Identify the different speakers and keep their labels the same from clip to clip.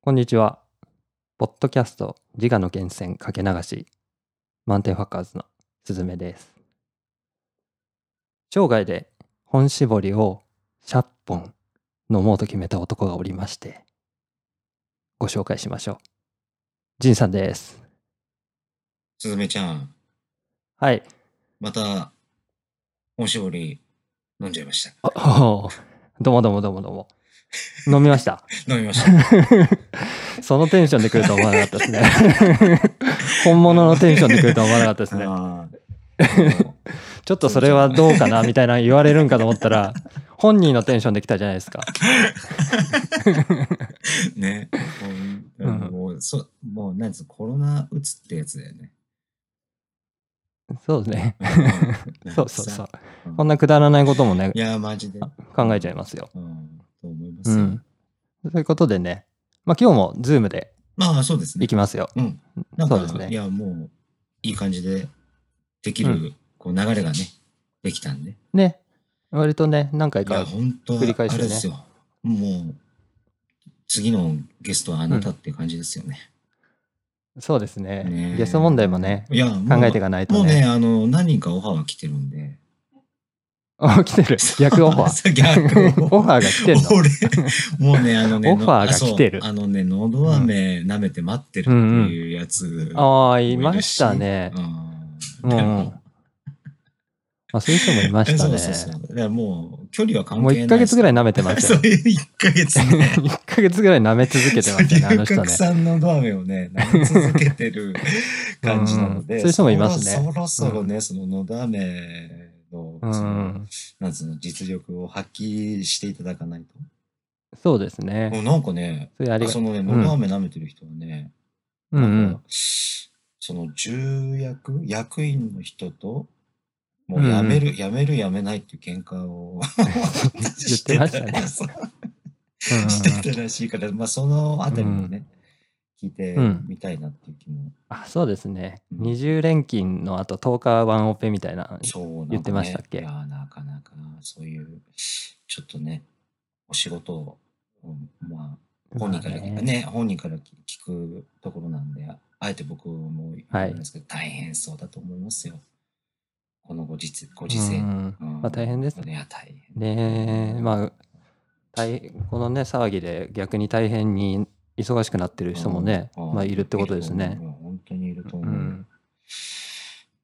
Speaker 1: こんにちは。ポッドキャスト自我の源泉かけ流し、満点ファッカーズのすずめです。生涯で本絞りを100本飲もうと決めた男がおりまして、ご紹介しましょう。ジンさんです。
Speaker 2: すずめちゃん、
Speaker 1: はい。
Speaker 2: また、おしぼり飲んじゃいました。
Speaker 1: あおう どうもどうもどうもどうも。飲みました。
Speaker 2: 飲みました。
Speaker 1: そのテンションで来るとは思わなかったですね。 本物のテンションで来るとは思わなかったですね。
Speaker 2: あーもう
Speaker 1: ちょっとそれはどうかなみたいな言われるんかと思った ら、本人のテンションできたじゃないですか。
Speaker 2: ね。も
Speaker 1: う
Speaker 2: う、
Speaker 1: ん
Speaker 2: もうそもうなんつうのコロナうつってやつだよね。
Speaker 1: そうですね。
Speaker 2: ん
Speaker 1: そうそうそう。。
Speaker 2: なん
Speaker 1: こ
Speaker 2: か
Speaker 1: ん
Speaker 2: さ
Speaker 1: なくだらないこともね
Speaker 2: い、や、マジで。
Speaker 1: 考えちゃいますよ。
Speaker 2: うん、と思います
Speaker 1: う
Speaker 2: よ。
Speaker 1: ん。ということでね、まあ今日もズームで
Speaker 2: まあ、そうですね。
Speaker 1: いきますよ。
Speaker 2: うん。なん
Speaker 1: そ
Speaker 2: か
Speaker 1: うですね
Speaker 2: いや、もう、いい感じで、できる、
Speaker 1: うん
Speaker 2: こう流れがね、できたんで。
Speaker 1: ね。割とね、何回
Speaker 2: いや、
Speaker 1: か。
Speaker 2: 本当
Speaker 1: 繰り返し
Speaker 2: あ
Speaker 1: てね
Speaker 2: れですよ。もう、次のゲストはあなたっていう感じですよね。
Speaker 1: そうですね
Speaker 2: ね。
Speaker 1: ゲスト問題もね、
Speaker 2: いや、もう
Speaker 1: 考えていかない
Speaker 2: も
Speaker 1: と
Speaker 2: うね、
Speaker 1: ね。
Speaker 2: あの、何人かオファーが来てるんで。
Speaker 1: あ、来てる。逆 オファー。
Speaker 2: そう逆
Speaker 1: オファーが来てんの
Speaker 2: 俺、もうね、あのね、
Speaker 1: オファーが来てる
Speaker 2: のそうあのね、のど飴舐めて待ってるっていうやつ。
Speaker 1: ああ、いましたね。
Speaker 2: う。
Speaker 1: うんん
Speaker 2: で
Speaker 1: うん。
Speaker 2: も
Speaker 1: まあそういう人もいました
Speaker 2: そ
Speaker 1: ね
Speaker 2: う。そうそう。だからもう、距離は関係
Speaker 1: も
Speaker 2: な
Speaker 1: う
Speaker 2: い。
Speaker 1: 1ヶ月ぐらい
Speaker 2: 舐
Speaker 1: 舐めてます
Speaker 2: そ
Speaker 1: よ
Speaker 2: う
Speaker 1: ね。
Speaker 2: いう1ヶ月ね。
Speaker 1: 1ヶ月ぐらい舐め続けて ますよね、あの人
Speaker 2: 龍
Speaker 1: ね
Speaker 2: 角。散のドアメをね、舐め続けて る感じなので、
Speaker 1: うんそういう人もいますね
Speaker 2: そろそろそろね、そののど飴の、
Speaker 1: う
Speaker 2: その
Speaker 1: ん。
Speaker 2: なんつうの、実力を発揮していただかないと。
Speaker 1: そうです
Speaker 2: もう
Speaker 1: ね。
Speaker 2: なんかね、
Speaker 1: それありが
Speaker 2: そのね、
Speaker 1: ん
Speaker 2: のど飴舐めてる人はね、
Speaker 1: うんう
Speaker 2: なん
Speaker 1: ん
Speaker 2: か。その重役、役員の人と、もうやめる、やめる、やめないっていう喧嘩を
Speaker 1: 言ってましたね
Speaker 2: そう
Speaker 1: うんうん
Speaker 2: してたらしいから、まあ、そのあたりもね、聞いてみたいなっていう気も、
Speaker 1: あそうですね。
Speaker 2: うん
Speaker 1: 20連勤の後10日ワンオペみたいな。
Speaker 2: そうなんかね
Speaker 1: 言ってましたっけ
Speaker 2: いやー、なかなか、そういう、ちょっとね、お仕事を、うんまあ、本人から
Speaker 1: まあ
Speaker 2: ね
Speaker 1: ね
Speaker 2: 本人からき聞くところなんで、ああえて僕も言うんですけど、大変そうだと思いますよ。このご時世ご時世。
Speaker 1: うん
Speaker 2: う
Speaker 1: ま
Speaker 2: ん
Speaker 1: あ大変です
Speaker 2: いや、大変。
Speaker 1: ねえ、まあ、大このね、騒ぎで逆に大変に忙しくなってる人もね、
Speaker 2: うん
Speaker 1: まあいるってことです
Speaker 2: いる
Speaker 1: ね
Speaker 2: と。思ううん本当にいると
Speaker 1: う
Speaker 2: 思う。
Speaker 1: ん。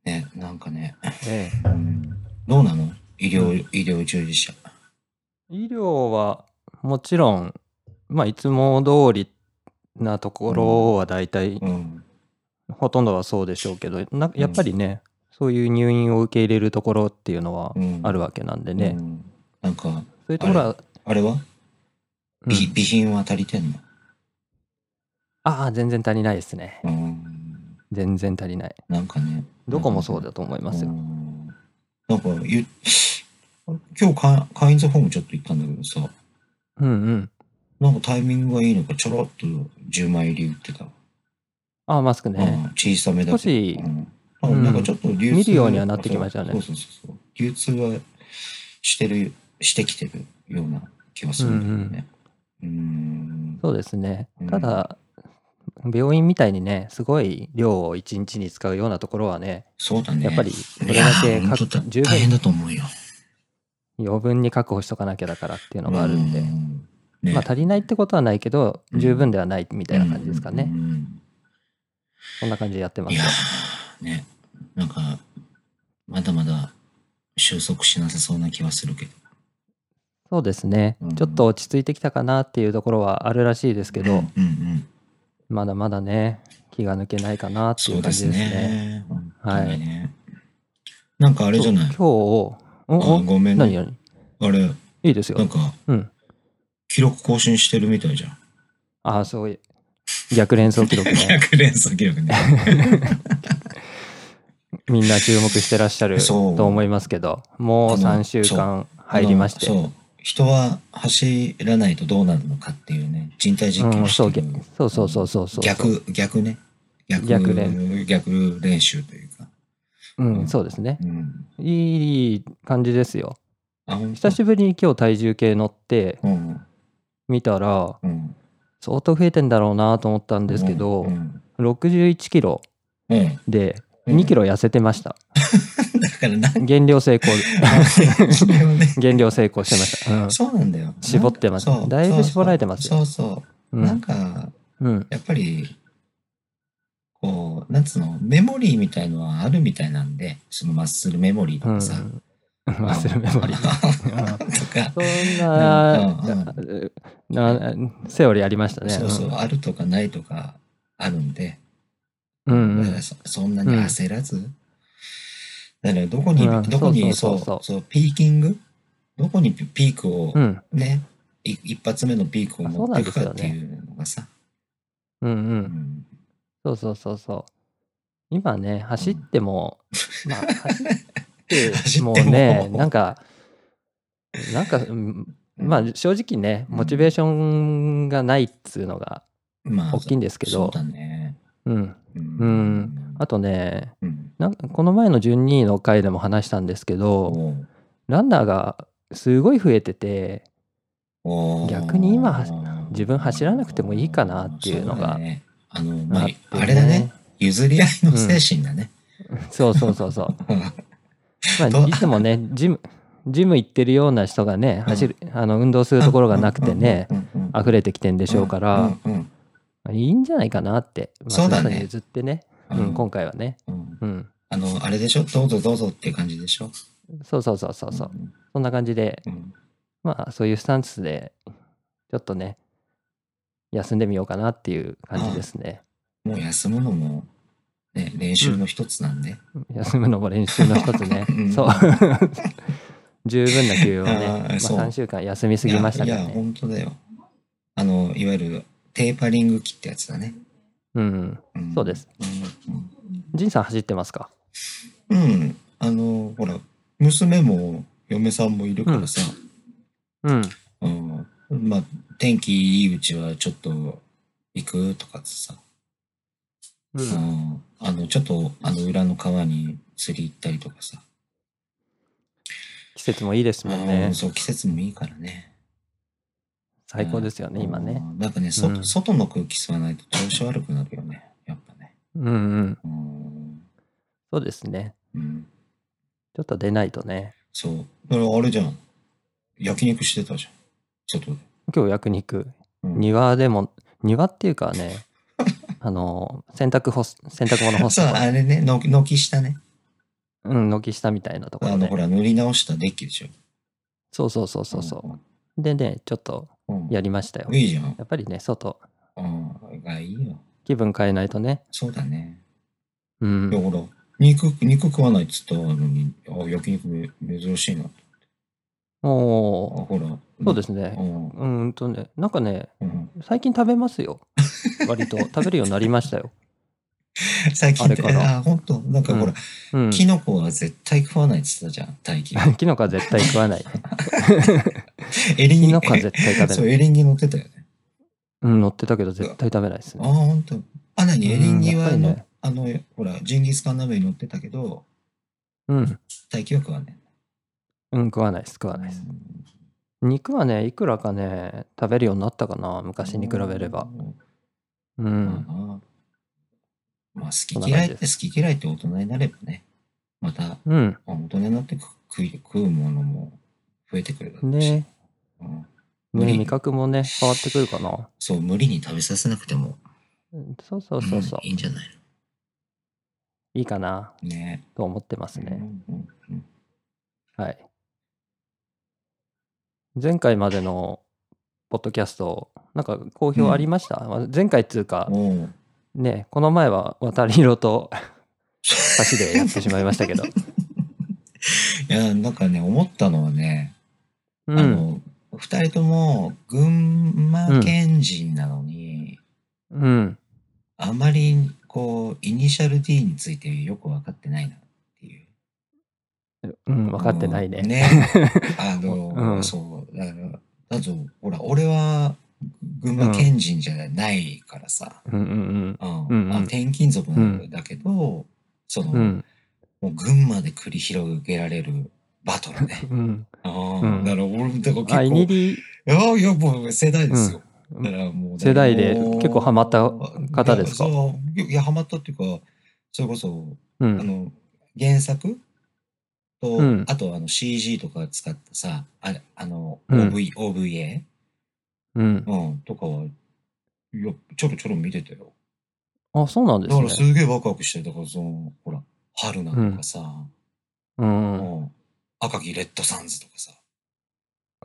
Speaker 2: ね、なんかね、
Speaker 1: ええ。
Speaker 2: うんどうなの医療、医療従事者。
Speaker 1: 医療はもちろん、まあいつも通りなところは大体
Speaker 2: うん。
Speaker 1: ほとんどはそうでしょうけどなやっぱりね、そういう入院を受け入れるところっていうのは
Speaker 2: うん
Speaker 1: あるわけなんで
Speaker 2: う
Speaker 1: ね、
Speaker 2: んなんか、
Speaker 1: そういうところは、
Speaker 2: あれは
Speaker 1: うん
Speaker 2: 備備品は足りてんの
Speaker 1: ああ全然足りないですね
Speaker 2: うん。
Speaker 1: 全然足りない
Speaker 2: なんかね。
Speaker 1: どこもそうだと思います
Speaker 2: う
Speaker 1: よ、
Speaker 2: んなんか、ゆ今日カ、カインズホームちょっと行ったんだけどさ、
Speaker 1: うん、うん
Speaker 2: なんかタイミングがいいのか、ちょろっと10枚入り売ってた。
Speaker 1: ああマスクね、
Speaker 2: うん小さめ
Speaker 1: 少
Speaker 2: だけど
Speaker 1: し
Speaker 2: うん
Speaker 1: うん
Speaker 2: なんかちょっと流通
Speaker 1: 見るようにはなってきましたね
Speaker 2: そうそうそうそう。流通はしてる、してきてるような気がするんだよね。うん。
Speaker 1: そうですね
Speaker 2: うん
Speaker 1: ただ、病院みたいにねすごい量を1日に使うようなところはね
Speaker 2: そうだね。
Speaker 1: やっぱりそれだけ
Speaker 2: いやー
Speaker 1: か
Speaker 2: 本当だ
Speaker 1: 十
Speaker 2: 大変
Speaker 1: 分
Speaker 2: だと思うよ。
Speaker 1: 余分に確保しとかなきゃだからっていうのがあるんで、
Speaker 2: うんね
Speaker 1: まあ足りないってことはないけど
Speaker 2: うん
Speaker 1: 十分ではないみたいな感じですかね、
Speaker 2: うんうん
Speaker 1: そんな感じでやってま
Speaker 2: うんい
Speaker 1: す
Speaker 2: やーね、なんか、まだまだ収束しなさそうな気はするけど。
Speaker 1: そうですね、
Speaker 2: うん
Speaker 1: ちょっと落ち着いてきたかなっていうところはあるらしいですけど、
Speaker 2: うんうん。
Speaker 1: まだまだね、気が抜けないかなってい
Speaker 2: そう
Speaker 1: う
Speaker 2: で
Speaker 1: 感じ
Speaker 2: す
Speaker 1: ですね。
Speaker 2: ね。本当にね。なんかあれじゃない
Speaker 1: 今日を、お
Speaker 2: あ
Speaker 1: お
Speaker 2: ごめん
Speaker 1: 何
Speaker 2: ね。
Speaker 1: 何
Speaker 2: あれ、
Speaker 1: いいです
Speaker 2: なん
Speaker 1: よ。
Speaker 2: か、
Speaker 1: うん。
Speaker 2: 記録更新してるみたいじゃん。
Speaker 1: ああ、そういう。逆連想記録ね。
Speaker 2: 100連鎖 記録ね。
Speaker 1: みんな注目してらっしゃる
Speaker 2: そう
Speaker 1: と思いますけど、もう
Speaker 2: あの
Speaker 1: 3週間入りまして
Speaker 2: あ。のそう。人は走らないとどうなるのかっていうね、人体実験
Speaker 1: う
Speaker 2: を
Speaker 1: ん、そう
Speaker 2: し
Speaker 1: げ
Speaker 2: てる、
Speaker 1: そうそうそうそうそう。。
Speaker 2: 逆、逆ね。逆
Speaker 1: 逆
Speaker 2: 練逆練習というか。
Speaker 1: うん、そうですね。
Speaker 2: うん。
Speaker 1: いい感じですよ。
Speaker 2: あ、本当
Speaker 1: 久しぶりに今日体重計乗って
Speaker 2: うん。
Speaker 1: みたら、
Speaker 2: うん。
Speaker 1: 相当増えてんだろうなと思ったんですけど、
Speaker 2: うん
Speaker 1: 61キロ
Speaker 2: うんうん
Speaker 1: で
Speaker 2: うん
Speaker 1: 2キロ痩せてました、
Speaker 2: だからなんか
Speaker 1: 減量成功
Speaker 2: ね
Speaker 1: 減量成功してました、うん
Speaker 2: そうなんだよ。
Speaker 1: 絞ってます
Speaker 2: なんかそう
Speaker 1: だいぶ絞られてます
Speaker 2: そ
Speaker 1: よ
Speaker 2: うそうう。なん
Speaker 1: ん
Speaker 2: か、
Speaker 1: うん
Speaker 2: やっぱり、こう、なんつうの、メモリーみたいのはあるみたいなんで、そのマッスルメモリーと
Speaker 1: うん
Speaker 2: かさ。
Speaker 1: 忘れメモリー
Speaker 2: とか、
Speaker 1: そん
Speaker 2: うん
Speaker 1: ななセオリーありましたね
Speaker 2: そうそう、あるとかないとかあるんで、
Speaker 1: うんう
Speaker 2: だか
Speaker 1: ん
Speaker 2: ら そそんなに焦らず、だからどこに、
Speaker 1: うん
Speaker 2: どこに、
Speaker 1: そ
Speaker 2: そうう
Speaker 1: そう
Speaker 2: そう
Speaker 1: そう
Speaker 2: ピーキングどこにピピークを
Speaker 1: うんうん
Speaker 2: ね、い一発目のピークを持っていくかっていうのがさ、
Speaker 1: うんう
Speaker 2: うんん
Speaker 1: そうそうそうそう。今ね、走っても、まあ、走 っても
Speaker 2: 走っても
Speaker 1: ね、なんか、なんか、うんまあ正直ね、
Speaker 2: うん
Speaker 1: モチベーションがないっつうのが
Speaker 2: まあ、
Speaker 1: 大きいんですけ
Speaker 2: そう
Speaker 1: ど、
Speaker 2: だね。
Speaker 1: うん。
Speaker 2: う
Speaker 1: うんあとね、
Speaker 2: うん
Speaker 1: なんかこの前の12位の回でも話したんですけど、
Speaker 2: おう
Speaker 1: ランナーがすごい増えてて、
Speaker 2: おう
Speaker 1: 逆に今は自分走らなくてもいいかなっていうのが
Speaker 2: そうだねあの、ま
Speaker 1: な
Speaker 2: あ
Speaker 1: って、
Speaker 2: あれだね。。譲り合いの精神だね。
Speaker 1: そうそうそうそう。ま
Speaker 2: ど
Speaker 1: あ、いつもね、ジム、ジム行ってるような人がね、走る、あの、運動するところがなくてね、
Speaker 2: うんうんうんうん、
Speaker 1: 溢れてきてんでしょうから、
Speaker 2: うんうん
Speaker 1: いいんじゃないかなって、まあ
Speaker 2: そうだね
Speaker 1: その人に譲ってね、
Speaker 2: う
Speaker 1: うんん、今回はね、
Speaker 2: うん
Speaker 1: うん、
Speaker 2: あの、あれでしょどうぞどうぞって感じでしょ
Speaker 1: そうそうそうそうそう、
Speaker 2: ん
Speaker 1: そんな感じで、
Speaker 2: うん
Speaker 1: まあ、そういうスタンスで、ちょっとね、休んでみようかなっていう感じですね。
Speaker 2: もう休むのも、ね、練習の一つなんで。、
Speaker 1: 休むのも練習の一つね
Speaker 2: うん
Speaker 1: そう。 十分な休養をね、
Speaker 2: あー
Speaker 1: まあ、
Speaker 2: そう
Speaker 1: 3週間休みすぎました
Speaker 2: い
Speaker 1: か
Speaker 2: や、
Speaker 1: ら
Speaker 2: いや
Speaker 1: ね。
Speaker 2: 本当だよ。あの、いわゆるテーパリング機ってやつだね。
Speaker 1: うん、
Speaker 2: ん
Speaker 1: そうです。
Speaker 2: うん
Speaker 1: 仁さん走ってますか
Speaker 2: うん、うんあの、ほら、娘も嫁さんもいるからさ、
Speaker 1: うん。
Speaker 2: うんまあ、天気いいうちはちょっと行くとかってさ、
Speaker 1: う、
Speaker 2: うんんあの、ちょっと、あの、裏の川に釣り行ったりとかさ、
Speaker 1: 季節もいいですもん
Speaker 2: う
Speaker 1: ね
Speaker 2: ん。そう、季節もいいからね。
Speaker 1: 最高ですよね、今ね。
Speaker 2: うん。なんかね、外
Speaker 1: うん
Speaker 2: 外の空気吸わないと調子悪くなるよね、やっぱね。
Speaker 1: うんうん。
Speaker 2: うん。
Speaker 1: そうですね。
Speaker 2: うん、
Speaker 1: ちょっと出ないとね。
Speaker 2: そう。だからあれじゃん。焼肉してたじゃん。外で。
Speaker 1: 今日焼肉、
Speaker 2: うん
Speaker 1: 庭でも、庭っていうか ね、あの、洗濯干す、洗濯物干す
Speaker 2: そう、
Speaker 1: とこ
Speaker 2: あれね、の軒下ね。
Speaker 1: うん、軒下みたいなとこ
Speaker 2: あ
Speaker 1: ろ
Speaker 2: の、
Speaker 1: で
Speaker 2: ほ。ら、塗り直したデッキでしょ。
Speaker 1: そうそうそうそうそう。でね、ちょっと
Speaker 2: うん。うん
Speaker 1: やりましたよ。
Speaker 2: いいじゃん。
Speaker 1: やっぱりね、外、
Speaker 2: うん。がいいよ。
Speaker 1: 気分変えないとね。
Speaker 2: そうだね。
Speaker 1: う
Speaker 2: いや、
Speaker 1: ん。
Speaker 2: ほら、肉、肉食わないっつったのに、あ、焼肉め珍しいな。あ、
Speaker 1: も
Speaker 2: ほら。
Speaker 1: う、そうです
Speaker 2: う
Speaker 1: ね。
Speaker 2: ん。
Speaker 1: うーんとね、なんかね、
Speaker 2: うん、
Speaker 1: 最近食べますよ。割 と。食べるようになりましたよ。
Speaker 2: 最近って、
Speaker 1: あれかな
Speaker 2: あ、本当なんかほら、
Speaker 1: うん。
Speaker 2: キノコは絶対食わないって言ってたじゃん、大気。
Speaker 1: キノコは絶対食わ ない。
Speaker 2: エリンギ
Speaker 1: キノコは絶対食べない
Speaker 2: そう、。エリンギ乗ってたよね。
Speaker 1: うん、乗ってたけど絶対食べないです
Speaker 2: あ
Speaker 1: ね。
Speaker 2: あ、本当。あ、なに、エリンギは
Speaker 1: うんやっぱ
Speaker 2: あの、ほら、ジンギスカン鍋に乗ってたけど、
Speaker 1: うん、
Speaker 2: 大気は食わね
Speaker 1: うん、食わないです、食わないです。肉はね、いくらかね、食べるようになったかな、昔に比べれば。。う、
Speaker 2: うんん。まあ、
Speaker 1: そ
Speaker 2: 好
Speaker 1: ん
Speaker 2: き
Speaker 1: な感
Speaker 2: 嫌い
Speaker 1: じ
Speaker 2: って
Speaker 1: で
Speaker 2: 好き嫌いって大人になればね、また、
Speaker 1: うん、
Speaker 2: 大人になって食食い食うものも増えてくるだろうし、
Speaker 1: ね
Speaker 2: うん無
Speaker 1: ね
Speaker 2: 理
Speaker 1: 味覚もね、変わってくるかな。
Speaker 2: そう、無理に食べさせなくても、
Speaker 1: うんそうそうそうそう
Speaker 2: うん、いいんじゃない
Speaker 1: いいかな
Speaker 2: のね。
Speaker 1: と思ってますね。
Speaker 2: うんうんうん
Speaker 1: はい。前回までのポッドキャスト、なんか好評ありました、まあ前回っつうか、
Speaker 2: おう
Speaker 1: ね、この前は渡り色 と橋でやってしまいましたけど。
Speaker 2: いや、なんかね、思ったのはね、
Speaker 1: う
Speaker 2: あ
Speaker 1: ん、
Speaker 2: の、二人とも群馬県人なのに、
Speaker 1: うん、
Speaker 2: あまり、こう、イニシャル D についてよく分かってないなっていう。
Speaker 1: うん、分かってない
Speaker 2: うん
Speaker 1: ね。
Speaker 2: ね。あ の、
Speaker 1: うん
Speaker 2: そう、だから、だと、ほら、俺は群馬県人じゃないからさ、
Speaker 1: うん、うん、
Speaker 2: うん
Speaker 1: うんうん
Speaker 2: あ転勤族なんだけど、その、
Speaker 1: うん、うん。
Speaker 2: もう群馬で繰り広げられるバ トルね。
Speaker 1: うん、
Speaker 2: ああ、
Speaker 1: うん
Speaker 2: だから俺もだから結構
Speaker 1: あ、イニリ
Speaker 2: いやいや、もう世代ですよ。だからもう
Speaker 1: 世代で結構ハマった方ですか
Speaker 2: いやそういや、ハマったっていうか、それこそ、
Speaker 1: う
Speaker 2: あ
Speaker 1: ん。
Speaker 2: の、原作と、
Speaker 1: うん
Speaker 2: あとあの CG とか使ったさ、ああの、
Speaker 1: うん
Speaker 2: OV OVA、
Speaker 1: うん。
Speaker 2: うん、とかは、いやちょろちょろ見てたよ。
Speaker 1: あ、そうなんで
Speaker 2: だから
Speaker 1: すね。
Speaker 2: すげえワクワクしてるだからその、ほら、春菜とかさ、
Speaker 1: う。
Speaker 2: うんん、赤木レッドサンズとかさ。
Speaker 1: うん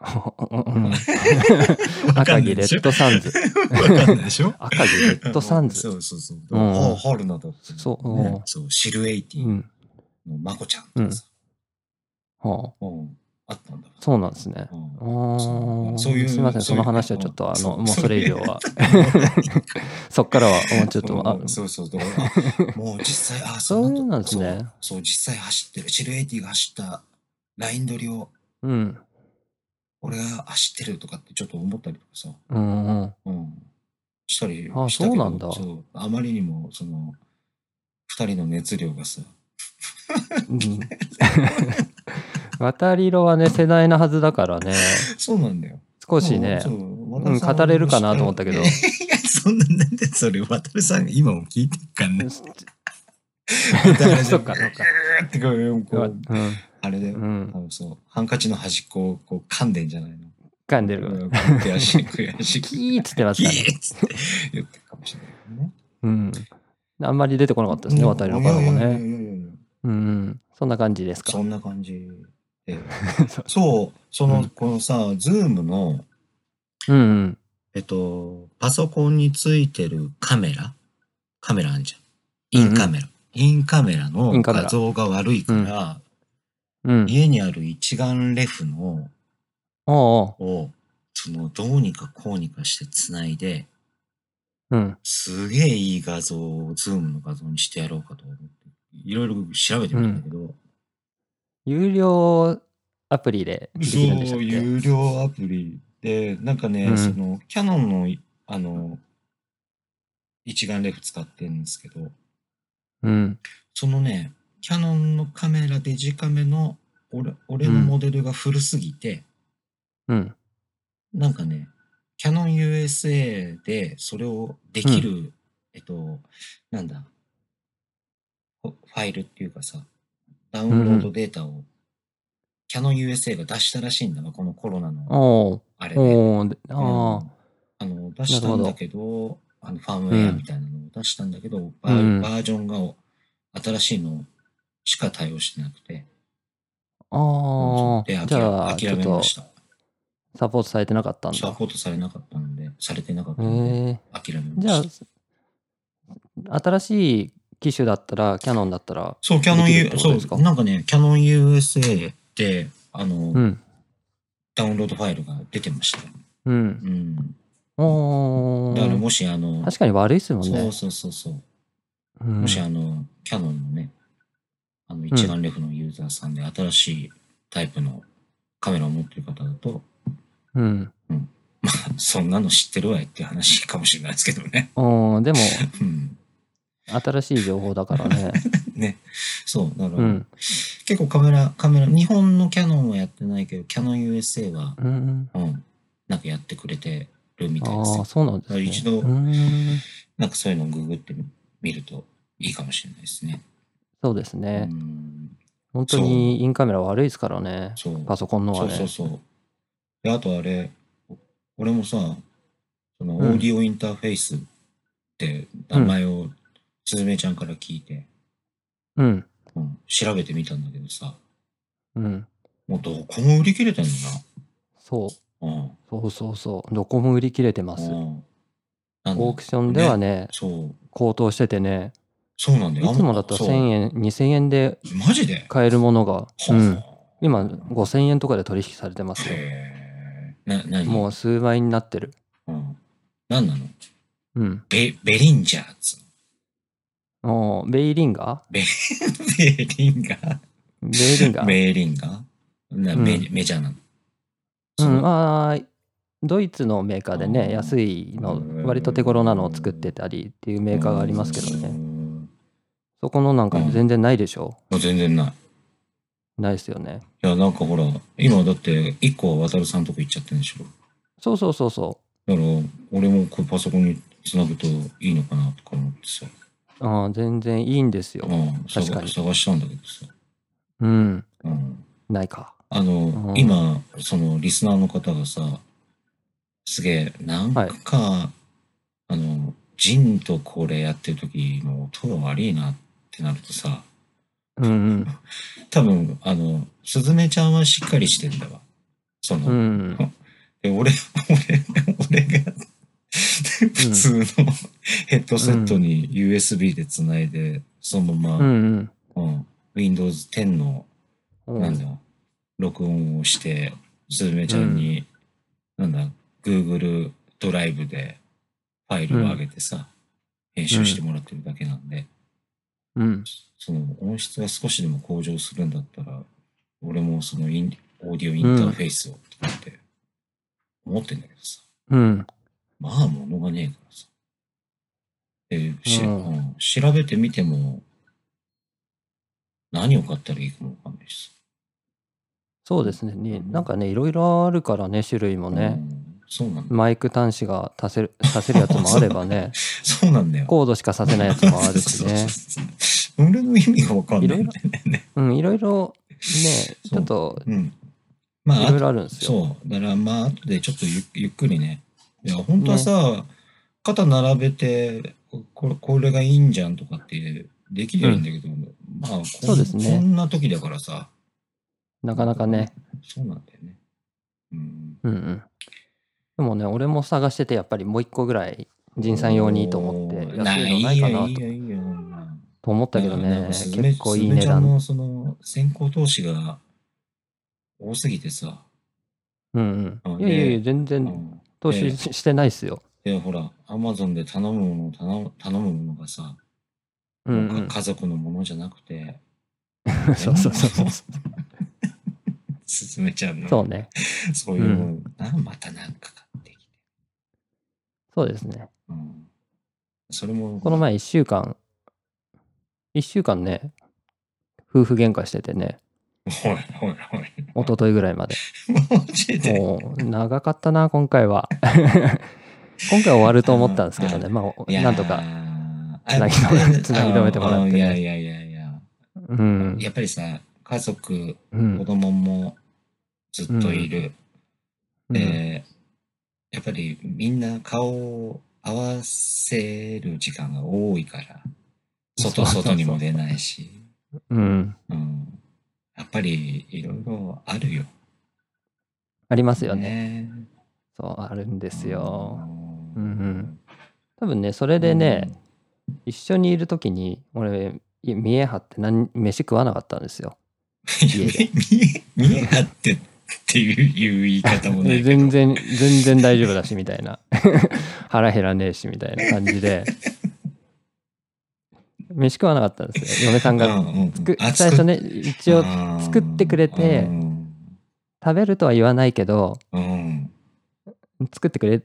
Speaker 2: わか
Speaker 1: 赤
Speaker 2: んない
Speaker 1: 木レ
Speaker 2: でしょ
Speaker 1: ッドサンズ。
Speaker 2: わ かんないでしょ
Speaker 1: 赤木レッドサンズ。
Speaker 2: そうそうそう。
Speaker 1: うん
Speaker 2: ああ、春菜だって。
Speaker 1: そう
Speaker 2: ねそう、シルエイティ
Speaker 1: うん。
Speaker 2: のまこちゃんとかさ、
Speaker 1: はあ、
Speaker 2: うん、あったんだ。
Speaker 1: そうなんですね。
Speaker 2: うん
Speaker 1: あー
Speaker 2: そういう
Speaker 1: すみません、そ
Speaker 2: そういう
Speaker 1: の話はちょっと、あ
Speaker 2: そ
Speaker 1: の、
Speaker 2: う
Speaker 1: もうそれ以上は
Speaker 2: そ。
Speaker 1: そっからは、もうちょっと、あ
Speaker 2: うんそうそう、だからあもう実際、あ、
Speaker 1: そうなんですね
Speaker 2: そう。そう、実際走ってる、シルエイティが走ったライン取りを、
Speaker 1: うん。
Speaker 2: 俺が走ってるとかってちょっと思ったりとかさ、
Speaker 1: うんうん。
Speaker 2: うん、したり
Speaker 1: あ
Speaker 2: した
Speaker 1: そう
Speaker 2: けど
Speaker 1: なんだ
Speaker 2: そうあまりにも、その、二人の熱量がさ、
Speaker 1: うん渡り色はね、世代なはずだからね、
Speaker 2: そうなんだよ。
Speaker 1: 少しね
Speaker 2: そ、う
Speaker 1: うん語れるかなと思ったけど
Speaker 2: いや、そんな、なんでそれ、渡るさん、今も聞いてるからね。
Speaker 1: そっかそっか
Speaker 2: ぐーってこうこ
Speaker 1: うわ
Speaker 2: う、
Speaker 1: うん、
Speaker 2: あれだよ
Speaker 1: う。
Speaker 2: あ
Speaker 1: ん、
Speaker 2: のそう、ハンカチの端っこをこう噛んでんじゃないの。
Speaker 1: 噛んで
Speaker 2: う
Speaker 1: る。
Speaker 2: ん悔しい、悔しい。
Speaker 1: キーっつってます
Speaker 2: キ
Speaker 1: からね。
Speaker 2: ーッつって言ってるかもしれないけどね。
Speaker 1: うん。あんまり出てこなかったですね、渡り色からも
Speaker 2: いやいや
Speaker 1: ね。
Speaker 2: いやいやいや
Speaker 1: うんうん。そんな感じですか
Speaker 2: そ。んな感じ で。
Speaker 1: そう
Speaker 2: そう、そうの
Speaker 1: ん、
Speaker 2: このさ、ズームの、
Speaker 1: うんうん。
Speaker 2: えっと、パソコンについてるカメラカメラあんじゃん。
Speaker 1: う
Speaker 2: イ
Speaker 1: んうん
Speaker 2: ンカメラ。インカメラの
Speaker 1: インカメラ
Speaker 2: 画像が悪いから、
Speaker 1: うん。
Speaker 2: 家にある一眼レフの
Speaker 1: ああ、
Speaker 2: を、その、どうにかこうにかして繋いで、
Speaker 1: うん。
Speaker 2: すげえいい画像を、ズームの画像にしてやろうかと思って、いろいろ調べてみたんだけど、
Speaker 1: 有料アプリでできるんでした
Speaker 2: そ
Speaker 1: っ
Speaker 2: う、
Speaker 1: け
Speaker 2: 有料アプリで、なんかね、
Speaker 1: うん
Speaker 2: その、キャノンの、あの、一眼レフ使ってるんですけど、
Speaker 1: うん。
Speaker 2: そのね、キャノンのカメラ、デジカメの、俺、俺の
Speaker 1: うん
Speaker 2: モデルが古すぎて、
Speaker 1: うん。
Speaker 2: なんかね、キャノン USA でそれをできる、えっと、なんだ、ファイルっていうかさ、ダウンロードデータを、キャノン USA が出したらしいんだわ、このコロナ
Speaker 1: お
Speaker 2: の、
Speaker 1: お
Speaker 2: あれで。
Speaker 1: おお
Speaker 2: うん
Speaker 1: あ
Speaker 2: あの出したんだけど、あのファームウェアみたいなのを出したんだけど、バー
Speaker 1: うん
Speaker 2: バージョンが新しいのしか対応してなくて、
Speaker 1: あ。あ
Speaker 2: で
Speaker 1: あ。
Speaker 2: 諦
Speaker 1: じゃあ、ちょ
Speaker 2: 諦
Speaker 1: っ
Speaker 2: め
Speaker 1: と
Speaker 2: ました。
Speaker 1: サポートされてなかったん
Speaker 2: サ
Speaker 1: だ。
Speaker 2: ポートされなかったので、されてなかった
Speaker 1: へ
Speaker 2: ので、
Speaker 1: え。
Speaker 2: 諦めま
Speaker 1: じゃ
Speaker 2: した。
Speaker 1: あ、新しい機種だったら、キャノンだったら、
Speaker 2: そう、キャノン
Speaker 1: できるってこ
Speaker 2: U、
Speaker 1: とです
Speaker 2: そ
Speaker 1: か
Speaker 2: う、なんかね、キャノン USA で、あの、
Speaker 1: うん。
Speaker 2: ダウンロードファイルが出てましたよ。
Speaker 1: うん。
Speaker 2: うん。
Speaker 1: お
Speaker 2: だから
Speaker 1: ー
Speaker 2: もし、あの、
Speaker 1: 確かに悪いですもん
Speaker 2: そ
Speaker 1: ね
Speaker 2: う。そうそうそう、
Speaker 1: うん
Speaker 2: もしあの、キャノンのね、あの一眼レフのユーザーさんで新しいタイプのカメラを持ってる方だと、
Speaker 1: うん。
Speaker 2: まあ、そんなの知ってるわいって話かもしれないですけどね。
Speaker 1: おーでも、
Speaker 2: うん。
Speaker 1: 新しい情報だからね。
Speaker 2: ね。そう。だから、
Speaker 1: うん。
Speaker 2: 結構カメラ、カメラ、日本のキャノンはやってないけど、キャノン USA は、
Speaker 1: うん。
Speaker 2: うん、なんかやってくれてるみたいです
Speaker 1: ああ、
Speaker 2: よ。
Speaker 1: そうなんですね。
Speaker 2: 一度
Speaker 1: うん
Speaker 2: なんかそういうのをググってみるといいかもしれないですね。
Speaker 1: そうです
Speaker 2: う
Speaker 1: ね。
Speaker 2: ん。
Speaker 1: 本当にインカメラ悪いですからね。
Speaker 2: そう。
Speaker 1: パソコンの
Speaker 2: そ
Speaker 1: は
Speaker 2: うそう
Speaker 1: ね。
Speaker 2: そう。で、あとあれ、お俺もさ、そのオ
Speaker 1: うん
Speaker 2: ーディオインターフェイスって名前をすずめちゃんから聞いて、
Speaker 1: うん。
Speaker 2: うん調べてみたんだけどさ、
Speaker 1: うん。
Speaker 2: もうどこも売り切れてん
Speaker 1: そう。
Speaker 2: の
Speaker 1: そうそうそう。どこも売り切れてま
Speaker 2: な。うん。
Speaker 1: す。
Speaker 2: うん。なんだ
Speaker 1: オークションではね、
Speaker 2: そう。
Speaker 1: 高騰しててね、
Speaker 2: そうなんだ
Speaker 1: い
Speaker 2: よ。
Speaker 1: つもだったら
Speaker 2: そう
Speaker 1: 1000円、2000円で
Speaker 2: マジで
Speaker 1: 買えるものが、う
Speaker 2: はあ
Speaker 1: ん、今5000円とかで取引されてますよ。
Speaker 2: へえ。な、なに
Speaker 1: もう数倍になってる。
Speaker 2: うん。なんなの
Speaker 1: うん。
Speaker 2: ベ、ベリンジャーっつうの。
Speaker 1: おーベイリンガ
Speaker 2: ベリンガ
Speaker 1: ー
Speaker 2: ー
Speaker 1: ベイリンガー
Speaker 2: メーリンがな
Speaker 1: うん
Speaker 2: メメジャーなの。
Speaker 1: うん、
Speaker 2: あ
Speaker 1: あードイツのメーカーで
Speaker 2: あー
Speaker 1: ね、安いの、割と手頃なのを作ってたりっていうメーカーがありますけどね。
Speaker 2: も
Speaker 1: そこのなんか全然ないでしょ
Speaker 2: う全然ない。
Speaker 1: ないですよね。
Speaker 2: いや、なんかほら、今だって、一個は渡るさんとこ行っちゃってるんでしょ。
Speaker 1: そうそうそうそ
Speaker 2: だから、俺もこうパソコンにつなぐといいのかなとか思ってさ。
Speaker 1: ああ、全然いいんですよ。
Speaker 2: うん、探
Speaker 1: 確かに
Speaker 2: 探したんだけどさ。
Speaker 1: うん。
Speaker 2: うん、
Speaker 1: ないか。
Speaker 2: あの、
Speaker 1: うん
Speaker 2: 今、そのリスナーの方がさ、すげえ、なんか、
Speaker 1: はい
Speaker 2: あの、ジンとこれやってる時の音が悪いなってなるとさ、
Speaker 1: うん
Speaker 2: 多分、あの、すずめちゃんはしっかりしてんだわ。その、
Speaker 1: うん。うん。
Speaker 2: で俺、俺、俺が普通のヘッドセットに USB でつないで、そのま
Speaker 1: う
Speaker 2: ま、
Speaker 1: ん
Speaker 2: うん、Windows 10の、
Speaker 1: うん。
Speaker 2: なんだ、録音をして、すずめちゃんに、なんだ、Google ドライブでファイルを上げてさ、編集してもらってるだけなんで、
Speaker 1: うん。
Speaker 2: その音質が少しでも向上するんだったら、俺もそのインオーディオインターフェースをとかって思ってんだけどさ、
Speaker 1: うん。
Speaker 2: まあ物がねえからさ。で、し
Speaker 1: うん
Speaker 2: うん調べてみても、何を買ったらいいかもわかんないし
Speaker 1: そうですねね。
Speaker 2: うん
Speaker 1: なんかね、いろいろあるからね、種類も
Speaker 2: さ。
Speaker 1: ね。
Speaker 2: うんそうなんだ。
Speaker 1: マイク端子が足せる、 足せるやつもあればね、
Speaker 2: そうなんだよ。
Speaker 1: コードしかさせないやつもあるしね。
Speaker 2: そうそうそう。俺の意味がわかんないんだよね。
Speaker 1: うん、いろいろね、ち
Speaker 2: そう
Speaker 1: ょっと、
Speaker 2: うん。まあ、
Speaker 1: い
Speaker 2: あ
Speaker 1: ろい
Speaker 2: と
Speaker 1: ろあるんですよ。
Speaker 2: そう。だからまあ、後でちょっとゆゆっくりね。いや、本当はさ、肩並べて、ここれこれがいいんじゃんとかってできればいいんだけど、まあこん、
Speaker 1: そうですね
Speaker 2: こんな時だからさ、
Speaker 1: なかなかね。
Speaker 2: そうなんだよね。うん。
Speaker 1: うんうん。でもね、俺も探してて、やっぱりもう一個ぐらい、人さん用にいいと思って、安いのないかな
Speaker 2: おーいい
Speaker 1: と
Speaker 2: よ、いいよ、いいよ。
Speaker 1: と思ったけど
Speaker 2: なん
Speaker 1: ね、
Speaker 2: かスズメ
Speaker 1: 結構いい
Speaker 2: スズメ
Speaker 1: 値
Speaker 2: ちゃん
Speaker 1: 段。
Speaker 2: のその先行投資が多すぎてさ、
Speaker 1: うんうん。
Speaker 2: で
Speaker 1: いやいやいや、全
Speaker 2: う
Speaker 1: 然
Speaker 2: ん
Speaker 1: 投資ししてないっすよ。
Speaker 2: で、ほら、アマゾンで頼むもの、頼む頼むものがさ、
Speaker 1: うんう
Speaker 2: か
Speaker 1: ん。
Speaker 2: 家族のものじゃなくて、
Speaker 1: そうそうそう そう。
Speaker 2: すずめちゃんの、
Speaker 1: そうね。
Speaker 2: そういうの、なまたなんか買ってきて。
Speaker 1: そうですね。
Speaker 2: うん、それも、
Speaker 1: この前1週間、1週間ね、夫婦喧嘩しててね、
Speaker 2: おいおい おい、
Speaker 1: 一昨日ぐらいまで。
Speaker 2: マジで。
Speaker 1: もう、長かったな、今回は。今回終わると思ったんですけどね、まあ、
Speaker 2: いやー
Speaker 1: なんとか。、
Speaker 2: あ
Speaker 1: つなぎ止め
Speaker 2: あ
Speaker 1: つなぎ止めてもらってね
Speaker 2: いやいやいやいや、
Speaker 1: うん。
Speaker 2: やっぱりさ、家族、
Speaker 1: う
Speaker 2: 子
Speaker 1: ん。
Speaker 2: 供もずっといる。
Speaker 1: うん
Speaker 2: で、やっぱりみんな顔を合わせる時間が多いから、
Speaker 1: そうそう
Speaker 2: 外
Speaker 1: そう
Speaker 2: 外にも出ないし、
Speaker 1: うん。
Speaker 2: うん、やっぱりいろいろあるよ。
Speaker 1: ありますよね。
Speaker 2: ね。
Speaker 1: そう、あるんですよ。
Speaker 2: う
Speaker 1: うんうん
Speaker 2: ん。
Speaker 1: 多分ね、それでね、一緒にいるときに、俺、い見え張って何、飯食わなかったんですよ。
Speaker 2: うん、
Speaker 1: 家で
Speaker 2: 見え、見え張ってっていういう言い方もないけど。
Speaker 1: 全然、全然大丈夫だし、みたいな。 腹減らねえし、みたいな感じ で。飯食わなかったんですよ。嫁さん
Speaker 2: う
Speaker 1: が。
Speaker 2: んうん
Speaker 1: つく
Speaker 2: あ
Speaker 1: 最初ね、一応、作ってくれて
Speaker 2: うん
Speaker 1: 食べるとは言わないけど、
Speaker 2: うん
Speaker 1: 作ってくれ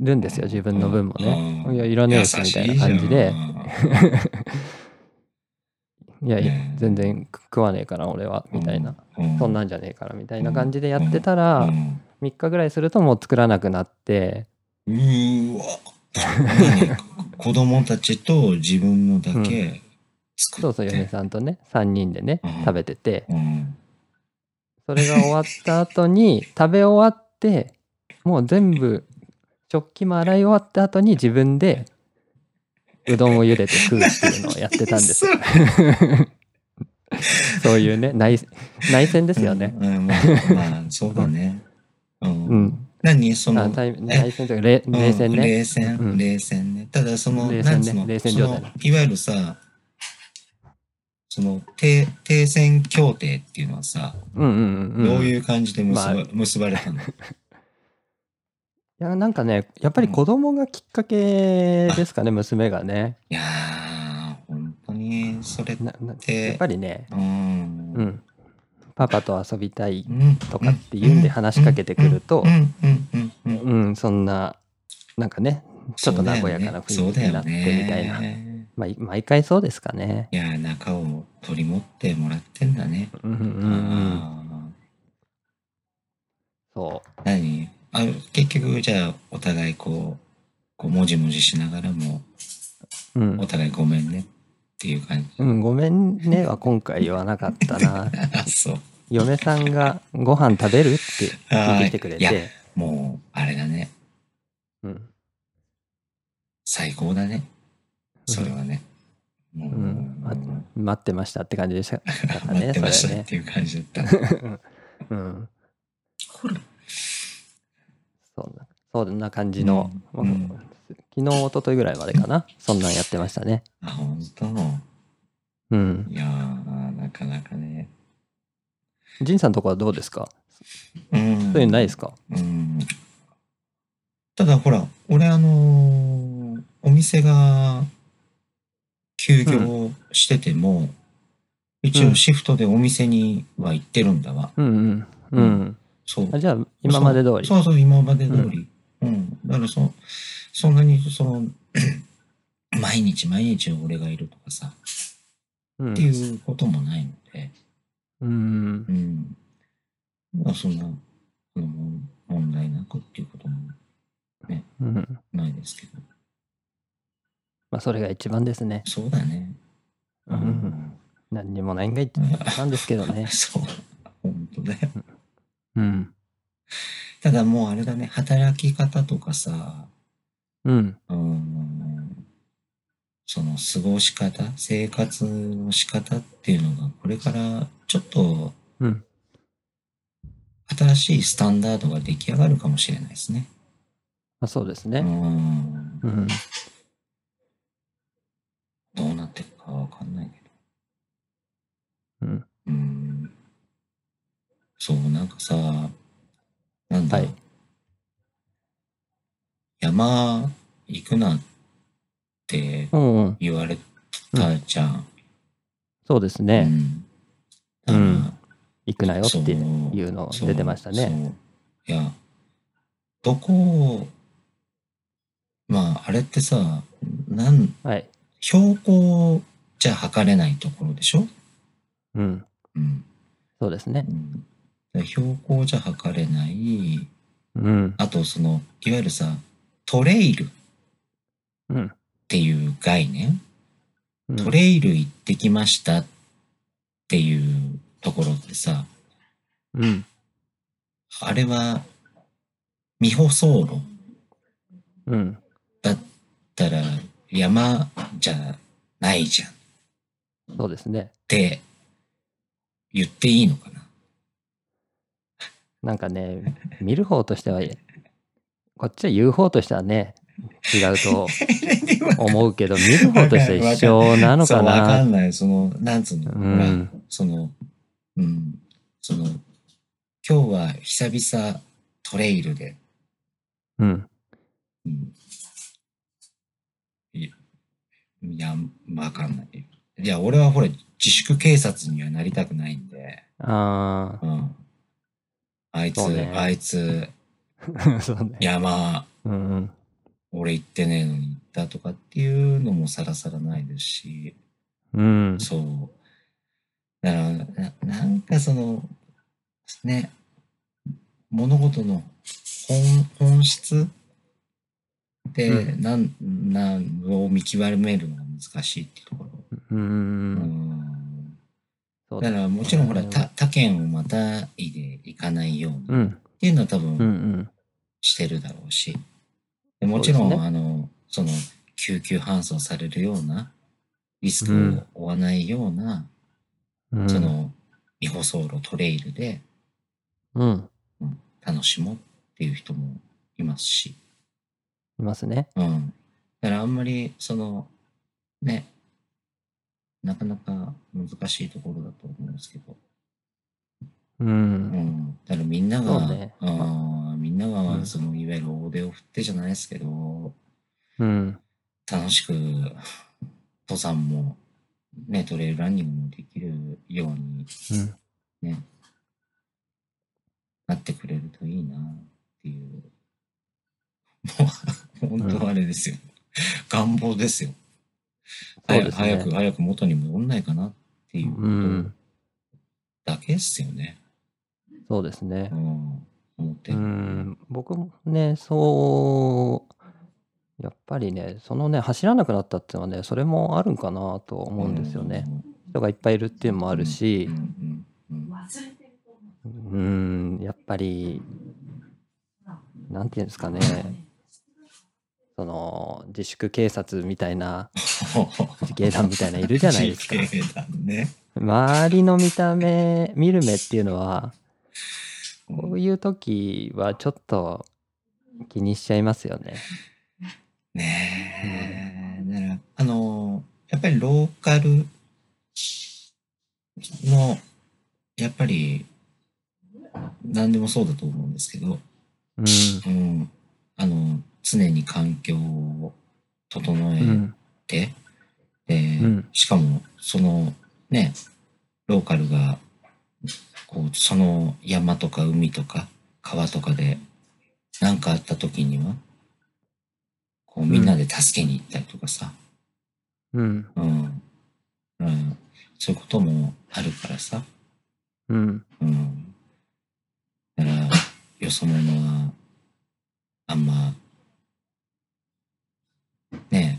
Speaker 1: るんですよ、自分の分も
Speaker 2: う
Speaker 1: ね。
Speaker 2: ん
Speaker 1: いや、いらねえし、みたいな感じで。いや、いや
Speaker 2: ねえ
Speaker 1: 全然食食わねえから、俺は、みたいな。。
Speaker 2: 優しいじゃ ん
Speaker 1: そん。なんじゃねえから、みたいな感じでやってたら
Speaker 2: う、ん
Speaker 1: 3日ぐらいするともう作らなくなって、
Speaker 2: うー わ。何子供たちと自分のだけ作って。
Speaker 1: そうそう、嫁さんとね、3人でね
Speaker 2: うん、
Speaker 1: 食べてて、
Speaker 2: うん
Speaker 1: それが終わった後に、食べ終わって、もう全部、食器も洗い終わった後に自分で、うどんを茹でて食うっていうのをやってたんです よ。そういうね、内内戦ですよね。
Speaker 2: うん。うんまあまあ、そうだね。う。
Speaker 1: うんん。
Speaker 2: 何そ
Speaker 1: あ
Speaker 2: の、
Speaker 1: 対内戦というか、れ冷戦
Speaker 2: うん
Speaker 1: ね。
Speaker 2: 冷戦、
Speaker 1: うん
Speaker 2: 冷戦ね。ただその、
Speaker 1: 冷戦ね
Speaker 2: なんつうの、
Speaker 1: 冷戦
Speaker 2: そ
Speaker 1: 状態
Speaker 2: のいわゆるさ、その停停戦協定っていうのはさ、
Speaker 1: うんうんうん。
Speaker 2: どう
Speaker 1: うんい
Speaker 2: いう感じで結ば,、
Speaker 1: まあ
Speaker 2: 結ばれたの
Speaker 1: や、なんかね、やっぱり子供がきっかけですかね、娘がね。
Speaker 2: いやー、本当に、それ、
Speaker 1: なな
Speaker 2: で
Speaker 1: やっぱりね、
Speaker 2: うん。
Speaker 1: う
Speaker 2: うん
Speaker 1: ん。パパと遊びたい
Speaker 2: うん。
Speaker 1: とかっていうんで話しかけてくると
Speaker 2: う、ん、うん、うん、うん。うん
Speaker 1: うん、そんな、なんかね、ちょっと和やかな雰囲気になってみたいな
Speaker 2: そうだよね
Speaker 1: まあ、い毎回そうですかね。
Speaker 2: いやー、仲を取り持ってもらってんだね。
Speaker 1: うんうんうん。
Speaker 2: あー
Speaker 1: そ
Speaker 2: 何あ結局じゃあお互いこうこうもじもじしながらも
Speaker 1: うん
Speaker 2: お。互いごめんねっていう感じ、
Speaker 1: うん、ごめんねは今回言わなかったな。
Speaker 2: あ そう
Speaker 1: 嫁さんがご飯食べるって聞いてきてくれ
Speaker 2: あー
Speaker 1: て、
Speaker 2: もうあれだね
Speaker 1: うん、
Speaker 2: 最高だねそれはね、もう
Speaker 1: うんあ待ってましたって感じでしたから
Speaker 2: 待
Speaker 1: ね、
Speaker 2: ってま
Speaker 1: そ
Speaker 2: し
Speaker 1: れは
Speaker 2: たっ
Speaker 1: ね。
Speaker 2: ていう感じだった、
Speaker 1: うん、
Speaker 2: ほら
Speaker 1: そんな、そんな感じの、
Speaker 2: うんうん
Speaker 1: 昨日、一昨日ぐらいまでかな、そんなんやってましたね。
Speaker 2: あ本当
Speaker 1: うん。
Speaker 2: いやーなかなかね
Speaker 1: 仁さんとこはどうですか
Speaker 2: うん
Speaker 1: そういうのないですか
Speaker 2: うんただほら俺あのーお店が休業してても、一応シフトでお店には行ってるんだわ、
Speaker 1: うんうん。うん。
Speaker 2: そう
Speaker 1: あじゃあ、今まで通り。
Speaker 2: そうそうそう今まで通りうん、だからそそんなにその 毎日毎日俺がいるとかさ
Speaker 1: うん
Speaker 2: っていうこともないので
Speaker 1: うん
Speaker 2: う。んまあそんなあの問題なくっていうことも
Speaker 1: うん。
Speaker 2: ないですけど
Speaker 1: まあ、それが一番ですね。
Speaker 2: そうだね。。
Speaker 1: うん何にもないんが一番ですけどね
Speaker 2: そう。本当だよ。
Speaker 1: うん。
Speaker 2: ただもうあれだね、働き方とかさ、
Speaker 1: うん。
Speaker 2: うん、その過ごし方、生活の仕方っていうのが、これからちょっと
Speaker 1: うん。
Speaker 2: 新しいスタンダードが出来上がるかもしれないですね。
Speaker 1: まあ、そうです
Speaker 2: う
Speaker 1: ね。
Speaker 2: ん。
Speaker 1: うん。
Speaker 2: どうなっていくかわかんないけど。
Speaker 1: うん。
Speaker 2: うん。そう、なんかさ、なんだ、
Speaker 1: はい
Speaker 2: 山行くなって
Speaker 1: うんうん。
Speaker 2: 言われたじゃん。
Speaker 1: そうです
Speaker 2: う
Speaker 1: ね。
Speaker 2: ん。
Speaker 1: う
Speaker 2: うんん。
Speaker 1: 行くなよっていう
Speaker 2: そう
Speaker 1: の出てましたね。
Speaker 2: そう。いや、どこを、まあ、あれってさ、なん、
Speaker 1: はい。
Speaker 2: 標高じゃ測れないところでしょ
Speaker 1: うん。
Speaker 2: うん。
Speaker 1: そうですね
Speaker 2: う。ん、だから標高じゃ測れない、
Speaker 1: うん。
Speaker 2: あとその、いわゆるさ、トレイルっ
Speaker 1: うん。
Speaker 2: ていう概念、
Speaker 1: うん
Speaker 2: トレイル行ってきましたっていうところってさ、
Speaker 1: うん。
Speaker 2: あれは、未舗走路
Speaker 1: うん。
Speaker 2: だったら山じゃないじゃんっ
Speaker 1: そうですね。
Speaker 2: て言っていいのかな
Speaker 1: なんかね、見る方としては、こっちは言う方としてはね、違う と思うけど、見る方としては一緒なの
Speaker 2: そ
Speaker 1: か
Speaker 2: う、わか
Speaker 1: な。
Speaker 2: んない。その、なんつうの、
Speaker 1: う
Speaker 2: ほら
Speaker 1: ん。
Speaker 2: その、うん、その、今日は久々トレイルで、
Speaker 1: うん。
Speaker 2: うん、いいや、わかんない。いや、俺はほら、自粛警察にはなりたくないんで、
Speaker 1: あ
Speaker 2: うんあいつ、
Speaker 1: そうね
Speaker 2: あいつ、
Speaker 1: あ。 そうね。
Speaker 2: 山、
Speaker 1: うんうん。
Speaker 2: 俺行ってねえのに行ったとかっていうのもさらさらないですし、
Speaker 1: うん。
Speaker 2: そう。だから、ななんかその、ね、物事の本本質って、
Speaker 1: う
Speaker 2: なん、なんを見極めるのが難しいってところ。
Speaker 1: う。
Speaker 2: うんん
Speaker 1: そう
Speaker 2: だ
Speaker 1: だ
Speaker 2: からもちろんほら、他他県をまたいで行かないようにっ
Speaker 1: うん。
Speaker 2: ていうのは多分、
Speaker 1: うんうん。
Speaker 2: してるだろうし、でもちろ
Speaker 1: そ
Speaker 2: ん、
Speaker 1: うですね
Speaker 2: あの、その、救急搬送されるような、リスク
Speaker 1: うん
Speaker 2: を負わないような、
Speaker 1: うん
Speaker 2: その、違法走路、トレイルで
Speaker 1: うん。
Speaker 2: 楽しもうっていう人もいますし、
Speaker 1: いますね。
Speaker 2: うん。だからあんまり、その、ね、なかなか難しいところだと思うんですけど、
Speaker 1: う。
Speaker 2: うんん。だからみんなが、
Speaker 1: そうね
Speaker 2: うん、みんな
Speaker 1: う
Speaker 2: が、
Speaker 1: ん
Speaker 2: その、いわゆる大手を振ってじゃないですけど、
Speaker 1: うん。
Speaker 2: 楽しく登山も、ね、トレイルランニングもできるように
Speaker 1: うん。
Speaker 2: なってくれるといいなっていう。 もう、本当あれですよ。願望ですよ。
Speaker 1: そうです
Speaker 2: 早く
Speaker 1: ね。
Speaker 2: 早く元に戻んないかなっていううこと
Speaker 1: ん。
Speaker 2: だけっすよね。
Speaker 1: そうですね
Speaker 2: う。ん。思って
Speaker 1: う。ん、僕もね、そう、やっぱりね、そのね、走らなくなったっていうのはね、それもあるんかなと思うんですよね。人がいっぱいいるっていうのもあるし
Speaker 2: うん。、うんうん
Speaker 1: うん、やっぱり、なんていうんですかね、その、自粛警察みたいな、自警団みたいないるじゃないですか。
Speaker 2: 自警団ね。
Speaker 1: 周りの見た目、見る目っていうのは、こ
Speaker 2: う
Speaker 1: ういう時はちょっと気にしちゃいますよね。
Speaker 2: ねえ。だからあの、やっぱりローカルの、やっぱり、何でもそうだと思うんですけど、
Speaker 1: うん。
Speaker 2: うん、あの、常に環境を整
Speaker 1: う
Speaker 2: え
Speaker 1: ん。
Speaker 2: て、で
Speaker 1: うん
Speaker 2: しかも、その、ね、ローカルが、こう、その山とか海とか川とかで何かあった時には、こう、みんなで助けに行ったりとかさ、
Speaker 1: うん。
Speaker 2: うん、うん、そういうこともあるからさ、
Speaker 1: うん。
Speaker 2: うん。だから、よそ者は、あんま、ねえ、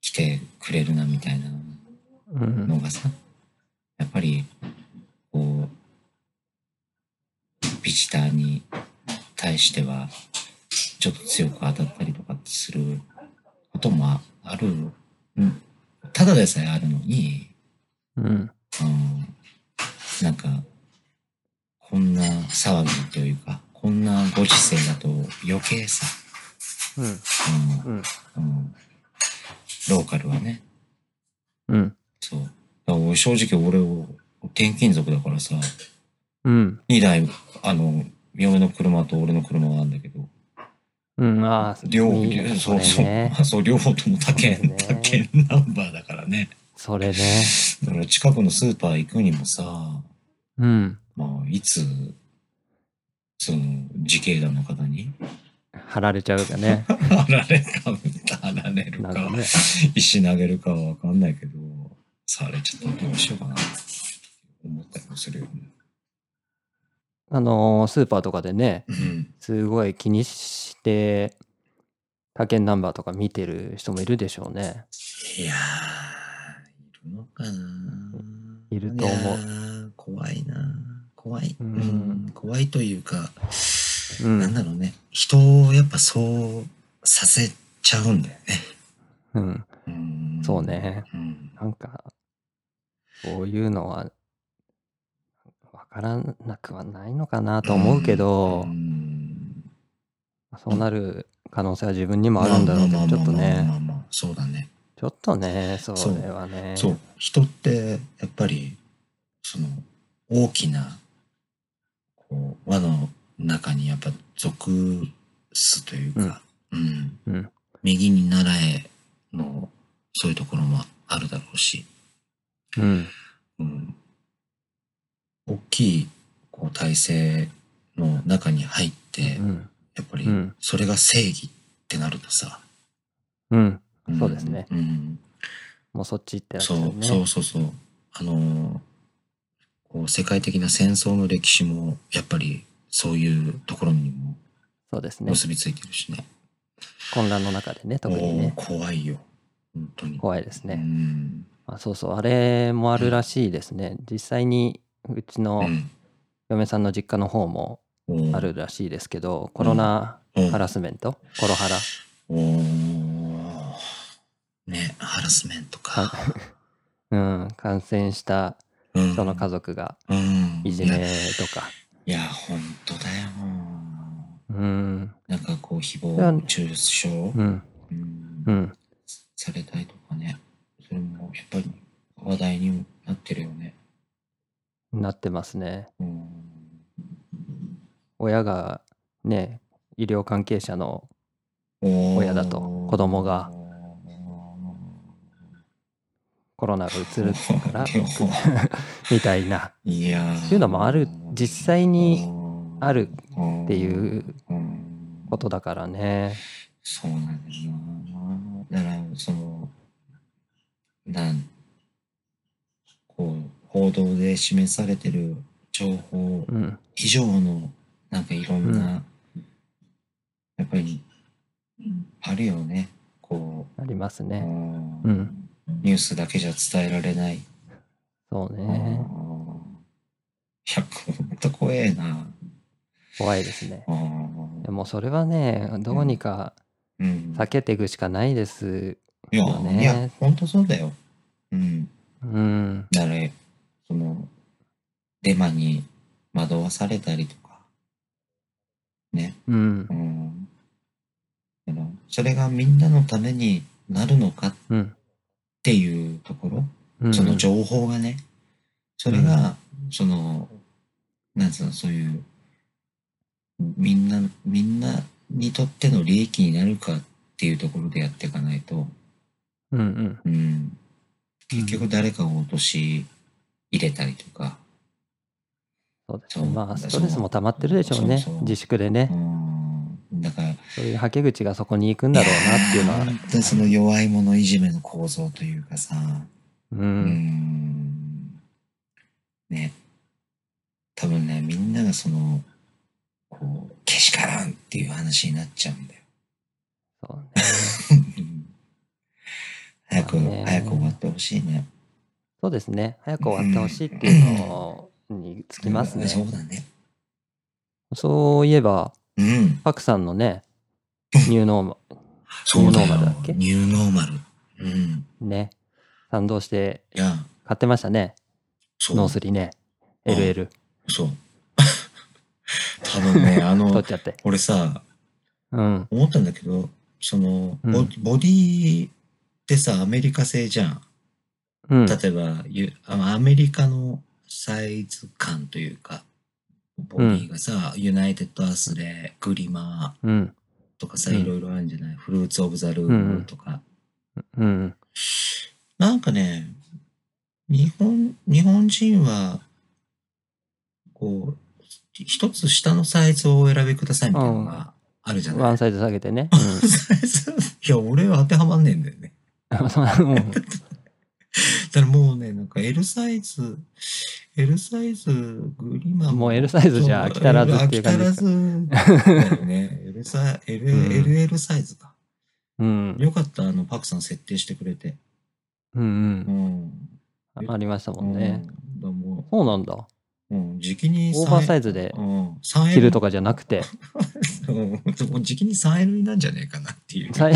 Speaker 2: 来てくれるなみたいな
Speaker 1: うん。
Speaker 2: のがさ、やっぱり、こう、ビジターに対しては、ちょっと強く当たったりとかすることもあある。うん。ただでさえあるのに、
Speaker 1: うん。
Speaker 2: うんなんか、こんな騒ぎというか、こんなご時世だと余計さ、
Speaker 1: うん。うん。
Speaker 2: うんうん、ローカルはね、
Speaker 1: うん。
Speaker 2: そう。だから俺正直俺を転勤族だからさ、
Speaker 1: うん。
Speaker 2: 2台、あの、嫁の車と俺の車があるんだけど、
Speaker 1: うん。ああ、
Speaker 2: 両
Speaker 1: い
Speaker 2: 方、
Speaker 1: いね
Speaker 2: そう
Speaker 1: そ
Speaker 2: そう、
Speaker 1: れね
Speaker 2: あそう両方とも他
Speaker 1: そうだ
Speaker 2: 県、
Speaker 1: ね
Speaker 2: 他県ナンバーだからね。
Speaker 1: それね。
Speaker 2: だから近くのスーパー行くにもさ、
Speaker 1: うん。
Speaker 2: まあ、いつ、その、自警団の方に、
Speaker 1: 貼られちゃうかね。
Speaker 2: あられか、あられる
Speaker 1: なん
Speaker 2: か
Speaker 1: か、ね。
Speaker 2: 石投げるかはわかんないけど、されちゃったらどうしようかなって思ったりもするよね。
Speaker 1: あのースーパーとかでね、
Speaker 2: うん。
Speaker 1: すごい気にして、他県ナンバーとか見てる人もいるでしょうね。
Speaker 2: いやー、いるのかな い
Speaker 1: いると思う
Speaker 2: う。怖いな怖い。
Speaker 1: うん
Speaker 2: うん、怖いというか、
Speaker 1: う
Speaker 2: なん
Speaker 1: ん。
Speaker 2: だろうね。人をやっぱそうさせちゃうんだよね。
Speaker 1: うん。
Speaker 2: うん
Speaker 1: そうね。
Speaker 2: うん。
Speaker 1: なんか、こういうのは、わからなくはないのかなと思うけど、
Speaker 2: ん
Speaker 1: そうなる可能性は自分にもあるんだろうけど、ちょっと
Speaker 2: ま
Speaker 1: ね、
Speaker 2: あまあまあまあまあまあ、そうだね。
Speaker 1: ちょっとね、それはね、
Speaker 2: そう。人って、やっぱり、その、大きな、こう、輪の中にやっぱ属すというか、うん。
Speaker 1: うん
Speaker 2: 右に習えの、そういうところもあるだろうし、
Speaker 1: うん、
Speaker 2: うん。大きい、こう、体制の中に入って、
Speaker 1: う
Speaker 2: や
Speaker 1: ん、
Speaker 2: っぱり
Speaker 1: うん、
Speaker 2: それが正義ってなるとさ、
Speaker 1: うん、
Speaker 2: ん
Speaker 1: そうですね。
Speaker 2: うん。
Speaker 1: もうそっち行ってやつ
Speaker 2: そ
Speaker 1: だよ
Speaker 2: う
Speaker 1: ね。
Speaker 2: そうそうそう。あのーこう世界的な戦争の歴史もやっぱりそういうところにも
Speaker 1: そうですね。
Speaker 2: 結びついてるしね。
Speaker 1: 混乱の中でね、特にね
Speaker 2: おー、怖いよ。本当に。
Speaker 1: 怖いです
Speaker 2: う
Speaker 1: ね。
Speaker 2: ん。
Speaker 1: あそうそう、あれもあるらしいですね。実際に、うちの嫁さんの実家の方も
Speaker 2: うん
Speaker 1: あ。るらしいですけど、コロナ
Speaker 2: おー
Speaker 1: ハラスメント、コロハラ。
Speaker 2: おーね、ハラスメントか。
Speaker 1: うん、感染した
Speaker 2: う ん
Speaker 1: 人の家族が
Speaker 2: うん。
Speaker 1: いじ
Speaker 2: いや
Speaker 1: めとか。
Speaker 2: いや、本当だよ。
Speaker 1: うん、
Speaker 2: なんかこう、誹
Speaker 1: いや
Speaker 2: 謗中傷、
Speaker 1: うん、
Speaker 2: うん
Speaker 1: うん、
Speaker 2: されたりとかね。それもやっぱり話題にもなってるよね。
Speaker 1: なってますね。
Speaker 2: うん。
Speaker 1: 親がね、医療関係者の、親
Speaker 2: 親
Speaker 1: だと子供 が。コロナがうつるからみたい な、
Speaker 2: いやー。
Speaker 1: っていうのもある、実際にある
Speaker 2: っ
Speaker 1: っていうこ
Speaker 2: こ
Speaker 1: と
Speaker 2: と。
Speaker 1: だからね。
Speaker 2: そうなんだよな。だから、その、なん、こう、報道で示されてる情報
Speaker 1: うん、
Speaker 2: 以上のなんかいろん
Speaker 1: う
Speaker 2: な、
Speaker 1: ん
Speaker 2: やっぱりあるよねこ
Speaker 1: あります
Speaker 2: う、
Speaker 1: ね。
Speaker 2: うん
Speaker 1: うん。
Speaker 2: ニュースだけじゃ伝えられない、
Speaker 1: そう
Speaker 2: うんい
Speaker 1: ね。
Speaker 2: やほんと怖えな
Speaker 1: 怖いですね。
Speaker 2: うん
Speaker 1: でもそれはね、どうにか
Speaker 2: うん
Speaker 1: 避けていくしかないです。
Speaker 2: いや、
Speaker 1: よね
Speaker 2: いや本当そうだようん
Speaker 1: うん。
Speaker 2: だからそのデマに惑わされたりとかね
Speaker 1: うん
Speaker 2: う。んあのそれがみんなのためになるのかっ
Speaker 1: うん。
Speaker 2: ていうところ、
Speaker 1: うん
Speaker 2: その情報がね、それが、その、なんつうの、そういう、みんな、みんなにとっての利益になるかっていうところでやっていかないと、
Speaker 1: うんうん。
Speaker 2: うん、結局誰かを落とし入れたりとか、
Speaker 1: そうです
Speaker 2: そう
Speaker 1: ね。まあ、ストレスも溜まってるでしょう
Speaker 2: そ
Speaker 1: ね
Speaker 2: うそう。
Speaker 1: 自粛で
Speaker 2: う
Speaker 1: ね。
Speaker 2: ん、だから、
Speaker 1: そういうはけ口がそこに行くんだろうなっていうのは。
Speaker 2: 本当にその弱い者いじめの構造というかさ、
Speaker 1: う
Speaker 2: うー
Speaker 1: ん。
Speaker 2: んね多分ねみんながそのこうけしからんっていう話になっちゃうんだよ
Speaker 1: そうね。
Speaker 2: 早く、
Speaker 1: まあね
Speaker 2: 早く終わってほしいね
Speaker 1: そうですね。早く終わってほしいっていうのにつきますね
Speaker 2: うん。そうだね
Speaker 1: そういえば、
Speaker 2: うん
Speaker 1: パクさんのね、ニューノーマ
Speaker 2: そう
Speaker 1: ニューノー
Speaker 2: だよ
Speaker 1: マルだっけ
Speaker 2: ニューノーマルうん
Speaker 1: ルね、賛同して
Speaker 2: いや
Speaker 1: 買ってましたね。
Speaker 2: そう
Speaker 1: ノースリね。
Speaker 2: うん
Speaker 1: LL
Speaker 2: そう 多分ねあ
Speaker 1: 取っ
Speaker 2: の
Speaker 1: ちゃって。
Speaker 2: 俺さ
Speaker 1: うん。
Speaker 2: 思ったんだけどその、ボ
Speaker 1: うん
Speaker 2: ボディってさアメリカ製じゃん
Speaker 1: うん。
Speaker 2: 例えばゆあのアメリカのサイズ感というかボディがさ、ユナイテッドアースレグリマ
Speaker 1: うん。
Speaker 2: ーとかさ、
Speaker 1: うん
Speaker 2: いろいろあるんじゃないフルーツ・オブ・ザ・ルームとか、
Speaker 1: うん。
Speaker 2: なんかね日本日本人はこう一つ下のサイズをお選びくださいみたいなのがあるじゃ
Speaker 1: ワ
Speaker 2: ない、
Speaker 1: ンサイズ下げてね。
Speaker 2: サイズいや俺は当てはまんねえんだよね
Speaker 1: うん うん。
Speaker 2: だからもうね、なんか L サイズ、L サイズ、グリマ
Speaker 1: もう L サイズじゃ飽き足らずっていう感じですか
Speaker 2: 飽き足らずだよ ね。L サイ L
Speaker 1: うん
Speaker 2: LL サイズか。
Speaker 1: うん。
Speaker 2: よかった、あの、パクさん設定してくれて。
Speaker 1: うんう。
Speaker 2: うんん。
Speaker 1: ありましたもんね。
Speaker 2: うん。だからも
Speaker 1: そうなんだ。
Speaker 2: う、うん、時期に
Speaker 1: オーバーサイズで
Speaker 2: うん、3L。
Speaker 1: 着るとかじゃなくて、
Speaker 2: うん。 もう時期に 3L なんじゃねえかなっていう。い
Speaker 1: サイ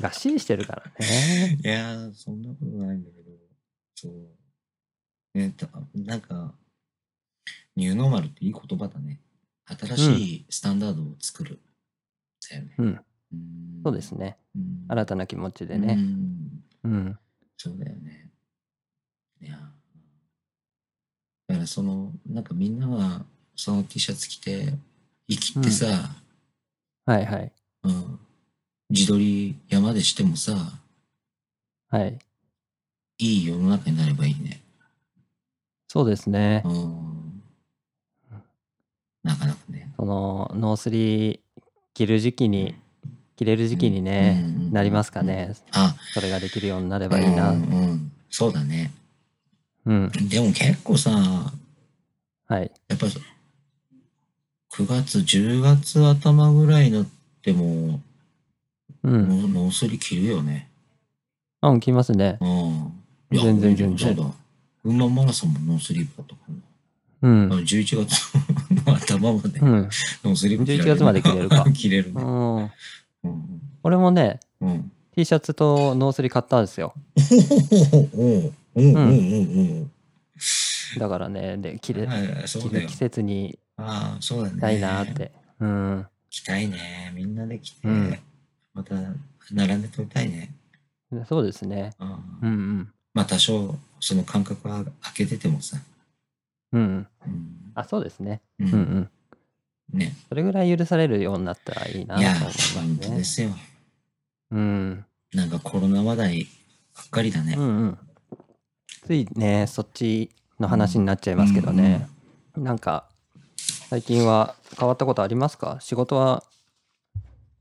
Speaker 1: がっしりしてるから ね。
Speaker 2: やー、そんなことないんだけど。そう。ね、たなんか、ニューノーマルっていい言葉だね。新しいスタンダードを作る。だよね。
Speaker 1: うん。
Speaker 2: ん
Speaker 1: そうですね。
Speaker 2: うん
Speaker 1: 新たな気持ちで
Speaker 2: う
Speaker 1: ね。
Speaker 2: ん
Speaker 1: うん。
Speaker 2: そうだよね。いや。だからその、なんかみんながその T シャツ着て、生きってさ、
Speaker 1: はいはい。
Speaker 2: うん自撮り山でしてもさ、
Speaker 1: はい。
Speaker 2: いい世の中になればいいね。
Speaker 1: そうですね
Speaker 2: う。ん。なかなかね。
Speaker 1: その、ノースリー着る時期に、着れる時期にね、なりますかね。
Speaker 2: あ、
Speaker 1: それができるようになればいいな
Speaker 2: うん。うん、そうだね。
Speaker 1: うん。
Speaker 2: でも結構さ、
Speaker 1: はい。
Speaker 2: やっぱ9月、10月頭ぐらいになっても、
Speaker 1: うん。
Speaker 2: ノーノースリ着るよね。
Speaker 1: あ、うん、着ますね。
Speaker 2: うん。いや
Speaker 1: 全然全然
Speaker 2: そうだ。群馬マラソンもノースリーブだったか
Speaker 1: うん
Speaker 2: な。あ。の11月の頭まで
Speaker 1: う
Speaker 2: ノ
Speaker 1: ん。
Speaker 2: ースリーブ着られる
Speaker 1: 11月まで着れる か
Speaker 2: 着れるね。
Speaker 1: うん。
Speaker 2: うん。
Speaker 1: 俺もね、
Speaker 2: うん。
Speaker 1: T シャツとノースリー買ったんですよ。
Speaker 2: おおおおおおおお
Speaker 1: だからね、で、着れ、
Speaker 2: あそ
Speaker 1: 着
Speaker 2: うだ
Speaker 1: る
Speaker 2: よ
Speaker 1: 季。節に
Speaker 2: ああ、そうだね。
Speaker 1: 行きたいなーっ。て。うん。
Speaker 2: 着たいね。みんなで着て、
Speaker 1: うん
Speaker 2: また並んで撮りたいね。
Speaker 1: そうですね。
Speaker 2: あ
Speaker 1: う
Speaker 2: あ
Speaker 1: んうん。
Speaker 2: まあ多少その間隔は空けててもさ。
Speaker 1: うんうん。
Speaker 2: うん。
Speaker 1: あ、そうですね。
Speaker 2: う
Speaker 1: うんう。ん。
Speaker 2: ね。
Speaker 1: それぐらい許されるようになったらいいなと
Speaker 2: いや、
Speaker 1: 思います
Speaker 2: 本当
Speaker 1: ね
Speaker 2: で。すよ。
Speaker 1: うん。
Speaker 2: なんかコロナ話題ばっかりだね。
Speaker 1: うんうん。ついね、そっちの話になっちゃいますけどね。なんか、最近は変わったことありますか仕事は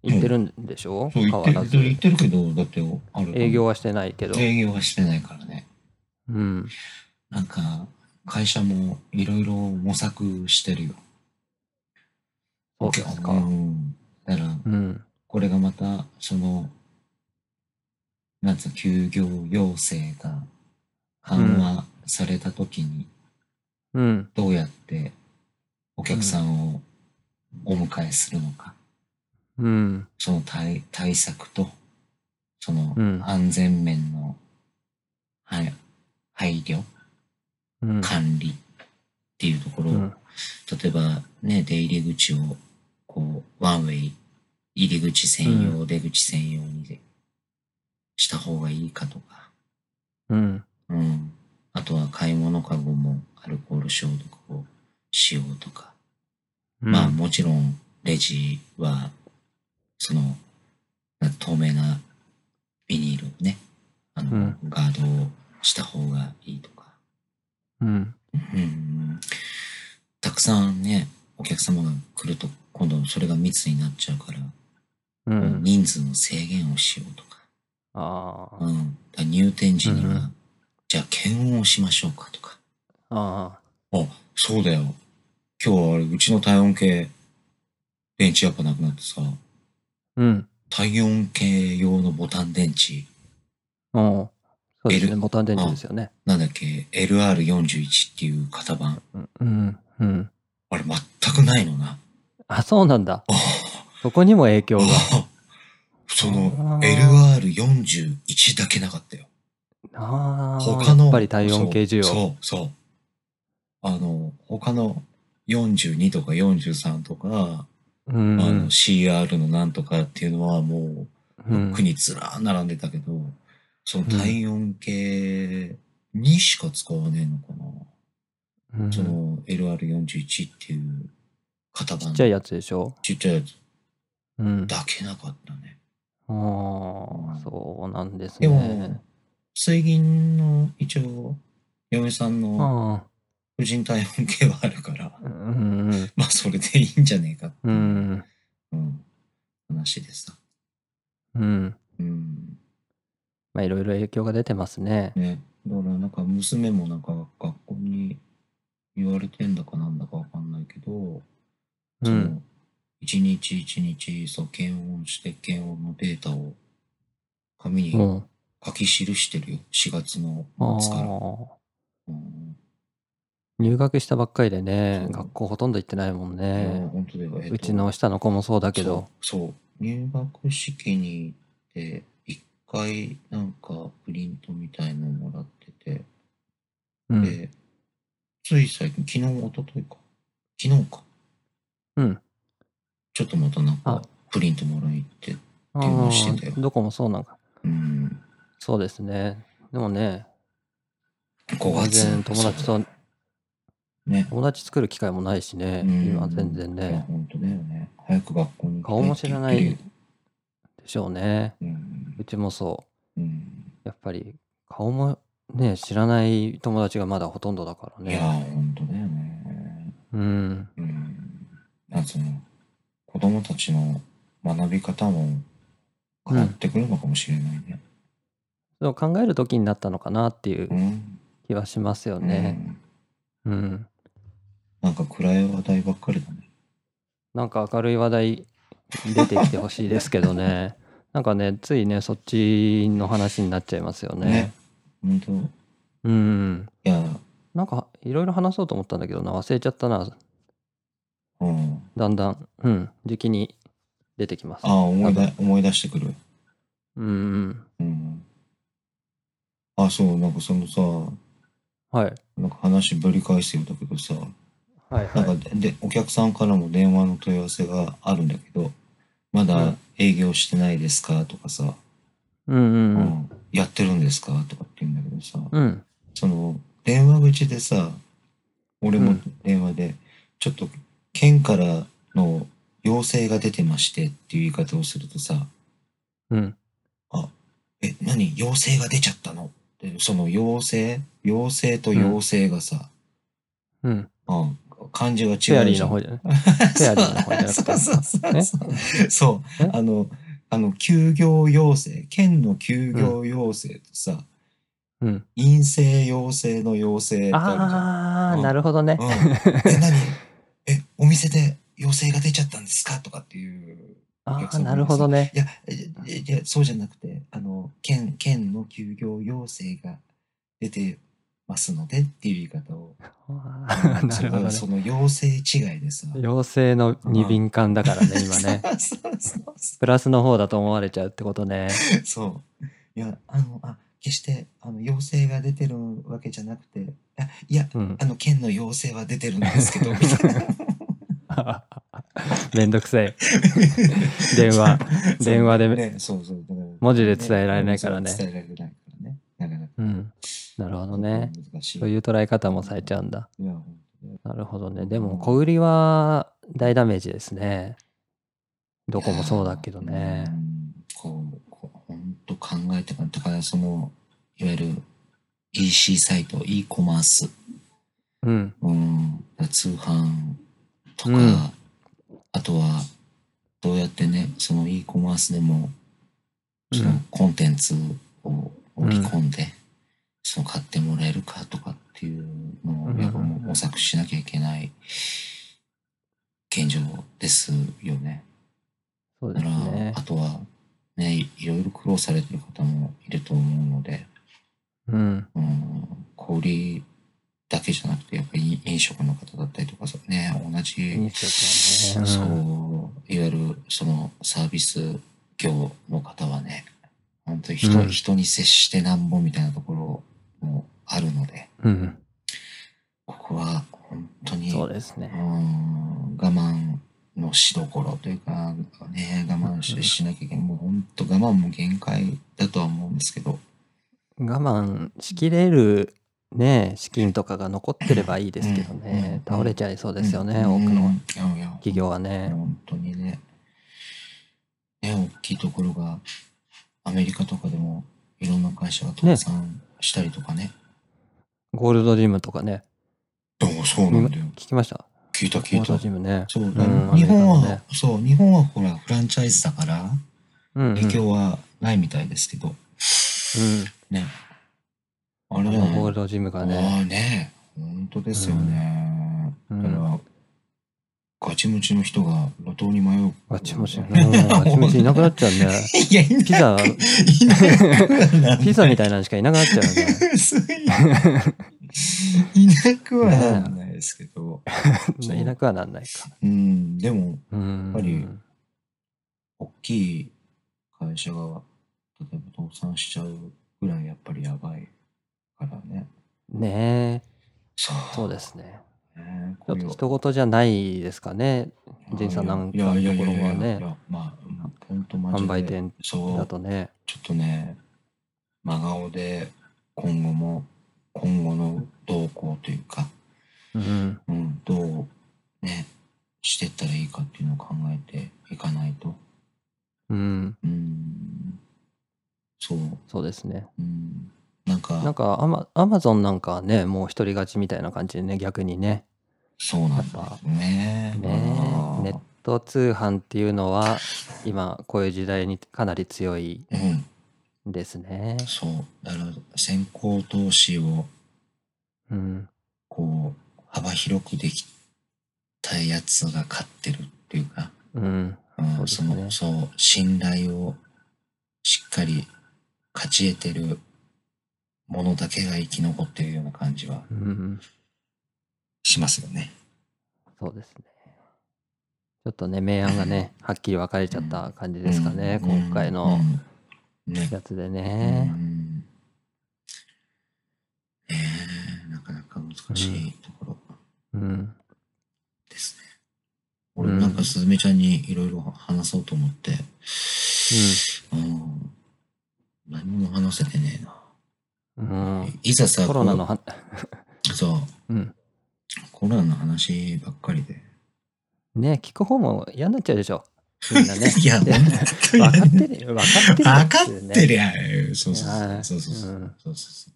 Speaker 1: 行ってるんでしょ、う
Speaker 2: そう
Speaker 1: 変
Speaker 2: 言っ
Speaker 1: わ
Speaker 2: て
Speaker 1: ら
Speaker 2: る
Speaker 1: ず。
Speaker 2: 言ってるけど、だってあれ
Speaker 1: 営業はしてないけど。
Speaker 2: 営業はしてないからね。
Speaker 1: うん。
Speaker 2: なんか会社もいろいろ模索してるよ。
Speaker 1: そうです
Speaker 2: う
Speaker 1: か。
Speaker 2: ん。だから、
Speaker 1: うん。
Speaker 2: これがまた、その、なんつうの、休業要請が緩和された時に、
Speaker 1: うん。
Speaker 2: どうやってお客さんをお迎えするのか、
Speaker 1: うん。
Speaker 2: その対対策と、その
Speaker 1: うん
Speaker 2: 安全面のはい配慮、
Speaker 1: うん。
Speaker 2: 管理っていうところを、
Speaker 1: うん
Speaker 2: 例えばね、出入り口を、こう、ワンウェイ、入り口専用、出口専用にでした方がいいかとか、
Speaker 1: うん。
Speaker 2: うん。あとは買い物かごもアルコール消毒をしようとか、まあもちろんレジは、その、な透明なビニールをね、あの、
Speaker 1: うん
Speaker 2: ガードをした方がいいとか、
Speaker 1: うん。
Speaker 2: うん、たくさんね、お客様が来ると、今度それが密になっちゃうから、
Speaker 1: うん。
Speaker 2: 人数の制限をしようとか、
Speaker 1: あ
Speaker 2: う
Speaker 1: あ。
Speaker 2: ん、だから入店時には、
Speaker 1: うん
Speaker 2: じゃあ検温をしましょうかとか、
Speaker 1: ああ。
Speaker 2: あ、そうだよ。今日はあれ、うちの体温計、電池やっぱなくなってさ、
Speaker 1: うん。
Speaker 2: 体温計用のボタン電池、
Speaker 1: うん。そうです
Speaker 2: L
Speaker 1: ね。ボタン電池ですよね。
Speaker 2: なんだっけ、LR41 っていう型番、
Speaker 1: うん。うん。うん。
Speaker 2: あれ全くないのな。
Speaker 1: あ、そうなんだ。
Speaker 2: あ
Speaker 1: そこにも影響が。
Speaker 2: あ その
Speaker 1: あー
Speaker 2: LR41 だけなかったよ。
Speaker 1: ああ。
Speaker 2: 他の。
Speaker 1: やっぱり体温計需要。
Speaker 2: そう、そうそう。あの、他の42とか43とか、
Speaker 1: う
Speaker 2: あ
Speaker 1: ん
Speaker 2: の。CR のなんとかっていうのはも
Speaker 1: う
Speaker 2: う、
Speaker 1: ん
Speaker 2: 国にずらー並んでたけど、その体温計にしか使わねえのかな。
Speaker 1: うん
Speaker 2: そ
Speaker 1: ち
Speaker 2: の LR41 っていう型番。
Speaker 1: っちゃいやつでしょ。
Speaker 2: ちっちゃいやつ
Speaker 1: うん。あ
Speaker 2: だけなかったね。
Speaker 1: あー、そうなんです
Speaker 2: でも、
Speaker 1: ね。
Speaker 2: 水銀の一応、嫁さんの
Speaker 1: ああ。
Speaker 2: 婦人体温計はあるから、
Speaker 1: うん。うん
Speaker 2: まあそれでいいんじゃねえかって
Speaker 1: う
Speaker 2: いう、
Speaker 1: ん。
Speaker 2: うん話でさ。
Speaker 1: うん。
Speaker 2: うん。
Speaker 1: まあ、いろいろ影響が出てますね。
Speaker 2: ね。だからなんか娘もなんか学校に言われてんだかなんだかわかんないけど、
Speaker 1: う
Speaker 2: そ
Speaker 1: ん。
Speaker 2: の、一日一日、そう、検温して検温のデータを紙
Speaker 1: う
Speaker 2: に
Speaker 1: ん。
Speaker 2: 書き記してるよ。4月の
Speaker 1: あ
Speaker 2: 末から。
Speaker 1: あ。
Speaker 2: うん。
Speaker 1: 入学したばっかりでね
Speaker 2: そ、う
Speaker 1: 学校ほとんど行ってないもん
Speaker 2: いや
Speaker 1: ね。
Speaker 2: 本当だよ。えっと
Speaker 1: うちの下の子もそうだけど。
Speaker 2: そうそう入学式に行って一回なんかプリントみたいのもらってて、
Speaker 1: うん。
Speaker 2: でつい最近昨日一昨日か昨日か
Speaker 1: うん。
Speaker 2: ちょっとまたなんか
Speaker 1: あ
Speaker 2: プリントもらいに行って
Speaker 1: あ
Speaker 2: 電話してたよ
Speaker 1: ーどこもそうなんか。
Speaker 2: うん
Speaker 1: そうですね。でもね、
Speaker 2: 5
Speaker 1: 全
Speaker 2: 月
Speaker 1: 然友達と、
Speaker 2: ね
Speaker 1: 友達作る機会もないしね、
Speaker 2: うん
Speaker 1: 今全然
Speaker 2: いや
Speaker 1: ね、
Speaker 2: 本当だよね早く学校に行きた
Speaker 1: 顔も知らな
Speaker 2: って
Speaker 1: い
Speaker 2: 言っ
Speaker 1: で
Speaker 2: て
Speaker 1: しょうね。
Speaker 2: るよ
Speaker 1: うちもそ
Speaker 2: うん、うん
Speaker 1: う。やっぱり顔もね、知らない友達がまだほとんどだから
Speaker 2: いや
Speaker 1: ね。
Speaker 2: 本当だよね
Speaker 1: うん。
Speaker 2: うんなんかその子供たちの学び方も変わってくるのかもしれないね。
Speaker 1: そう考える時になったのかなっていう
Speaker 2: うん。
Speaker 1: 気はしますよ
Speaker 2: うん
Speaker 1: ね。うん。
Speaker 2: なんか暗い話題ばっかりだね。
Speaker 1: なんか明るい話題出てきてほしいですけど ね。なんかね、ついね、そっちの話になっちゃいますよね。
Speaker 2: ね。本当。い
Speaker 1: うん。
Speaker 2: や、
Speaker 1: なんか、いろいろ話そうと思ったんだけどな、忘れちゃったな。
Speaker 2: うん。
Speaker 1: だんだん、うん、時期に出てきます。
Speaker 2: ああ、思い出、思い出してくる。
Speaker 1: うんうん。
Speaker 2: うん。あ、そう、なんかそのさ、
Speaker 1: はい。
Speaker 2: なんか話ぶり返すようだけどさ、
Speaker 1: はい
Speaker 2: なん
Speaker 1: は
Speaker 2: か
Speaker 1: い。
Speaker 2: で、お客さんからも電話の問い合わせがあるんだけど、ま
Speaker 1: う
Speaker 2: だ
Speaker 1: ん
Speaker 2: 営業してないですかとかさ、
Speaker 1: うんうん
Speaker 2: う
Speaker 1: うん。
Speaker 2: んやってるんですかとかって言うんだけどさ、
Speaker 1: うん。
Speaker 2: その電話口でさ俺
Speaker 1: う
Speaker 2: も
Speaker 1: ん
Speaker 2: 電話で、ちょっと県からの要請が出てましてっていう言い方をするとさ
Speaker 1: うん。
Speaker 2: 「え何要請が出ちゃったの?」ってその要請要請と要請がさ、
Speaker 1: うん。
Speaker 2: うん漢字が違うじ
Speaker 1: フェ
Speaker 2: ゃ
Speaker 1: ア
Speaker 2: ん
Speaker 1: リーの方じゃないフェアリーの方じゃなくて
Speaker 2: そうそうそうそうそう
Speaker 1: え
Speaker 2: あのあの休業要請県の休業要請とさ、
Speaker 1: うん。
Speaker 2: 陰性陽性の要請ってあるじゃん
Speaker 1: あ
Speaker 2: う
Speaker 1: ー、
Speaker 2: ん
Speaker 1: なるほどね。
Speaker 2: うん、え、何え、お店で陽性が出ちゃったんですかとかっていう。お
Speaker 1: あ
Speaker 2: 客
Speaker 1: あ、
Speaker 2: 様
Speaker 1: なるほど ね。
Speaker 2: いや、いやいや、そうじゃなくて、あの、県、県の休業要請が出てますのでっていう言い方を。
Speaker 1: あー なるほどね。
Speaker 2: その要請違いですわ。
Speaker 1: 妖精のに敏感だからね、今ね。
Speaker 2: そうそうそ
Speaker 1: プラスの方だと思われちゃうってことね。
Speaker 2: う。そう。いや、あの、あ、決して、あの、要請が出てるわけじゃなくて、あいや、
Speaker 1: うん
Speaker 2: あ。の、県の要請は出てるんですけど、みたいな。
Speaker 1: めんどくせえ。電話
Speaker 2: そう
Speaker 1: 電話で
Speaker 2: ね、そうそう。だから
Speaker 1: 文字で伝えられないからね
Speaker 2: そう伝えられないからね。なかなか。
Speaker 1: うん。なるほどね。。
Speaker 2: 難しい。
Speaker 1: そういう捉え方もされちゃうんだ。
Speaker 2: いや、本当ね
Speaker 1: なるほどね。でも、小売りは大ダメージですね。どこもそうだけどね
Speaker 2: う。ん。こう、こう本当考えてかだからその、いわゆる EC サイト、e コマース、
Speaker 1: うん。
Speaker 2: うん、通販と
Speaker 1: う
Speaker 2: か、
Speaker 1: ん
Speaker 2: あとは、どうやってね、その e コマースでも、その
Speaker 1: うん
Speaker 2: コンテンツを織り込んで、その買ってもらえるかとかっていうのを、やっぱもう模索しなきゃいけない現状ですよね。
Speaker 1: そうで
Speaker 2: だ
Speaker 1: す
Speaker 2: から、
Speaker 1: ね
Speaker 2: あ。とは、ね、いいろいろ苦労されてる方もいると思うので、
Speaker 1: うん。
Speaker 2: うん、小売りだけじゃなくて、やっぱり飲食の方だったりとか、そうね、同
Speaker 1: 飲
Speaker 2: じ、
Speaker 1: 食はね。
Speaker 2: そ
Speaker 1: うん
Speaker 2: う、いわゆるそのサービス業の方はね、本当に人,、
Speaker 1: うん
Speaker 2: 人に接してなんぼみたいなところもあるので、
Speaker 1: うん。
Speaker 2: ここは本当に、
Speaker 1: そうです
Speaker 2: う
Speaker 1: ね。
Speaker 2: ん我慢のしどころというか、ね、我慢ししなきゃいけない。もう本当我慢も限界だとは思うんですけど。
Speaker 1: 我慢しきれるね資金とかが残ってればいいですけどね、
Speaker 2: うん
Speaker 1: 倒れちゃいそうですよね、
Speaker 2: うん
Speaker 1: 多くの。
Speaker 2: いやいや
Speaker 1: 企業はね。
Speaker 2: 本当にね。ね、大きいところが、アメリカとかでもいろんな会社が倒産したりとかね。
Speaker 1: ゴールドジムとかね、
Speaker 2: そうそうなんだよ。
Speaker 1: 聞きました
Speaker 2: 聞いた
Speaker 1: ゴ
Speaker 2: 聞
Speaker 1: ー
Speaker 2: い
Speaker 1: ル
Speaker 2: た
Speaker 1: ド。ジムね。
Speaker 2: そう、
Speaker 1: ん
Speaker 2: 日
Speaker 1: ア
Speaker 2: 本
Speaker 1: メリカの
Speaker 2: は、
Speaker 1: ね
Speaker 2: そう、日本はほら、フランチャイズだから、
Speaker 1: うん、うん。
Speaker 2: 影響はないみたいですけど、ね。あれ
Speaker 1: うん
Speaker 2: じゃない
Speaker 1: ゴールドジムが
Speaker 2: あ
Speaker 1: ね。
Speaker 2: あね、本当ですよね。
Speaker 1: う
Speaker 2: だから、
Speaker 1: ん。
Speaker 2: ガチムチの人が路頭に迷う。
Speaker 1: ガチムチ。うんガチムチいなくなっちゃうね。
Speaker 2: いや、いな
Speaker 1: ピザ、
Speaker 2: いなく
Speaker 1: ピザみたいなのしかいなくなっちゃうね。
Speaker 2: いなくはなんないですけど。そう
Speaker 1: いなくはなんないか。
Speaker 2: うん、でも、
Speaker 1: うん。
Speaker 2: やっぱり大きい会社が、例えば倒産しちゃうぐらいやっぱりやばいからね。
Speaker 1: ねえ、
Speaker 2: そう
Speaker 1: そうですね。
Speaker 2: ね。
Speaker 1: ちょ
Speaker 2: こ
Speaker 1: っ
Speaker 2: うい
Speaker 1: と
Speaker 2: う
Speaker 1: 人事じゃないですかね。仁さんなんかのところはね
Speaker 2: いやいやいやいやいやまあ、うんほんとマジ
Speaker 1: 販
Speaker 2: で
Speaker 1: 売店
Speaker 2: そ
Speaker 1: だ
Speaker 2: う、
Speaker 1: とね。
Speaker 2: ちょっとね、真顔で今後も、今後の動向というか、
Speaker 1: うん。
Speaker 2: うん、どうね、してったらいいかっていうのを考えていかないと、
Speaker 1: うん。
Speaker 2: うん、そう、
Speaker 1: そうですね。
Speaker 2: うん、なんか、
Speaker 1: なんかアマ、アマゾンなんかはね、もう独り勝ちみたいな感じでね、逆にね。
Speaker 2: そうなんだよね。
Speaker 1: ね
Speaker 2: あー
Speaker 1: ネット通販っていうのは、今、こういう時代にかなり強い
Speaker 2: うん、
Speaker 1: ですね。
Speaker 2: そう、だから先行投資を
Speaker 1: うん。
Speaker 2: こう幅広くできたやつが勝ってるっていうか、
Speaker 1: うん。
Speaker 2: うん
Speaker 1: そうですね
Speaker 2: のそう信頼をしっかり勝ち得てるものだけが生き残ってるような感じは
Speaker 1: うん。
Speaker 2: しますよね。
Speaker 1: そうですね。ちょっとね、明暗が ね、はっきり分かれちゃった感じですかね、
Speaker 2: うん
Speaker 1: 今回の
Speaker 2: うんね
Speaker 1: やつで
Speaker 2: う
Speaker 1: ね。
Speaker 2: んねえなかなか難しいところ
Speaker 1: うん。
Speaker 2: です
Speaker 1: う
Speaker 2: ね。
Speaker 1: ん
Speaker 2: 俺もなんかすずめちゃんにいろいろ話そうと思って、うん、何も話せてねえな。
Speaker 1: うん。
Speaker 2: いざさ、
Speaker 1: コロナのは、
Speaker 2: こうそう、
Speaker 1: うん。
Speaker 2: コロナの話ばっか りで。。
Speaker 1: ね、聞く方も嫌になっちゃうでしょ。みんなね
Speaker 2: いや、
Speaker 1: で
Speaker 2: 本当
Speaker 1: 分かっ
Speaker 2: に
Speaker 1: てるよ、分かってるよ
Speaker 2: 分かって
Speaker 1: る。
Speaker 2: りゃ、そうそう
Speaker 1: はい
Speaker 2: そうそうそううんそうそうそう。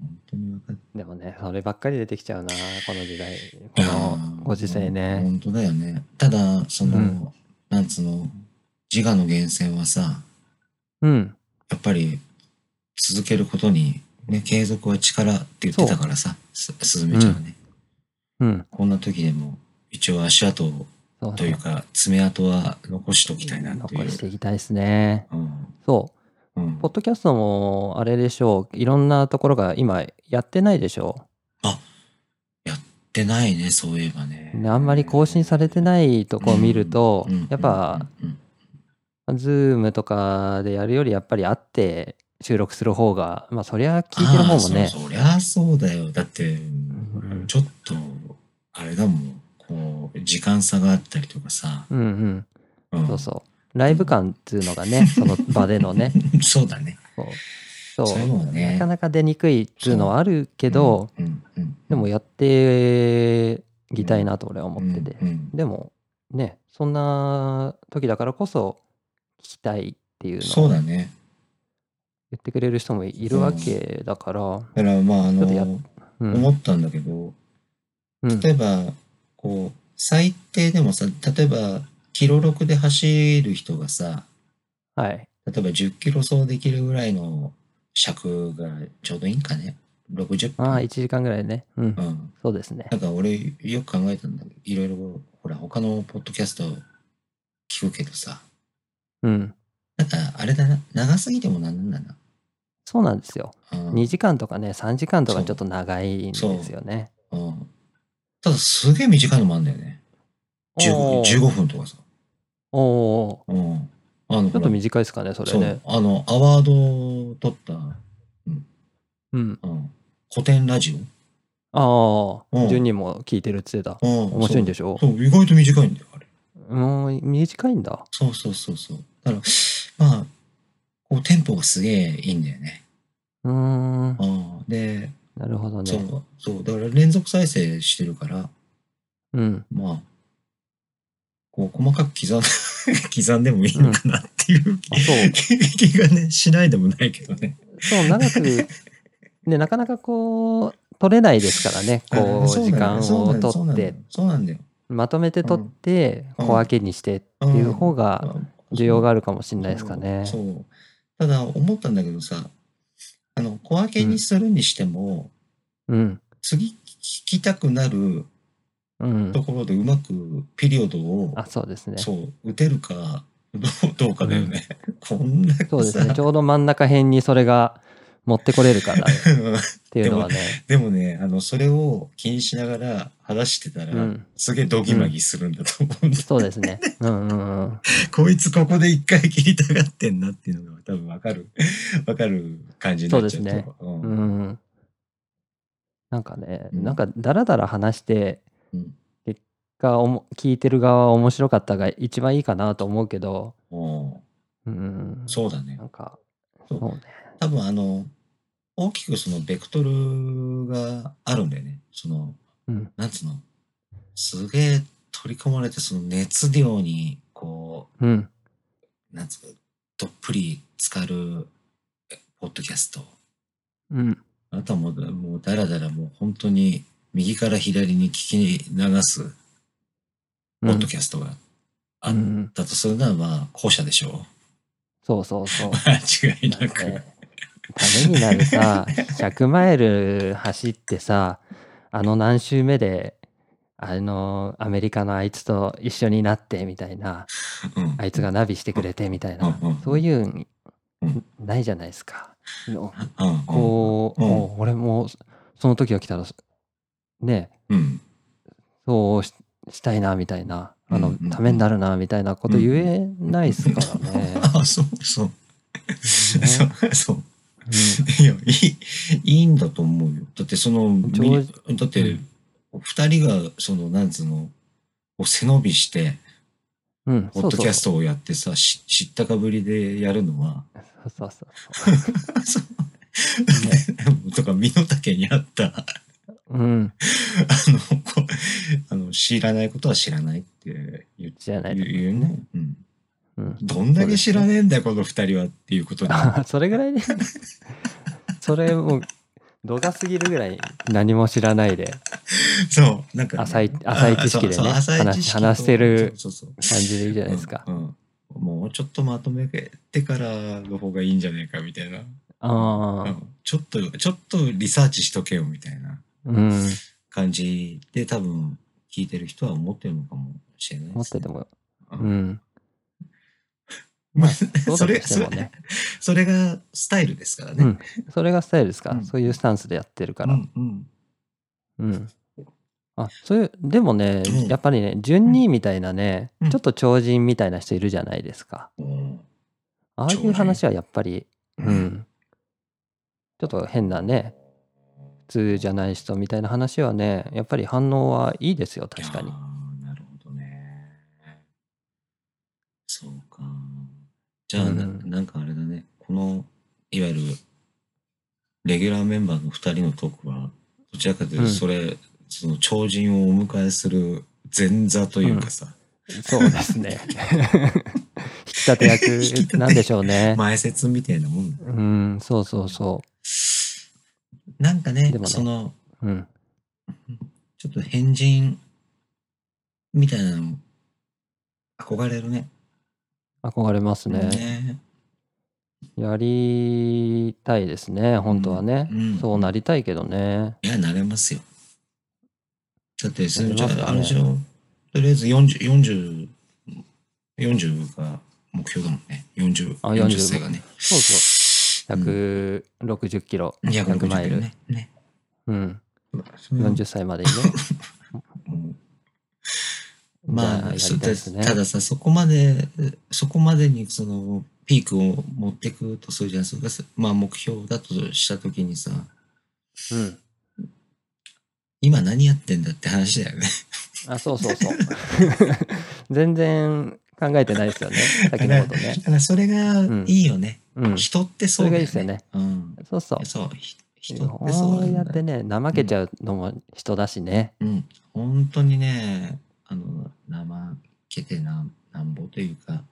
Speaker 2: 本当に分かって
Speaker 1: でもね、そればっかり出てきちゃうな、この時代、
Speaker 2: い
Speaker 1: こ
Speaker 2: や
Speaker 1: の
Speaker 2: ー
Speaker 1: ご時世ね。
Speaker 2: 本当だよね。ただ、その、
Speaker 1: うん
Speaker 2: なんつうの、自我の源泉はさ、
Speaker 1: うん、
Speaker 2: やっぱり続けることに、ね、継続は力って言ってたからさ、すすずめちゃんはね、
Speaker 1: うん、
Speaker 2: こんな時でも一応足跡を
Speaker 1: そう
Speaker 2: と
Speaker 1: そ
Speaker 2: いううか、爪痕は残しときたいなという。
Speaker 1: 残していきたいですね。
Speaker 2: うん。
Speaker 1: そう。
Speaker 2: うん
Speaker 1: ポッドキャストもあれでしょう。いろんなところが今やってないでしょ
Speaker 2: ってないね、そういえばね。
Speaker 1: う。ねあんまり更新されてないとこを見ると
Speaker 2: うん、
Speaker 1: やっぱ、、
Speaker 2: うんうん
Speaker 1: ズームとかでやるよりやっぱり会って収録する方が、まあそりゃ聞いてる方も
Speaker 2: ああ
Speaker 1: ね、
Speaker 2: そうそりゃそうだよ。だって
Speaker 1: ん、
Speaker 2: ちょっと、あれだもん。こう、時間差があったりとかさ。
Speaker 1: うんうん、
Speaker 2: うん
Speaker 1: そうそう。ライブ感っていうのが ね、その場でのね、
Speaker 2: そうだね。
Speaker 1: こうそう
Speaker 2: そうね
Speaker 1: なかなか出にくいっていうのはあるけど、
Speaker 2: うん、うん、
Speaker 1: でもやっていきたいなと俺は思ってて。
Speaker 2: うんうん
Speaker 1: でもね、そんな時だからこそ聞きたいっていうの
Speaker 2: そ
Speaker 1: を
Speaker 2: う
Speaker 1: 言
Speaker 2: だね。
Speaker 1: ってくれる人もいるわけだから、
Speaker 2: だから、まあ、あ
Speaker 1: ちょっとや
Speaker 2: の、
Speaker 1: うん
Speaker 2: 思ったんだけど、
Speaker 1: うん
Speaker 2: 例えば、こう、最低でもさ、例えば、キロ6で走る人がさ、
Speaker 1: はい。
Speaker 2: 例えば10キロ走できるぐらいの尺がちょうどいいんかね。60分。
Speaker 1: ああ、1時間ぐらいね。うん
Speaker 2: う。ん。
Speaker 1: そうですね
Speaker 2: な。んか俺、よく考えたんだけど、いろいろ、ほら、他のポッドキャスト聞くけどさ、
Speaker 1: うん。
Speaker 2: なんか、あれだな、長すぎてもなんなんだ
Speaker 1: そうなんですよ。
Speaker 2: な。うん
Speaker 1: 2時間とかね、3時間と
Speaker 2: そ
Speaker 1: か
Speaker 2: う
Speaker 1: ちょっと長いんですよね。
Speaker 2: うん。ただ、すげえ短いのもあんだよね。
Speaker 1: おー
Speaker 2: 15, 15分とかさ。
Speaker 1: おお
Speaker 2: うん。あ
Speaker 1: ー。ちょっ
Speaker 2: の、ほら
Speaker 1: と短いですかね、それ
Speaker 2: そう
Speaker 1: ね。、
Speaker 2: あの、アワードを取った、
Speaker 1: うん。
Speaker 2: うん、古典ラジ
Speaker 1: ああ、
Speaker 2: うん
Speaker 1: 12も聞いてるって言ってた
Speaker 2: オ。。うん、
Speaker 1: 面白いんでしょ
Speaker 2: そうそう、意外と短いんだよ、あれ。
Speaker 1: うん、短いんだ。
Speaker 2: そうそうそうそう。だから、まあ、こう、テンポがすげえいいんだよね。
Speaker 1: うーん。
Speaker 2: うん、で、
Speaker 1: なるほど
Speaker 2: そ
Speaker 1: ね。
Speaker 2: う、そう、だから連続再生してるから、
Speaker 1: うん。
Speaker 2: まあ、こう、細かく刻ん 刻んでもいいのかなっていう、
Speaker 1: あ、そう。
Speaker 2: 気 がね、しないでもないけどね。
Speaker 1: そう、長 く、ね、なかなかこう、取れないですからね、こう、時間を取って、
Speaker 2: そうなんだよ。
Speaker 1: まとめて取って、
Speaker 2: うん
Speaker 1: 小分けにしてっていう方が、需要があるかもしれないですかね。
Speaker 2: そうそうただ思ったんだけどさあの小分けにするにしても、
Speaker 1: うん。
Speaker 2: 次聞きたくなる
Speaker 1: うん
Speaker 2: と。ころでうまくピリオドを、
Speaker 1: あ、そうですね。
Speaker 2: そう打てるかどうどうかだよね、こんだけさ
Speaker 1: そうですね。ちょうど真ん中辺にそれが持ってこれるからっ ていうのはね。
Speaker 2: でもねあのそれを気にしながら話してたら、
Speaker 1: うん
Speaker 2: すげえドギマギするんだと思うんだ、
Speaker 1: そうですね。うんうんうん。
Speaker 2: こいつここで一回切りたがってんなっていうのが多分わかる わかる感じになっちゃうと
Speaker 1: そうですね
Speaker 2: うん
Speaker 1: うん。なんかね、
Speaker 2: うん
Speaker 1: なんかダラダラ話して
Speaker 2: うん、
Speaker 1: 結果おも、聞いてる側は面白かったが一番いいかなと思うけど、
Speaker 2: うん
Speaker 1: うん。
Speaker 2: そうだね
Speaker 1: なんか、そ
Speaker 2: そうう
Speaker 1: ね。
Speaker 2: 多分あの大きくそのベクトルがあるんだよねその
Speaker 1: うん。
Speaker 2: なんつうのすげえ取り込まれてその熱量にこ
Speaker 1: うん。
Speaker 2: うなんつうのどっぷり浸かるえポッドキャスト
Speaker 1: うん。
Speaker 2: あとはもうもうだらだらもう本当に右から左に聞き流すポ
Speaker 1: う
Speaker 2: ッ
Speaker 1: ん
Speaker 2: ドキャストがあ
Speaker 1: う
Speaker 2: っ
Speaker 1: ん
Speaker 2: たとするならまあ後者でしょ
Speaker 1: そうそうそう。
Speaker 2: う間違い
Speaker 1: な
Speaker 2: なん
Speaker 1: か
Speaker 2: く
Speaker 1: ね、ためになるさ、100マイル走ってさ、あの何周目で、あの、アメリカのあいつと一緒になってみたいな、
Speaker 2: うん
Speaker 1: あいつがナビしてくれてみたいな
Speaker 2: うんうん、
Speaker 1: そういうん
Speaker 2: うん、
Speaker 1: ないじゃないですか。の
Speaker 2: うん
Speaker 1: こう、
Speaker 2: うん
Speaker 1: もう俺も、その時が来たら、ね、
Speaker 2: うん
Speaker 1: そうししたいな、みたいな、あ
Speaker 2: う
Speaker 1: の
Speaker 2: んうんう、ん
Speaker 1: ためになるな、みたいなこと言えないっすからね。
Speaker 2: あそうそう そうそう
Speaker 1: う
Speaker 2: いや、いい、いいんだと思うよ。だってその、
Speaker 1: 上
Speaker 2: みだっ
Speaker 1: う
Speaker 2: て、二人が、その、なんつうの、こう背伸びして、
Speaker 1: んうん、
Speaker 2: ポ
Speaker 1: そ
Speaker 2: ッ
Speaker 1: う
Speaker 2: ド
Speaker 1: そう
Speaker 2: キャストをやってさ、し知ったかぶりでやるのは、
Speaker 1: そうそうそうそ
Speaker 2: そう
Speaker 1: う。ね
Speaker 2: とか、身の丈にあった、あ
Speaker 1: うん、
Speaker 2: の、こうあの知らないことは知らないって言う
Speaker 1: 知らないと
Speaker 2: 言う言うね。うん。
Speaker 1: うん、
Speaker 2: どんだけ知らねえんだよ、この二人はっていうことに。
Speaker 1: あ それぐらいで、それもう、度が過ぎるぐらい何も知らないで、
Speaker 2: そう、なんかね、
Speaker 1: 浅い浅い知識でね
Speaker 2: あそうそう浅い知識と
Speaker 1: 話話してる
Speaker 2: そうそうそう
Speaker 1: 感じでいいじゃないですか。
Speaker 2: うんうんもうちょっとまとめてからの方がいいんじゃねえかみたいな、
Speaker 1: あ
Speaker 2: う
Speaker 1: あ、
Speaker 2: んちょっとちょっとリサーチしとけよみたいな
Speaker 1: うん、
Speaker 2: 感じで多分聞いてる人は思ってるのかもしれない
Speaker 1: 思っ
Speaker 2: です、
Speaker 1: て
Speaker 2: ね。
Speaker 1: ても。
Speaker 2: う
Speaker 1: うんん。
Speaker 2: ま
Speaker 1: う
Speaker 2: あ、そ
Speaker 1: だと
Speaker 2: れ、
Speaker 1: して
Speaker 2: そ
Speaker 1: も
Speaker 2: れ
Speaker 1: ね、
Speaker 2: それがスタイルですから
Speaker 1: う
Speaker 2: ね。
Speaker 1: ん。それがスタイルですか、
Speaker 2: うん
Speaker 1: そういうスタンスでやってるか
Speaker 2: う
Speaker 1: ら。
Speaker 2: ん、うん。
Speaker 1: うん。あ、そういう、でもね
Speaker 2: うん、
Speaker 1: やっぱりね、順にみたいなね、
Speaker 2: うん
Speaker 1: ちょっと超人みたいな人いるじゃないですか。
Speaker 2: うん
Speaker 1: ああいう話はやっぱり、う
Speaker 2: うん
Speaker 1: ん。ちょっと変なね、普通じゃない人みたいな話はね、やっぱり反応はいいですよ、確かに
Speaker 2: あ。ーなるほどね。そうか。じゃあ、な
Speaker 1: うん
Speaker 2: なんかあれだね。この、いわゆる、レギュラーメンバーの2人のトークは、どちらかという
Speaker 1: う
Speaker 2: と、
Speaker 1: ん
Speaker 2: それ、その超人をお迎えする前座というかさ、
Speaker 1: そうです ね。引き立て役なんでしょうね。
Speaker 2: 前説みたいなもんだ。
Speaker 1: うん、そうそうそ
Speaker 2: なんかね
Speaker 1: でもね
Speaker 2: その、
Speaker 1: う。うん。
Speaker 2: ちょっと変人みたいなのも憧れるね。
Speaker 1: 憧れますね。
Speaker 2: ね
Speaker 1: やりたいですね、本当はね。
Speaker 2: うんうん
Speaker 1: そうなりたいけどね。
Speaker 2: いや、慣れますよ。だって、それじゃ
Speaker 1: 慣れますよね
Speaker 2: あ、あれじゃん、とりあえず40、40、40が目標だもんね。40、
Speaker 1: あ
Speaker 2: 40
Speaker 1: 40
Speaker 2: 歳がね。
Speaker 1: そうそう。160キロ、100マイル。
Speaker 2: ね。ね。
Speaker 1: うん。
Speaker 2: そう
Speaker 1: 40歳までにね。
Speaker 2: うん
Speaker 1: じゃ
Speaker 2: ま
Speaker 1: や
Speaker 2: あ、
Speaker 1: りた
Speaker 2: そう
Speaker 1: い
Speaker 2: だ
Speaker 1: ですね。
Speaker 2: たださ、そこまで、そこまでにその、ピークを持ってくとするじゃん。それがさまあ、目標だとしたときにさ、
Speaker 1: うん。
Speaker 2: 今何やってんだって話だよね。
Speaker 1: あ、そうそう そう。全然考えてないですよね。先のことね
Speaker 2: だ。から、それがいいよね。
Speaker 1: うん。
Speaker 2: 人ってそうだよね。
Speaker 1: それがいいです
Speaker 2: うん。
Speaker 1: そうそう。
Speaker 2: そう、ひ人ってそ
Speaker 1: そ
Speaker 2: う
Speaker 1: う
Speaker 2: な
Speaker 1: や
Speaker 2: ん
Speaker 1: って
Speaker 2: だ。
Speaker 1: ね、怠けちゃうのも人だしね。
Speaker 2: うん、本当にね、あの、怠けてななんぼというか、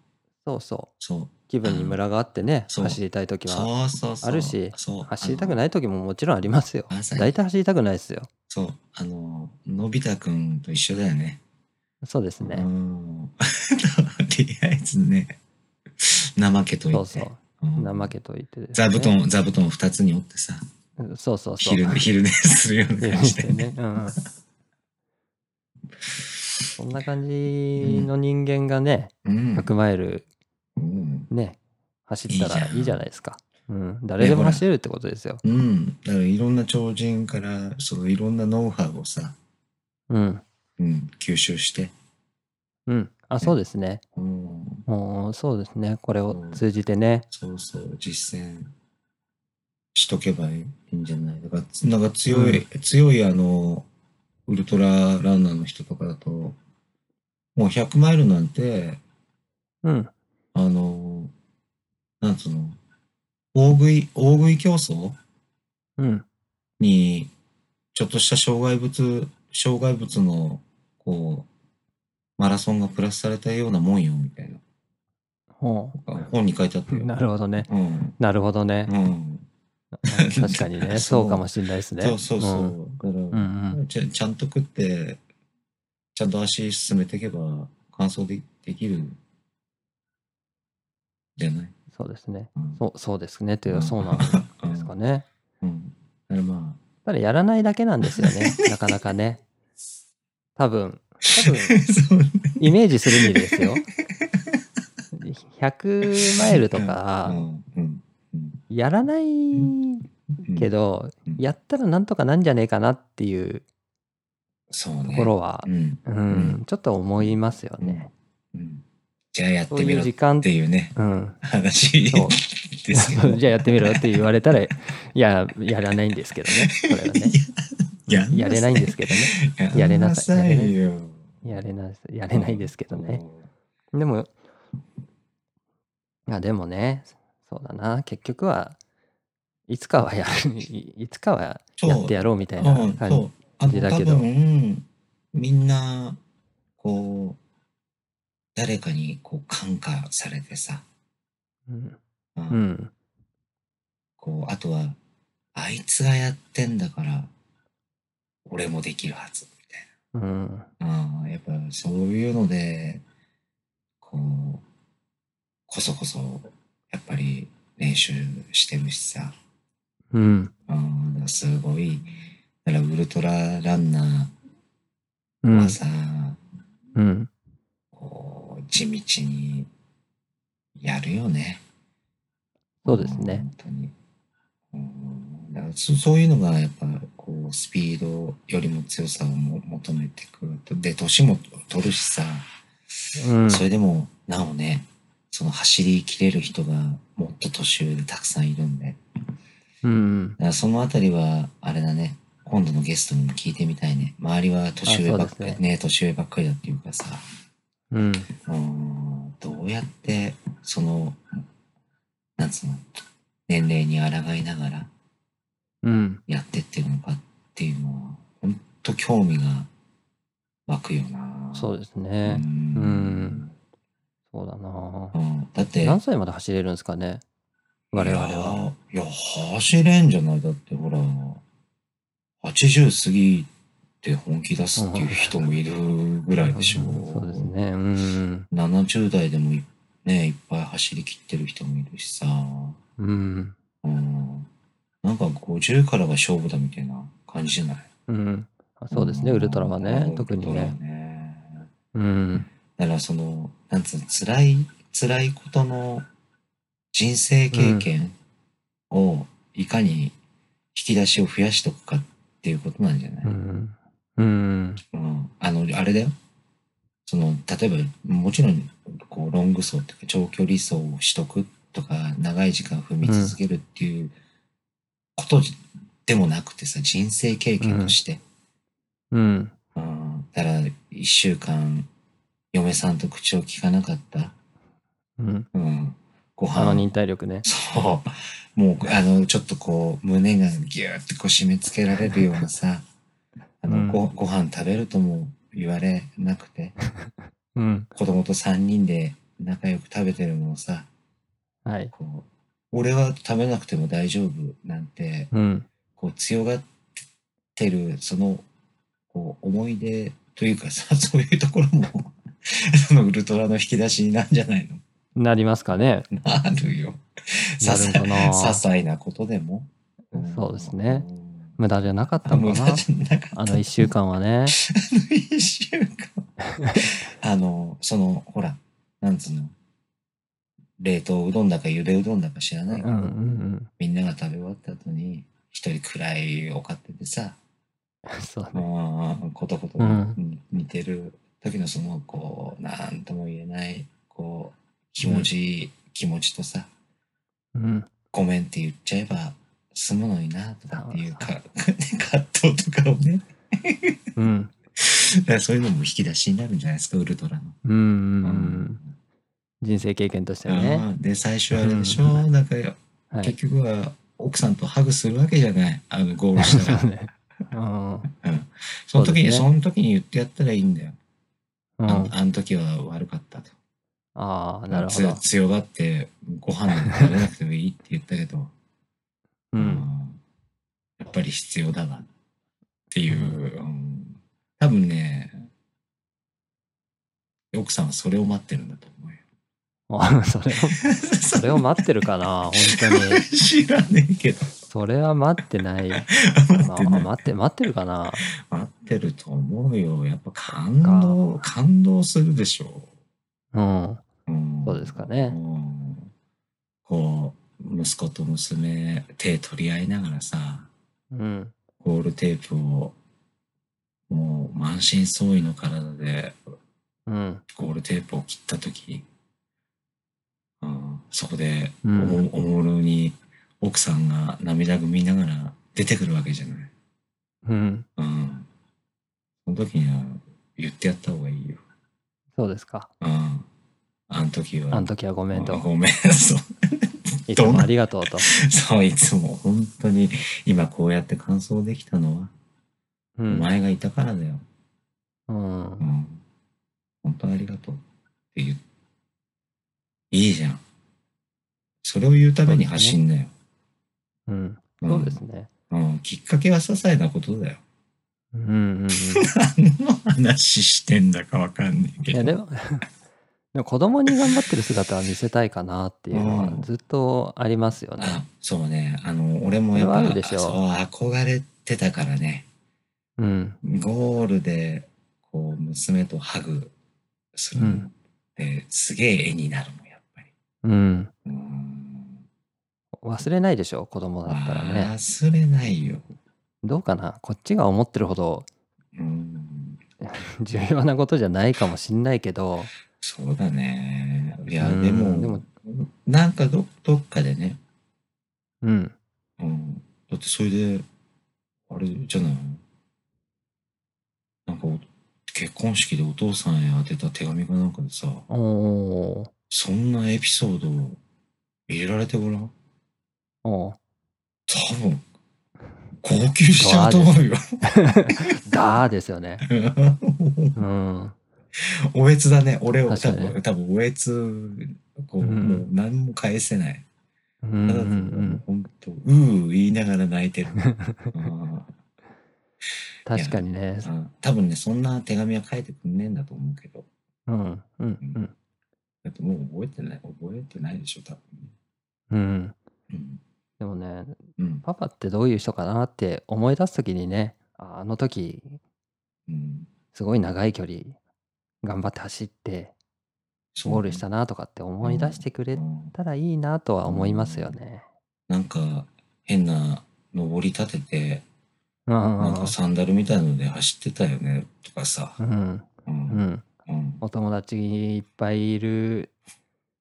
Speaker 1: そうそう。
Speaker 2: そう、
Speaker 1: 気分にムラがあってね、
Speaker 2: そう
Speaker 1: 走りたい時は。
Speaker 2: そうそうそう。
Speaker 1: あるし
Speaker 2: そう
Speaker 1: 走りたく
Speaker 2: い。
Speaker 1: ない時ももちろんありますよ
Speaker 2: あ。のまさ
Speaker 1: 大
Speaker 2: に、
Speaker 1: 体走りたくないですよ。
Speaker 2: そう、あの、のび太くんと一緒だよね。
Speaker 1: そうです
Speaker 2: う
Speaker 1: ね。
Speaker 2: ん。 とりあえずね、怠けといて。
Speaker 1: そうそう。
Speaker 2: うん
Speaker 1: 怠けといてですね。
Speaker 2: 座布団、座布団二つに折ってさ、
Speaker 1: うんそうそうそう。
Speaker 2: 昼寝、昼寝するような感じでね。
Speaker 1: ね。うんうん。そんな感じの人間がね、
Speaker 2: うん。
Speaker 1: 100マイル
Speaker 2: うん
Speaker 1: ね、走ったら
Speaker 2: い
Speaker 1: い
Speaker 2: い
Speaker 1: い
Speaker 2: じ
Speaker 1: じ
Speaker 2: ゃ
Speaker 1: ゃ
Speaker 2: ん
Speaker 1: ないですか。うん。誰でも走れるってことですよ。
Speaker 2: うん。だからいろんな超人から、そのいろんなノウハウをさ、
Speaker 1: うん。
Speaker 2: うん、吸収して。
Speaker 1: うん。あ、そうですね。
Speaker 2: うん。
Speaker 1: もう、そうですね。これを通じてね。
Speaker 2: そうそう、実践しとけばいいんじゃないだから、つなんか強い、強いあの、ウルトラランナーの人とかだと、もう100マイルなんて、
Speaker 1: うん。
Speaker 2: あの、なんつうの、大食い、大食い競争
Speaker 1: うん。
Speaker 2: に、ちょっとした障害物、障害物の、こう、マラソンがプラスされたようなもんよ、みたいな。
Speaker 1: ほ
Speaker 2: 本に書いてあった
Speaker 1: う。
Speaker 2: よ。
Speaker 1: なるほどね。
Speaker 2: うん。
Speaker 1: なるほどね
Speaker 2: う。ん。
Speaker 1: 確かに ね。そうかもしれないですね。
Speaker 2: そうそうそう。だから、
Speaker 1: うん。うんうん。
Speaker 2: ちゃちゃんと食って、ちゃんと足進めていけば、完走でできる、じゃない
Speaker 1: そうですね。
Speaker 2: うん
Speaker 1: そうそうですね。といううんそうなんですかね。
Speaker 2: うん。だからま
Speaker 1: ただやらないだけなんですよ ね。なかなかね。多分、多分、
Speaker 2: あ、そうね。
Speaker 1: イメージするにですよ。100マイルとか
Speaker 2: う、ん。うん。うん
Speaker 1: やらない
Speaker 2: うん
Speaker 1: けど
Speaker 2: うん、
Speaker 1: やったらなんとかなんじゃねえかなっていう
Speaker 2: そう
Speaker 1: と
Speaker 2: ね。
Speaker 1: ころは
Speaker 2: う、ん。
Speaker 1: うん、ちょっと思いますよね。
Speaker 2: うん。じゃあやっ
Speaker 1: そう
Speaker 2: てみ
Speaker 1: いう
Speaker 2: ろっ
Speaker 1: 時間ってて、
Speaker 2: いうね、
Speaker 1: うん。
Speaker 2: 話で
Speaker 1: そう
Speaker 2: すよ
Speaker 1: じゃあやってみろって言われたら、いや、やらないんですけどね。これは ね。
Speaker 2: や
Speaker 1: やれないんですけどね。
Speaker 2: ど
Speaker 1: やれなさい
Speaker 2: やれなさいよ。
Speaker 1: やれない、やれないですけどね。でも、あ、でもね、そうだな、結局はいつかはやる、 いいつかは
Speaker 2: そう。
Speaker 1: やってやろうみたいな
Speaker 2: うん、
Speaker 1: 感
Speaker 2: そう。あ
Speaker 1: じ
Speaker 2: の、
Speaker 1: だ
Speaker 2: 多
Speaker 1: けど
Speaker 2: 分、みんな、こう、誰かにこう感化されてさ、
Speaker 1: うん。
Speaker 2: う
Speaker 1: うんん。
Speaker 2: こう、あとは、あいつがやってんだから、俺もできるはず、みたい
Speaker 1: うん。
Speaker 2: な。うん、やっぱそういうので、こう、こそこそ、やっぱり練習してるしさ、
Speaker 1: うん。
Speaker 2: うん、だからすごい、だからウルトラランナー、
Speaker 1: うん
Speaker 2: まあさ、
Speaker 1: うん。
Speaker 2: こう、地道にやるよね。
Speaker 1: そうですね。
Speaker 2: 本当に。うんだからそそういうのがやっぱこうスピードよりも強さをも求めてくるとで年も取るしさ、
Speaker 1: うん。
Speaker 2: それでもなおねその走り切れる人がもっと年上でたくさんいるんで
Speaker 1: うん
Speaker 2: だ。からそのあたりはあれだね今度のゲストにも聞いてみたいね周りは年上ばっ
Speaker 1: あそ
Speaker 2: か
Speaker 1: うで
Speaker 2: り
Speaker 1: す
Speaker 2: ね年上ばっかりだっていうかさ
Speaker 1: うん。
Speaker 2: うんどうやってそのなんつうの年齢に抗いながら
Speaker 1: うん。
Speaker 2: やってってるのかっていうのは本当興味が湧くよな
Speaker 1: そうです
Speaker 2: う
Speaker 1: ね。
Speaker 2: ん
Speaker 1: そうだな
Speaker 2: う。んだって
Speaker 1: 何歳まで走れるんですかね我々は。
Speaker 2: いやいや走れんじゃないだってほら80過ぎて本気出すっていう人もいるぐらいでしょ
Speaker 1: そうですね。うん。
Speaker 2: 70代でもいねいっぱい走り切ってる人もいるしさ
Speaker 1: うん。
Speaker 2: うんなんか50からが勝負だみたいな感じじゃない
Speaker 1: うん。あそうですね。ウルトラはね、
Speaker 2: ん
Speaker 1: 特に
Speaker 2: ウルトラは
Speaker 1: ね。
Speaker 2: ね
Speaker 1: うん。
Speaker 2: だからその、なんつうの、辛い、辛いことの人生経験をいかに引き出しを増やしとくかっていうことなんじゃない、
Speaker 1: うん。うん。
Speaker 2: うんあの、あれだよ。その、例えば、もちろん、こう、ロング走とか、長距離走をしとくとか、長い時間踏み続けるっていうことでもなくてさ、人生経験として。
Speaker 1: うん。
Speaker 2: うん、だから、一週間、嫁さんと口を聞かなかった。
Speaker 1: うん。
Speaker 2: うん、ご
Speaker 1: あの
Speaker 2: 飯
Speaker 1: 忍耐力ね。
Speaker 2: そうもうあのちょっとこう胸がギューってこう締め付けられるようなさあの、
Speaker 1: うん
Speaker 2: ごご飯食べるとも言われなくて
Speaker 1: うん。
Speaker 2: 子供と3人で仲良く食べてるのをさ
Speaker 1: はい。
Speaker 2: こう俺は食べなくても大丈夫なんて
Speaker 1: うん。
Speaker 2: こう強がってるそのこう思い出というかさ そういうところも そのウルトラの引き出しなんじゃないの
Speaker 1: なりますかね。
Speaker 2: なるよ。
Speaker 1: な
Speaker 2: さ
Speaker 1: る
Speaker 2: さ
Speaker 1: かな
Speaker 2: 些。細なことでも。
Speaker 1: そうですね。無駄じゃなかった
Speaker 2: あ、
Speaker 1: の
Speaker 2: 無
Speaker 1: か
Speaker 2: 駄
Speaker 1: な。
Speaker 2: じゃ なかった。
Speaker 1: あの一週間はね。
Speaker 2: 一週間。あの、その、ほら、なんつうの。冷凍うどんだか茹でうどんだか知らないけ
Speaker 1: う
Speaker 2: ど、
Speaker 1: んうん
Speaker 2: みんなが食べ終わった後に、一人暗いお買っててさ、
Speaker 1: うん。そうね。
Speaker 2: うん、ことこと
Speaker 1: うん
Speaker 2: 似てる時のその、こう、なんとも言えない、こう、気持ち、気持ちとさ、
Speaker 1: うん。
Speaker 2: ごめんって言っちゃえば済むのになとか っていうか葛藤とかをね
Speaker 1: うん。
Speaker 2: だからそういうのも引き出しになるんじゃないですかウルトラの。
Speaker 1: うんうんうん。人生経験としてはね。
Speaker 2: うんで最初はあれでしょ、なんか
Speaker 1: は
Speaker 2: 結
Speaker 1: い。
Speaker 2: 局は奥さんとハグするわけじゃないあのゴールしたら
Speaker 1: そうね。うん。 うん
Speaker 2: うんその時
Speaker 1: そ
Speaker 2: に
Speaker 1: うです
Speaker 2: そ,、
Speaker 1: ね
Speaker 2: の時に言ってやったらいいんだよ、あのあの時は悪かったと
Speaker 1: ああ、なるほ
Speaker 2: 強
Speaker 1: ど。
Speaker 2: 強がってご飯なんて食べなくてもいいって言ったけど、
Speaker 1: う。
Speaker 2: うんんやっぱり必要だなっていう、うん多分ね奥さんはそれを待ってるんだと思う よ
Speaker 1: あそれを、それを待ってるかな。本当に。
Speaker 2: 知らねえけど
Speaker 1: それは 待ってない。ま
Speaker 2: 待っ
Speaker 1: あ、
Speaker 2: てない
Speaker 1: 待って、待ってるかな。
Speaker 2: 待ってると思うよやっぱ感動感動するでしょ
Speaker 1: うん。
Speaker 2: う、うん
Speaker 1: そうですか
Speaker 2: う
Speaker 1: ね。
Speaker 2: んこう息子と娘手取り合いながらさ
Speaker 1: うん。
Speaker 2: ゴールテープをもう満身創痍の体で
Speaker 1: うん。
Speaker 2: ゴールテープを切った時、うん、そこでお,、
Speaker 1: うん
Speaker 2: おもむろに奥さんが涙ぐみながら出てくるわけじゃない、
Speaker 1: うん。
Speaker 2: うん、その時には言ってやった方がいいよ、
Speaker 1: そうですか。
Speaker 2: うん、あの時は
Speaker 1: あの時はごめん
Speaker 2: あ
Speaker 1: と。
Speaker 2: ごめんそう
Speaker 1: いつもありがとうと。
Speaker 2: そういつも本当に今こうやって感想できたのは、
Speaker 1: う
Speaker 2: お
Speaker 1: ん。
Speaker 2: 前がいたからだよ、
Speaker 1: うん
Speaker 2: う。ん、本当ありがとうって言ういいじゃんそれを言うために発信だよ
Speaker 1: うん。
Speaker 2: ん
Speaker 1: そうですね。
Speaker 2: うん、きっかけは些細なことだよ。
Speaker 1: うんうんうん。
Speaker 2: 何の話してんだかわかんないけ
Speaker 1: いやでも でも子供に頑張ってる姿は見せたいかなっていうのは
Speaker 2: うん
Speaker 1: ずっとありますよね。
Speaker 2: あ、そうね。あの、俺もやっ
Speaker 1: それは
Speaker 2: ぱ
Speaker 1: あるでしょう
Speaker 2: そう憧れてたからね。
Speaker 1: うん。
Speaker 2: ゴールで、こう、娘とハグする
Speaker 1: う
Speaker 2: の
Speaker 1: ん
Speaker 2: って、すげえ絵になるの、やっぱり。
Speaker 1: うん。
Speaker 2: うん。
Speaker 1: 忘れないでしょ、子供だったらね。
Speaker 2: 忘れないよ。
Speaker 1: どうかなこっちが思ってるほど
Speaker 2: うん。
Speaker 1: 重要なことじゃないかもしんないけど、
Speaker 2: そうだね。いや、
Speaker 1: うん
Speaker 2: でも、
Speaker 1: でも
Speaker 2: なんかどどっかでね、
Speaker 1: うん。
Speaker 2: うん。だってそれで、あれじゃないのなんかお、結婚式でお父さんへ宛てた手紙かなんかでさ、
Speaker 1: おー
Speaker 2: そんなエピソードを入れられてごらん
Speaker 1: おー
Speaker 2: 多分、号泣しちゃうと思うよ。
Speaker 1: だーですよね。うん。
Speaker 2: おえつだね。俺を、
Speaker 1: 確か
Speaker 2: 多
Speaker 1: にね
Speaker 2: 分、多分、おえつ、こう、
Speaker 1: うんうん
Speaker 2: もう何も返せない。
Speaker 1: うん
Speaker 2: た
Speaker 1: う
Speaker 2: だ、
Speaker 1: んう、
Speaker 2: もうん本当、うー言いながら泣いてる。うん
Speaker 1: 確かにね。
Speaker 2: あ多分ね、そんな手紙は書いてくんねえんだと思うけど。
Speaker 1: うん、うん、
Speaker 2: だってもう覚えてない、覚えてないでしょ、多分。
Speaker 1: うん。うん。
Speaker 2: うん。
Speaker 1: でもね、
Speaker 2: うん。
Speaker 1: パパってどういう人かなって思い出すときにね、ああの時、
Speaker 2: うん。
Speaker 1: すごい長い距離、頑張って走って、
Speaker 2: そう
Speaker 1: ゴールしたなとかって思い出してくれ
Speaker 2: うん
Speaker 1: たらいいなとは思いますよね。
Speaker 2: なんか、変な、登り立てて、
Speaker 1: うん、う
Speaker 2: なんかサンダルみたいので走ってたよね、とかさ。
Speaker 1: ん、
Speaker 2: う。
Speaker 1: うんん。
Speaker 2: うん。
Speaker 1: お友達いっぱいいる、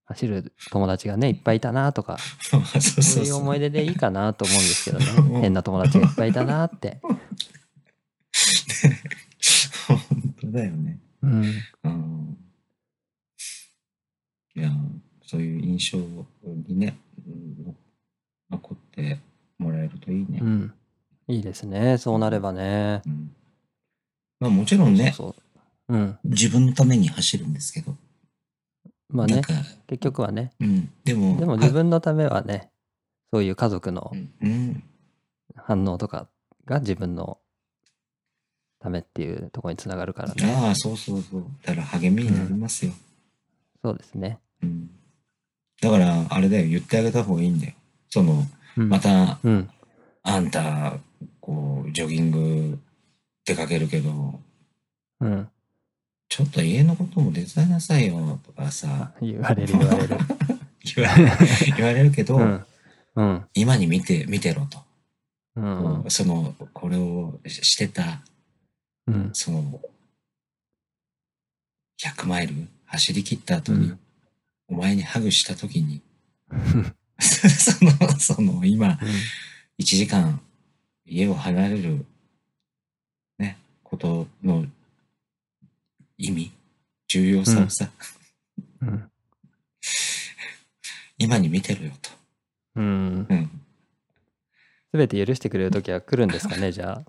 Speaker 1: 走る友達がね、いっぱいいたなとか、
Speaker 2: そうそう
Speaker 1: そ
Speaker 2: そう
Speaker 1: いう思
Speaker 2: う。
Speaker 1: い出でいいかなと思うんですけど
Speaker 2: う
Speaker 1: ね。
Speaker 2: ん
Speaker 1: 変な友達がいっぱいいたな って。
Speaker 2: 本当だよね。
Speaker 1: うん。
Speaker 2: うん。いや、そういう印象にね、うん残ってもらえるといいね
Speaker 1: う。ん。いいですね。そうなればね。
Speaker 2: うん。まあもちろんね、
Speaker 1: そうそう。うん。
Speaker 2: 自分のために走るんですけど、
Speaker 1: まあ
Speaker 2: な
Speaker 1: ね
Speaker 2: ん、か、
Speaker 1: 結局はね。
Speaker 2: うん、でも、
Speaker 1: でも自分のためはね、そういう家族の
Speaker 2: あ、うん、
Speaker 1: 反応とかが自分のためっていうところにつながるからね。
Speaker 2: ああ、そうそうそう、だから励みになりますよ。
Speaker 1: そうですね。
Speaker 2: うんだから、あれだよ、言ってあげた方がいいんだよ。その、
Speaker 1: うん
Speaker 2: また、
Speaker 1: うん。
Speaker 2: あんた、こう、ジョギング出かけるけど、
Speaker 1: うん。
Speaker 2: ちょっと家のことも手伝いなさいよと かさ、
Speaker 1: 言われる言われる。
Speaker 2: 言われ言われるけど、
Speaker 1: うん。うん。
Speaker 2: 今に見て、見てろと。
Speaker 1: うん。
Speaker 2: その、これをししてた
Speaker 1: うん。
Speaker 2: その、100マイル走り切った後に、
Speaker 1: うん
Speaker 2: お前にハグした 時に、 その、その、今、1時間、家を離れる、ね、ことの意味、重要さをさ、
Speaker 1: うん。
Speaker 2: 今に見てろよと。
Speaker 1: うん。
Speaker 2: うん。
Speaker 1: すべて許してくれるときは来るんですかね、じゃあ。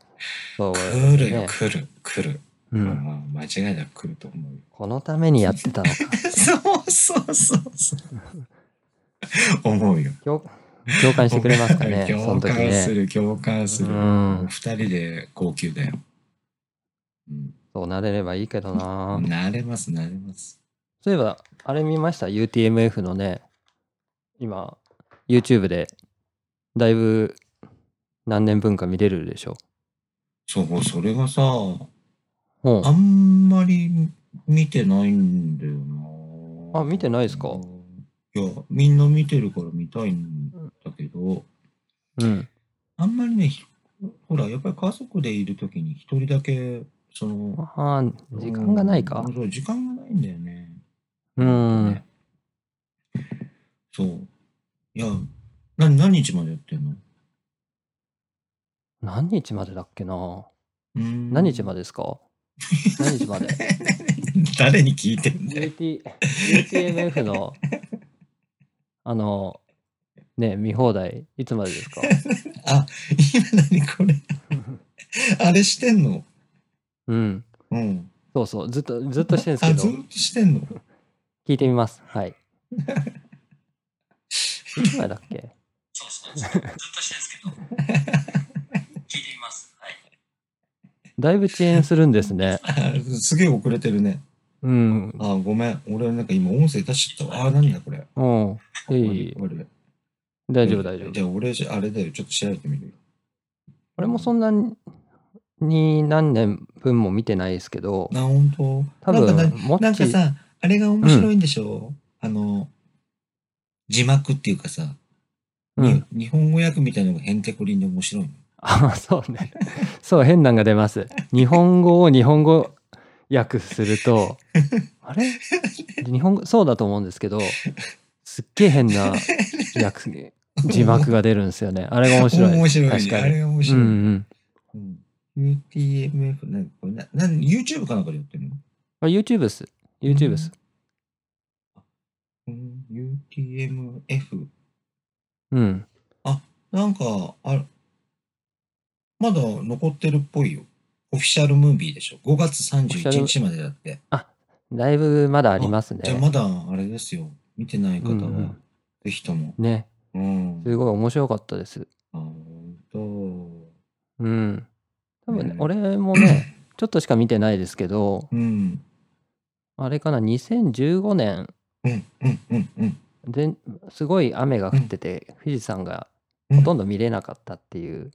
Speaker 1: そう、
Speaker 2: 来るよ、
Speaker 1: ね
Speaker 2: 来る、来る。
Speaker 1: う。
Speaker 2: うんん、間違いなく来ると思うよ。
Speaker 1: このためにやってたのか。
Speaker 2: そうそうそうそう。思うよ。、
Speaker 1: 共共感してくれますかね その
Speaker 2: 共
Speaker 1: 時
Speaker 2: 感す
Speaker 1: ね。
Speaker 2: る、共感する。
Speaker 1: う。
Speaker 2: もうん二人で高級だよ。うん、
Speaker 1: そうなれればいいけどな。
Speaker 2: 慣れます、慣れます。
Speaker 1: そういえば、あれ見ました ?UTMF のね、今、YouTube で、だいぶ何年分か見れるでしょ。
Speaker 2: そう、それがさ、
Speaker 1: うん
Speaker 2: あ。んまり見てないんだよな。
Speaker 1: あ見てないですか
Speaker 2: いや、みんな見てるから見たいんだけど、
Speaker 1: うん。
Speaker 2: あんまりね、ひほら、やっぱり家族でいるときに一人だけ、その、
Speaker 1: あー時間がないか
Speaker 2: うん。そう、時間がないんだよね。
Speaker 1: うん。。
Speaker 2: そう。いや、な何日までやってんの
Speaker 1: 何日までだっけな。
Speaker 2: うん
Speaker 1: 何日までですか何日まで
Speaker 2: 誰に聞いてんだよ。
Speaker 1: UT ?UTMF の、あの、ね、見放題、いつまでですか
Speaker 2: あ、今何 これ。あれしてんの
Speaker 1: うん。
Speaker 2: うん。
Speaker 1: そうそう、ずっと、ずっとしてるんです
Speaker 2: あ、
Speaker 1: け
Speaker 2: ず
Speaker 1: ど
Speaker 2: っ、としてんの
Speaker 1: 聞いてみます。はい。 いつまでだっけ
Speaker 2: そうそう。ずっとしてんですけど。聞いてみます。
Speaker 1: だいぶ遅延するんですね。
Speaker 2: すげえ遅れてるね。
Speaker 1: うん。
Speaker 2: あ、ごめん。俺なんか今音声出しちゃったわ。あ、なんだこれ。
Speaker 1: うん。いいいい
Speaker 2: 俺
Speaker 1: 大丈夫、大丈夫
Speaker 2: じ。ゃあ俺、あれだよ。ちょっと調べてみるよ。
Speaker 1: 俺もそんなに、に何年分も見てないですけど、
Speaker 2: な、本当
Speaker 1: 多
Speaker 2: なんかな
Speaker 1: 分、も
Speaker 2: な
Speaker 1: っ
Speaker 2: んか
Speaker 1: ち、
Speaker 2: さ、あれが面白いんでしょ、あの、字幕っていうかさ、
Speaker 1: う
Speaker 2: に
Speaker 1: ん、
Speaker 2: 日本語訳みたいなのがへんてこりんで面白いの。
Speaker 1: あ、そうね。そう、変なんが出ます。日本語を日本語訳すると、あれ日本語、そうだと思うんですけど、すっげえ変な訳、字幕が出るんですよね。あれが面白い。
Speaker 2: 面白いね。
Speaker 1: 確か
Speaker 2: あ
Speaker 1: に。
Speaker 2: れが面
Speaker 1: う
Speaker 2: 白
Speaker 1: ん
Speaker 2: い。
Speaker 1: うん
Speaker 2: うん、UTMF、なんかこれな、なん YouTube かなんかでやってるの、
Speaker 1: あ。YouTube っす。YouTube っす。
Speaker 2: うん、?UTMF。
Speaker 1: うん。
Speaker 2: なんか、あまだ残ってるっぽいよ。オフィシャルムービーでしょ。5月31日までだって。
Speaker 1: だいぶまだありますね
Speaker 2: じゃあ。まだあれですよ。見てない方
Speaker 1: うんう
Speaker 2: は
Speaker 1: ん、
Speaker 2: ぜひとも。
Speaker 1: ね。
Speaker 2: うん。
Speaker 1: すごい面白かったです。
Speaker 2: あ本当。
Speaker 1: うん。多分ね、
Speaker 2: うん
Speaker 1: 俺もね、ちょっとしか見てないですけど、
Speaker 2: うん。
Speaker 1: あれかな、2015年、
Speaker 2: うん、うん、うん、うん。
Speaker 1: で、すごい雨が降ってて、富士山が
Speaker 2: うん
Speaker 1: ほとんど見れなかったっていう。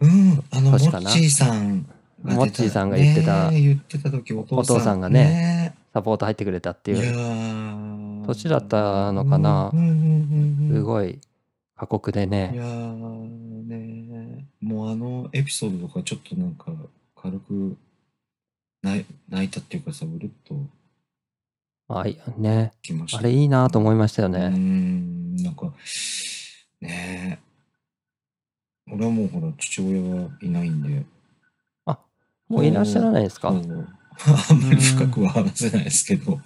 Speaker 2: うん、あの、モ
Speaker 1: 確かな
Speaker 2: ッチーさんが出た。
Speaker 1: モッチーさんが言ってた
Speaker 2: ねえ言ってた時、お父さん。
Speaker 1: お父さんがねサポート入ってくれたって
Speaker 2: ねえ。いや
Speaker 1: いう、
Speaker 2: ー
Speaker 1: 年だったのかな
Speaker 2: うん、うん、うん。うん
Speaker 1: すごい過酷で
Speaker 2: いや
Speaker 1: ね。
Speaker 2: ーねーもうあのエピソードとかちょっとなんか軽く泣い泣いたっていうかさうるっと
Speaker 1: あ、いね。
Speaker 2: きました
Speaker 1: あれいいなと思いましたよ
Speaker 2: うー
Speaker 1: ね。
Speaker 2: んなんかねえ俺はもうほら父親はいないんで
Speaker 1: もういらっしゃらないですか
Speaker 2: そうあんまり深くは話せないですけど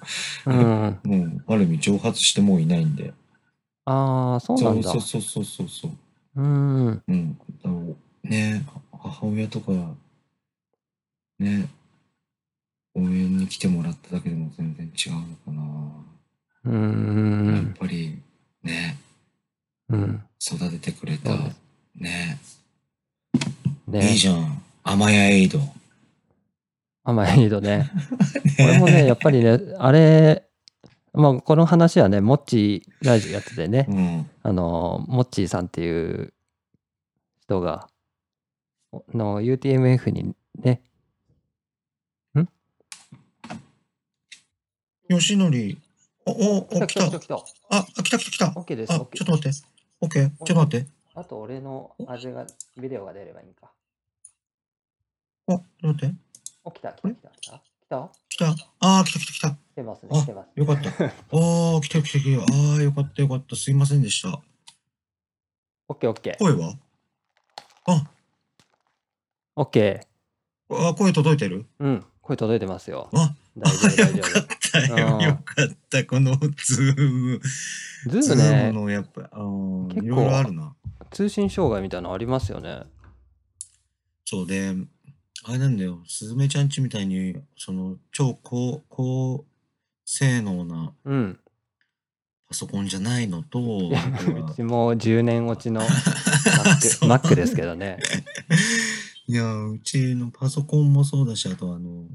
Speaker 1: うん。
Speaker 2: もうある意味蒸発してもういないんで
Speaker 1: ああ、そうなんだ
Speaker 2: そ。うそうそうそうそう
Speaker 1: うん。
Speaker 2: うん、あのね母親とかね応援に来てもらっただけでも全然違うのかな、
Speaker 1: う
Speaker 2: やっ
Speaker 1: ん。
Speaker 2: ぱりね
Speaker 1: うん。
Speaker 2: 育ててくれた
Speaker 1: そうです
Speaker 2: ねい
Speaker 1: ね
Speaker 2: い。じゃん甘やエイド、
Speaker 1: 甘いの ね。これもね、やっぱりね、あれ、まあ、この話はね、モッチーラジオやっててね、
Speaker 2: うん
Speaker 1: あの、モッチーさんっていう人が、おの UTMF にね、
Speaker 2: 吉典おおお来た
Speaker 1: 来た。
Speaker 2: ああ来た来た来た
Speaker 1: OK です、
Speaker 2: あ
Speaker 1: OK
Speaker 2: ちょっと待って OK ちょっと待って
Speaker 1: あと俺の味が、ビデオが出ればいいか。
Speaker 2: おちょっと待って
Speaker 1: お、来た、来
Speaker 2: あ
Speaker 1: た、
Speaker 2: れ
Speaker 1: 来た。来た来た
Speaker 2: 来たあー来た来た来た
Speaker 1: 来てますね、
Speaker 2: あ
Speaker 1: 来てます。
Speaker 2: よかった。ああ、来た来た来た。ああ、よかったよかった。すいませんでした。
Speaker 1: OK、OK。
Speaker 2: 声はあ、
Speaker 1: OK。
Speaker 2: あ声届いてる
Speaker 1: うん、声届いてますよ。
Speaker 2: あ
Speaker 1: 大丈夫、大丈
Speaker 2: よか った
Speaker 1: う
Speaker 2: よ。
Speaker 1: ん
Speaker 2: よかった。このズーム。
Speaker 1: 夫。ズ
Speaker 2: ズ
Speaker 1: ーム
Speaker 2: ーム
Speaker 1: ね、
Speaker 2: のやっぱ、あー
Speaker 1: 結構
Speaker 2: いろいろあるな。
Speaker 1: 通信障害みたいなのありますよね。
Speaker 2: そうで、あれなんだよ。すずめちゃんちみたいに、その、超高、高性能な
Speaker 1: うん。
Speaker 2: パソコンじゃないのと、
Speaker 1: いやうちも10年落ちの Mac,
Speaker 2: そう
Speaker 1: Mac ですけどね。
Speaker 2: いや、うちのパソコンもそうだし、あとあの、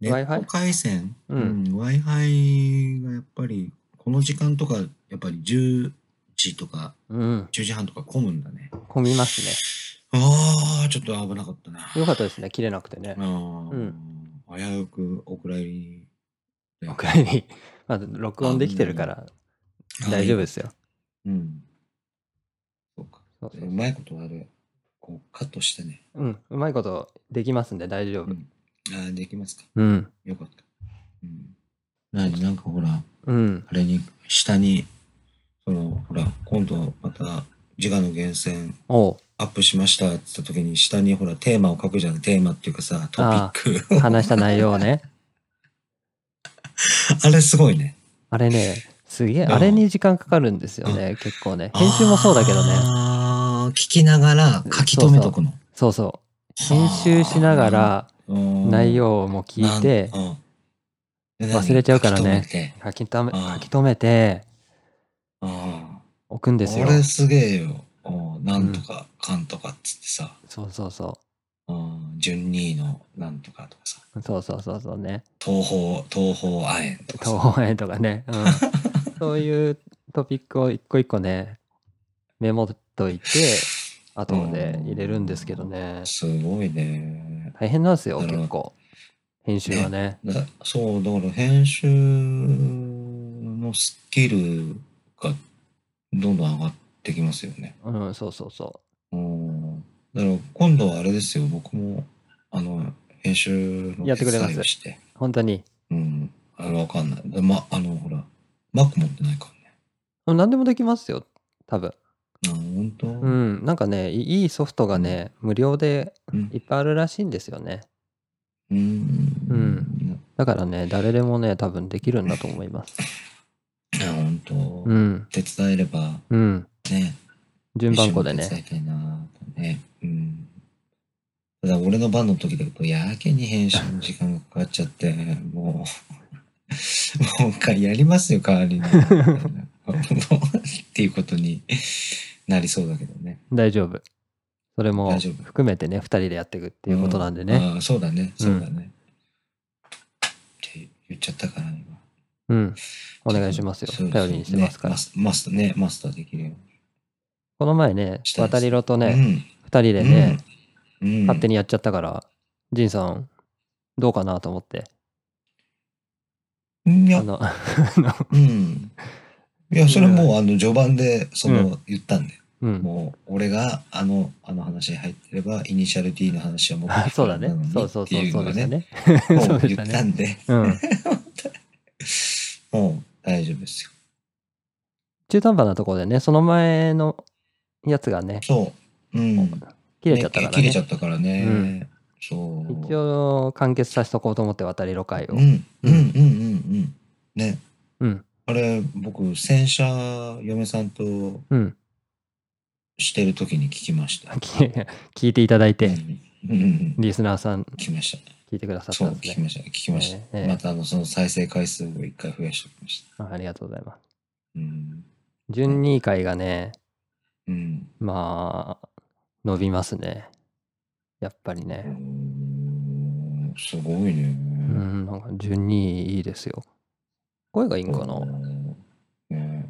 Speaker 2: ネット
Speaker 1: Wi-Fi？
Speaker 2: 回線、
Speaker 1: うん
Speaker 2: Wi-Fi がやっぱり、この時間とか、やっぱり10時とか
Speaker 1: うん。
Speaker 2: 10時半とか混むんだね。
Speaker 1: 混みます
Speaker 2: ああ、ちょっと危なかったな。
Speaker 1: ね。よかったですね。切れなくてね
Speaker 2: あ。ー
Speaker 1: うん
Speaker 2: 危うくお蔵入りで。
Speaker 1: 僕らに、まず録音できてるから大丈夫
Speaker 2: は
Speaker 1: で
Speaker 2: い
Speaker 1: すよ。
Speaker 2: うん。そうか。
Speaker 1: そうそう
Speaker 2: うまいことあれ、こうカットしてね。
Speaker 1: うん。うまいことできますんで大丈
Speaker 2: う
Speaker 1: 夫。
Speaker 2: ん、ああ、できますか。
Speaker 1: うん。
Speaker 2: よかった。うん。なになんかほら、
Speaker 1: うん。
Speaker 2: あれに、下に、その、ほら、今度また、自我の源泉
Speaker 1: おう
Speaker 2: アップしましたって言った時に、下にほら、テーマを書くじゃない、テーマっていうかさ、トピックを。 あ
Speaker 1: 話した内容ね。
Speaker 2: れすごいね。
Speaker 1: あれね、すげえ、
Speaker 2: うん
Speaker 1: あれに時間かかるんですよね。結構ね。編集もそうだけどね。
Speaker 2: あー聞きながら書き留めとくの。
Speaker 1: そうそう。編集しながら内
Speaker 2: を
Speaker 1: 容も聞いて、忘れちゃうからね。書き留め
Speaker 2: うん
Speaker 1: 書き留めて
Speaker 2: あ
Speaker 1: おくんですよ
Speaker 2: あ。。れすげえよ。うんなんとかかんとかっつってさ、
Speaker 1: そうそうそ
Speaker 2: うん順二のなんとかとかさ、
Speaker 1: う。そうそうそうそうね。
Speaker 2: 東方、東方亜鉛とかさ。
Speaker 1: 東映とかね。うん、 そういうトピックを一個一個ね、メモっといて、後で入れるんですけどね。
Speaker 2: すごいね。
Speaker 1: 大変なんですよ、
Speaker 2: なるほど
Speaker 1: 結構。編集はね。
Speaker 2: だそう、だから編集のスキルがどんどん上がってきますよね。
Speaker 1: うん、そうそうそ
Speaker 2: うん。だから今度はあれですよ、僕も、あの、編集の
Speaker 1: やってくれます
Speaker 2: 手伝いをして。
Speaker 1: う。本当に。
Speaker 2: うん。あれわかんない。でま、あの、ほら、Mac 持ってないからね。
Speaker 1: うん何でもできますよ、多分。
Speaker 2: あ、本当
Speaker 1: う、
Speaker 2: うん
Speaker 1: なんかね、いいいソフトがね、無料で
Speaker 2: ん
Speaker 1: い。っぱいあるらしいんですよね。
Speaker 2: う。
Speaker 1: うんだからね、誰でもね、多分できるんだと思います。
Speaker 2: あ、本当、
Speaker 1: うん、
Speaker 2: 手伝えれば、
Speaker 1: うん。
Speaker 2: ね。
Speaker 1: 順番こで
Speaker 2: 一緒
Speaker 1: ね。
Speaker 2: に手伝いたいなとね。うん。ただ俺の番の時だと、やけに編集の時間がかかっちゃって、もう、もう一回やりますよ、代わりに。みたいなっていうことになりそうだけどね。
Speaker 1: 大丈夫。それも
Speaker 2: 大丈夫
Speaker 1: 含めてね、2人でやっていくっていうことなんで
Speaker 2: う
Speaker 1: ね。
Speaker 2: ああそうだね、
Speaker 1: うん
Speaker 2: そうだね。って言っちゃったから、今。
Speaker 1: うん。お願いしますよ
Speaker 2: そう。
Speaker 1: 頼りにしてますから
Speaker 2: ね。マ。スマスターね、マスターできるよ。
Speaker 1: この前ね
Speaker 2: し、たいです
Speaker 1: 渡りろと
Speaker 2: う
Speaker 1: ね、
Speaker 2: ん。
Speaker 1: 2人でね、
Speaker 2: うん、
Speaker 1: 勝手
Speaker 2: に。
Speaker 1: にやっちゃったから、ジンさん、どうかなと思って。
Speaker 2: うんいや
Speaker 1: あ、の、
Speaker 2: うん。いや、それもう、あの、序盤で、その、言ったんで、
Speaker 1: うん。
Speaker 2: もう、俺が、あの、あの話に入ってれば、イニシャル D の話はもう
Speaker 1: あ、 そうだね
Speaker 2: なのに。
Speaker 1: そうそう
Speaker 2: って
Speaker 1: そう、
Speaker 2: い
Speaker 1: そう
Speaker 2: の
Speaker 1: で
Speaker 2: が
Speaker 1: したね。 そ
Speaker 2: も
Speaker 1: う
Speaker 2: う
Speaker 1: で
Speaker 2: 言
Speaker 1: し
Speaker 2: った
Speaker 1: ね。
Speaker 2: たんで、
Speaker 1: うん。
Speaker 2: もう、大丈夫ですよ。
Speaker 1: 中途半端なところでね、その前のやつがね、
Speaker 2: そう。うん。
Speaker 1: 切れちゃったか
Speaker 2: ね
Speaker 1: ら
Speaker 2: 切れちゃ
Speaker 1: ね
Speaker 2: っ。たからね。
Speaker 1: うん
Speaker 2: そう。
Speaker 1: 一応完結させとこうと思って渡りろ会を
Speaker 2: うん、う。ん、うん、うん、うん。ね。
Speaker 1: うん。
Speaker 2: あれ、僕、洗車、嫁さんと
Speaker 1: うん。
Speaker 2: してる時に聞きました。
Speaker 1: 聞いていただいて、
Speaker 2: うんうんうん、
Speaker 1: リスナーさん
Speaker 2: 聞きまし
Speaker 1: 聞いてくださ
Speaker 2: た。
Speaker 1: っ
Speaker 2: そう、
Speaker 1: たん
Speaker 2: 聞
Speaker 1: です
Speaker 2: き
Speaker 1: ね。
Speaker 2: ました。聞きました。
Speaker 1: ええ
Speaker 2: また、あの、その再生回数を一回増やしておきました。
Speaker 1: あありがとうございます。
Speaker 2: うん。
Speaker 1: 準2回がね、
Speaker 2: うん。
Speaker 1: まあ、伸びますね。やっぱりね。
Speaker 2: おーすごいね。
Speaker 1: うん、なんか順にいいですよ。声がいいんかな
Speaker 2: うんね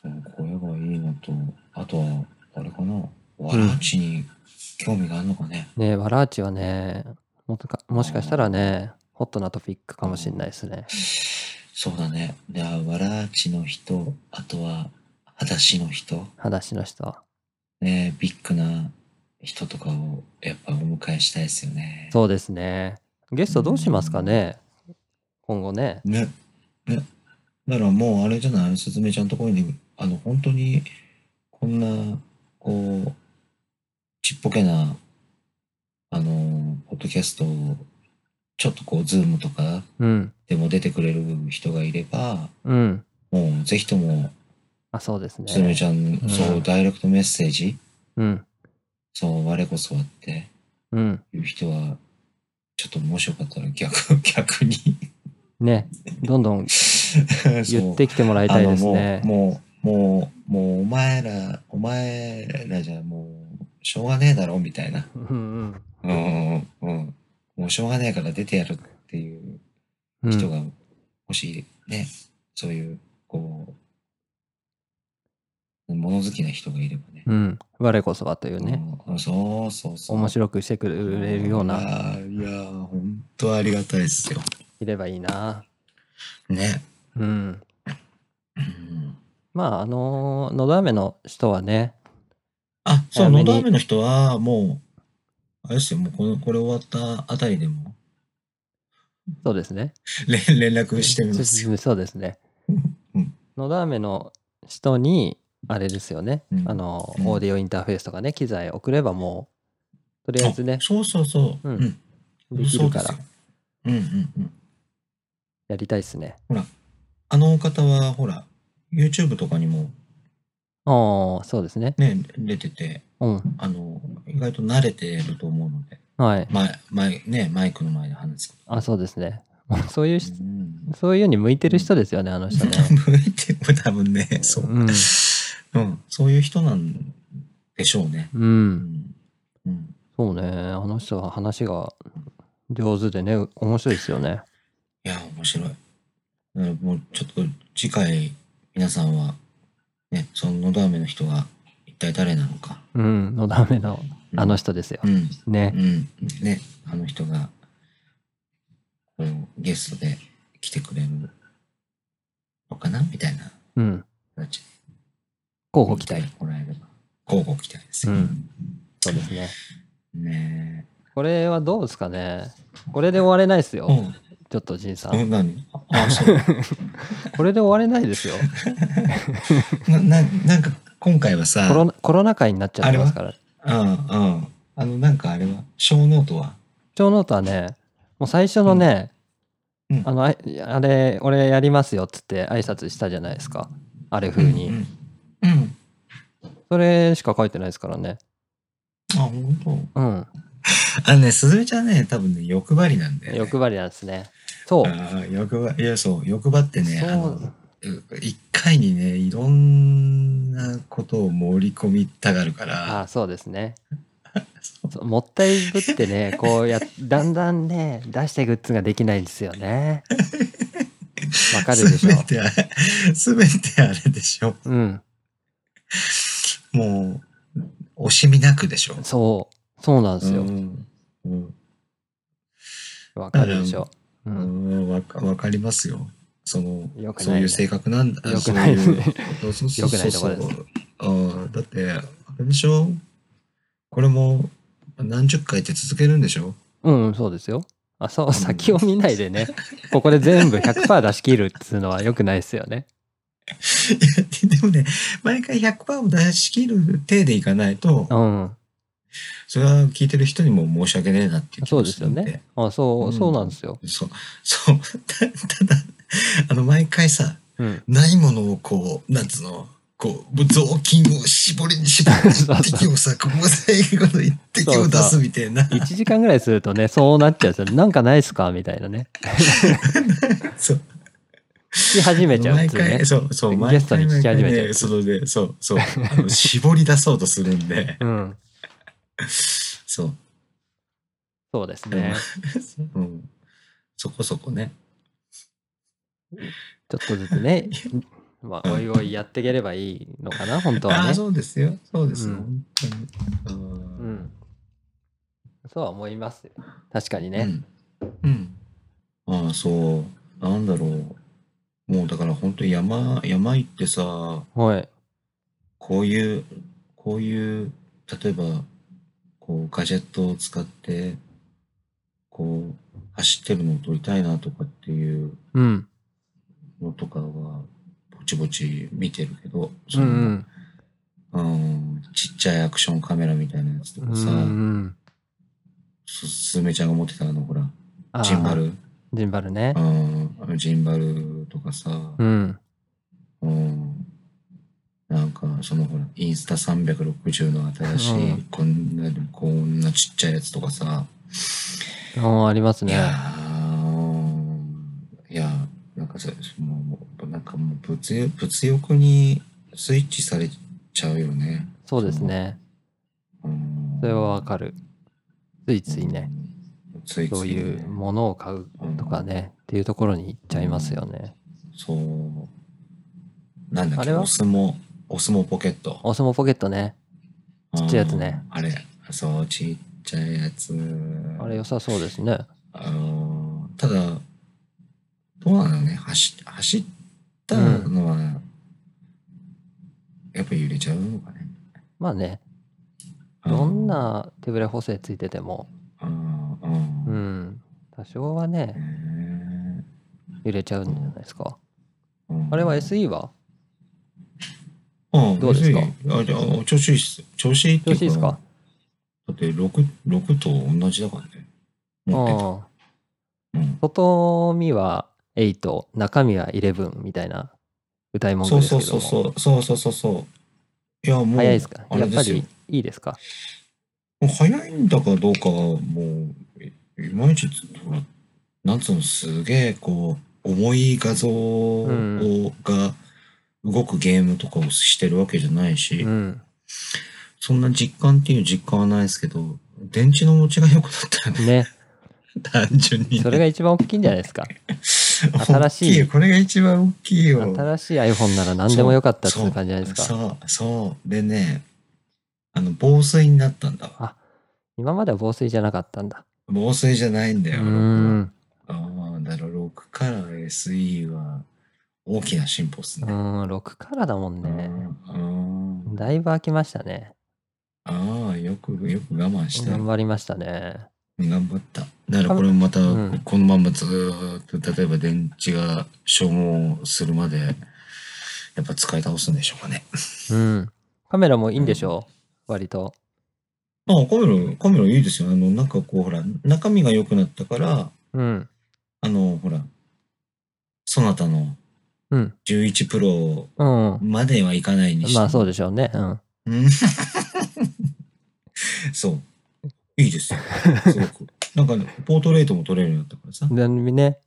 Speaker 2: その声がいいのと、あとは、あれかな。わらちに興味があるのかね。
Speaker 1: ねえ、わらあちはね、もっとかもしかしたらね、ホットなトピックかもしれないですね。
Speaker 2: そうだね。で、あわらちの人、あとは、裸足の人。
Speaker 1: 裸足の人は。
Speaker 2: ね、ビッグな人とかをやっぱお迎えしたいですよね。
Speaker 1: そうですね。ゲストどうしますかね今後ね。
Speaker 2: ね。ね。だからもうあれじゃないすずめちゃんところに、あの、本当に、こんな、こう、ちっぽけな、あの、ポッドキャストを、ちょっとこう、ズームとか
Speaker 1: うん。
Speaker 2: でも出てくれる人がいれば、
Speaker 1: うん。
Speaker 2: もうぜひとも、
Speaker 1: あ、そうですね。
Speaker 2: すずめちゃん、
Speaker 1: うん
Speaker 2: そう、ダイレクトメッセージ、
Speaker 1: うん。
Speaker 2: そう、我こそはって
Speaker 1: うん。
Speaker 2: いう人は、ちょっともしよかったら逆、 逆に
Speaker 1: ね。どんどん言
Speaker 2: 言
Speaker 1: ってきてもらいたいですね。
Speaker 2: もう、もう、もう、もうお前ら、お前らじゃもう、しょうがねえだろ、みたいな。
Speaker 1: うん
Speaker 2: うんうんうん。もうしょうがねえから出てやるっていう
Speaker 1: うん。
Speaker 2: 人が、もしね、そういう、こう、物好きな人がいればね。
Speaker 1: うん。我こそはというね。
Speaker 2: うん。そうそうそう。
Speaker 1: 面白くしてくれるよう
Speaker 2: い
Speaker 1: な、
Speaker 2: やー、いやー本当ありがたいですよ。
Speaker 1: いればいいな。
Speaker 2: ね。
Speaker 1: うん。
Speaker 2: うん
Speaker 1: まあ、あのー、のど飴の人はね、
Speaker 2: あ、そ
Speaker 1: 早
Speaker 2: う、
Speaker 1: め
Speaker 2: の
Speaker 1: に
Speaker 2: ど飴の人は、もう、あれですよ、もうこの、これ終わったあたりでも、
Speaker 1: そうですね。
Speaker 2: 連連絡してるんですよ。
Speaker 1: そうですね
Speaker 2: うん。
Speaker 1: のど飴の人に、あれですよね
Speaker 2: う。ん
Speaker 1: あの
Speaker 2: う
Speaker 1: ー、
Speaker 2: ん
Speaker 1: オーディオインターフェースとかね、機材送ればもう、とりあえずね
Speaker 2: あ、そうそうそう。
Speaker 1: う
Speaker 2: うんん。
Speaker 1: できるから
Speaker 2: そうですよ。うんうんうん。
Speaker 1: やりたいっすね。
Speaker 2: あのお方は、ほら、YouTube とかにも
Speaker 1: ああ、そうですね。
Speaker 2: ね、出てて、
Speaker 1: うん。
Speaker 2: あの、意外と慣れてると思うので、
Speaker 1: はい。
Speaker 2: ま、前、ね、マイクの前で話すこ
Speaker 1: あ、そうですね。 そういうし
Speaker 2: と。、うん。
Speaker 1: そういうに向いてる人ですよね、あの人ね。
Speaker 2: 向いても多分ね、そう。
Speaker 1: うん
Speaker 2: うん。そういう人なんでしょうね。
Speaker 1: う。
Speaker 2: うんん。うん。
Speaker 1: そうね、あの人は話が上手でね、う面白いですよね。
Speaker 2: いや、面白い。だからもうちょっと次回、皆さんは、ね、そののど飴の人がい体誰なのか。
Speaker 1: うん、のだめの
Speaker 2: うん
Speaker 1: あの人ですよ
Speaker 2: う。ん。
Speaker 1: ね
Speaker 2: う。ん。ね、あの人が、これをゲストで来てくれるのかなみたいな
Speaker 1: うん。
Speaker 2: 形で。
Speaker 1: 候補期待。
Speaker 2: もらえれば。交互期待ですよ。
Speaker 1: うんそうですね。
Speaker 2: ね
Speaker 1: これはどうですかね。これで終われないです
Speaker 2: え。
Speaker 1: よ。
Speaker 2: お
Speaker 1: ちょっと、じいさ。
Speaker 2: うんん、何ああ、そう。
Speaker 1: これで終われないですよ。
Speaker 2: な、な なんか、今回はさ、
Speaker 1: コロナコロナ禍になっちゃってますから。
Speaker 2: うんうん。あの、なんかあれは、小ノートは、
Speaker 1: 超ノートはね、もう最初のね、
Speaker 2: うんうん
Speaker 1: あのあいあれ、俺やりますよっつって挨拶したじゃないですか。あれ風に。
Speaker 2: うん。うん。
Speaker 1: それしか書いてないですからね。
Speaker 2: あ、本当。
Speaker 1: うん。
Speaker 2: あのね、すずめちゃんね、多分ね、欲張りなんだよ、ね。
Speaker 1: 欲張りなんですね。そう。
Speaker 2: ああ、欲張り。いや、そう、欲張ってね、
Speaker 1: そ
Speaker 2: あの
Speaker 1: う、
Speaker 2: う一回にね、いろんなことを盛り込みたがるか
Speaker 1: あ
Speaker 2: ら、
Speaker 1: そうですね。
Speaker 2: そう
Speaker 1: そうもったいぶって ね、こうや、だんだんね、出してグッズができないんですよ ね。わかるでしょ
Speaker 2: 全。てあれ、 すべてあれでしょ。
Speaker 1: うん。
Speaker 2: もう、惜しみなくでしょ。
Speaker 1: そう。そうなんですよ
Speaker 2: う。ん。うん
Speaker 1: わかるでしょ。う。
Speaker 2: うんん。わかわかりますよ。その、
Speaker 1: よくないね
Speaker 2: そういう性格なんだ。
Speaker 1: よくないね
Speaker 2: そういうそうそうそ
Speaker 1: 良
Speaker 2: う
Speaker 1: くないとこです
Speaker 2: ああだって、あれでしょこれも何十回って続けるんでしょ
Speaker 1: うん、うんそうですよ。あ、そう、先を見ないでね、ここで全部100%出し切るっつうのは良くないですよね。
Speaker 2: い やでもね、毎回100%を出し切る体でいかないと、
Speaker 1: うん。
Speaker 2: それは聞いてる人にも申し訳ねえなっていう気
Speaker 1: そう
Speaker 2: が
Speaker 1: です
Speaker 2: す
Speaker 1: よ
Speaker 2: るんで。
Speaker 1: ね。あ、そう、
Speaker 2: うん
Speaker 1: そうなんですよ。
Speaker 2: そう、そう、 たただ、あの、毎回さ、
Speaker 1: うん。
Speaker 2: ないものをこう、なんつうの、こう、雑巾を絞りに絞 って
Speaker 1: そうそう
Speaker 2: 一滴をさ、ここ最後の一滴を出すみたいな。
Speaker 1: 1時間ぐらいするとね、そうなっちゃうんですよ。なんかないっすかみたいなね。
Speaker 2: そう。
Speaker 1: 聞き始めちゃうっ
Speaker 2: 毎
Speaker 1: つうね
Speaker 2: 回、。そう、そう、
Speaker 1: ゲ
Speaker 2: 毎
Speaker 1: ストに
Speaker 2: 回、
Speaker 1: 聞
Speaker 2: 毎
Speaker 1: き始
Speaker 2: 回
Speaker 1: めちゃう
Speaker 2: ね、そのね、そう、そう、あの絞り出そうとするんで、
Speaker 1: うん。
Speaker 2: そう。
Speaker 1: そうですね。
Speaker 2: うん、そこそこね。
Speaker 1: ちょっとずつね、まあ、おいおいやっていければいいのかな、本当
Speaker 2: あ
Speaker 1: は
Speaker 2: あ、
Speaker 1: ね。
Speaker 2: そうですよ。そうですよ。
Speaker 1: うん
Speaker 2: 本当に
Speaker 1: う
Speaker 2: うん
Speaker 1: ん。そうは思いますよ。確かにね。
Speaker 2: うん。うん。ああ、そう。なんだろう。もうだから本当に山、山行ってさ、
Speaker 1: はい。
Speaker 2: こういう、こういう、例えば、こう、ガジェットを使って、こう、走ってるのを撮りたいなとかっていう
Speaker 1: うん。
Speaker 2: のとかは、ぼちぼち見てるけど、
Speaker 1: う
Speaker 2: そ
Speaker 1: んう
Speaker 2: の
Speaker 1: ん。
Speaker 2: うんちっちゃいアクションカメラみたいなやつと
Speaker 1: う
Speaker 2: か
Speaker 1: ん
Speaker 2: さ、
Speaker 1: うん。
Speaker 2: すすずめちゃんが持ってたあのほら
Speaker 1: あー
Speaker 2: ジンバ。ル
Speaker 1: ジンバルね
Speaker 2: う。んあのジンバルとかさ、
Speaker 1: うん。
Speaker 2: うん、なんかそのほらインスタ360の新しい、
Speaker 1: うん
Speaker 2: こんなこんなちっちゃいやつとか
Speaker 1: あ
Speaker 2: さ、
Speaker 1: ーあります
Speaker 2: いや
Speaker 1: ね。
Speaker 2: ーいやなんかさもうもうなんかもう物欲物欲にスイッチされちゃうよね。
Speaker 1: そうですね。
Speaker 2: うん
Speaker 1: それはわかる。ついついね、
Speaker 2: うん。ついついね、
Speaker 1: そういうものを買うとかね、っていうところに行っちゃいますよね。
Speaker 2: そう。なんだっ
Speaker 1: あ
Speaker 2: け、
Speaker 1: れは
Speaker 2: お相撲、お相撲ポケット。
Speaker 1: お相撲ポケットね。
Speaker 2: ち
Speaker 1: っちゃいやつね。
Speaker 2: あれ、そう、ちっちゃいやつ。
Speaker 1: あれ良さそうですね。
Speaker 2: あのただ、どうなのね、走走ったのは、やっぱ揺れちゃうのかね。
Speaker 1: まあね、
Speaker 2: あー
Speaker 1: どんな手ぶれ補正ついてても、
Speaker 2: あーあ
Speaker 1: う
Speaker 2: ー
Speaker 1: ん、多少は
Speaker 2: へ
Speaker 1: ね、
Speaker 2: ー
Speaker 1: 揺れちゃうんじゃないですか。
Speaker 2: うん
Speaker 1: あれは SE は
Speaker 2: うん
Speaker 1: どうですか
Speaker 2: 別にあじゃあ調子いいっす。調子いいって
Speaker 1: 調
Speaker 2: いう
Speaker 1: 子いいですか
Speaker 2: だって6、六と同じだからね。
Speaker 1: う
Speaker 2: 持って
Speaker 1: ん。
Speaker 2: た。うん
Speaker 1: 外見は8、中身は11みたいな歌い文句
Speaker 2: そう
Speaker 1: ですけ
Speaker 2: そ
Speaker 1: ど
Speaker 2: う
Speaker 1: も。
Speaker 2: そうそうそうそうそうそういやもう
Speaker 1: 早いですか
Speaker 2: あ
Speaker 1: や
Speaker 2: れ
Speaker 1: っ
Speaker 2: で
Speaker 1: ぱ
Speaker 2: すよ
Speaker 1: りいいですか
Speaker 2: もう早いんだかどうかはもういいまいちほらなんつうのすげえこう重い画像を、
Speaker 1: うん
Speaker 2: が動くゲームとかをしてるわけじゃないし、
Speaker 1: うん。
Speaker 2: そんな実感っていう実感はないですけど電池の持ちが良くなったよね
Speaker 1: ね。
Speaker 2: 単純にね、
Speaker 1: それが一番大きいんじゃない ですか。新
Speaker 2: 大
Speaker 1: しい
Speaker 2: きいこれが一番大きいよ
Speaker 1: 新しい iPhone なら何でもよかったっていう感じじゃないですか。
Speaker 2: そうそうでねあの、防水になったんだわ。
Speaker 1: あ今までは防水じゃなかったんだ。
Speaker 2: 防水じゃないん
Speaker 1: う
Speaker 2: だよ。
Speaker 1: ー
Speaker 2: あ
Speaker 1: ん。
Speaker 2: あー、だから6から SE は大きな進歩っす
Speaker 1: う
Speaker 2: ね。
Speaker 1: ーん、6からだもんね。
Speaker 2: あー
Speaker 1: だいぶ空きましたね。
Speaker 2: あーあー、よく、よく我慢した。
Speaker 1: 頑張りましたね。
Speaker 2: 頑張った。だからこれもまた
Speaker 1: うん、
Speaker 2: このままずーっと、例えば電池が消耗するまで、やっぱ使い倒すんでしょうかね。
Speaker 1: うん。カメラもいいんでしょう、割と。
Speaker 2: ああ、カメラ、カメラいいですよ。あの、なんかこう、ほら、中身が良くなったから、
Speaker 1: うん。
Speaker 2: あの、ほら、そなたの
Speaker 1: うん。
Speaker 2: 11プロ
Speaker 1: うん。
Speaker 2: まではいかないにしても
Speaker 1: まあそうでしょうね。うん。
Speaker 2: うん そう。いいですよ。すごく。なんか、ね、ポートレートも撮れるようになったからさ。
Speaker 1: でね、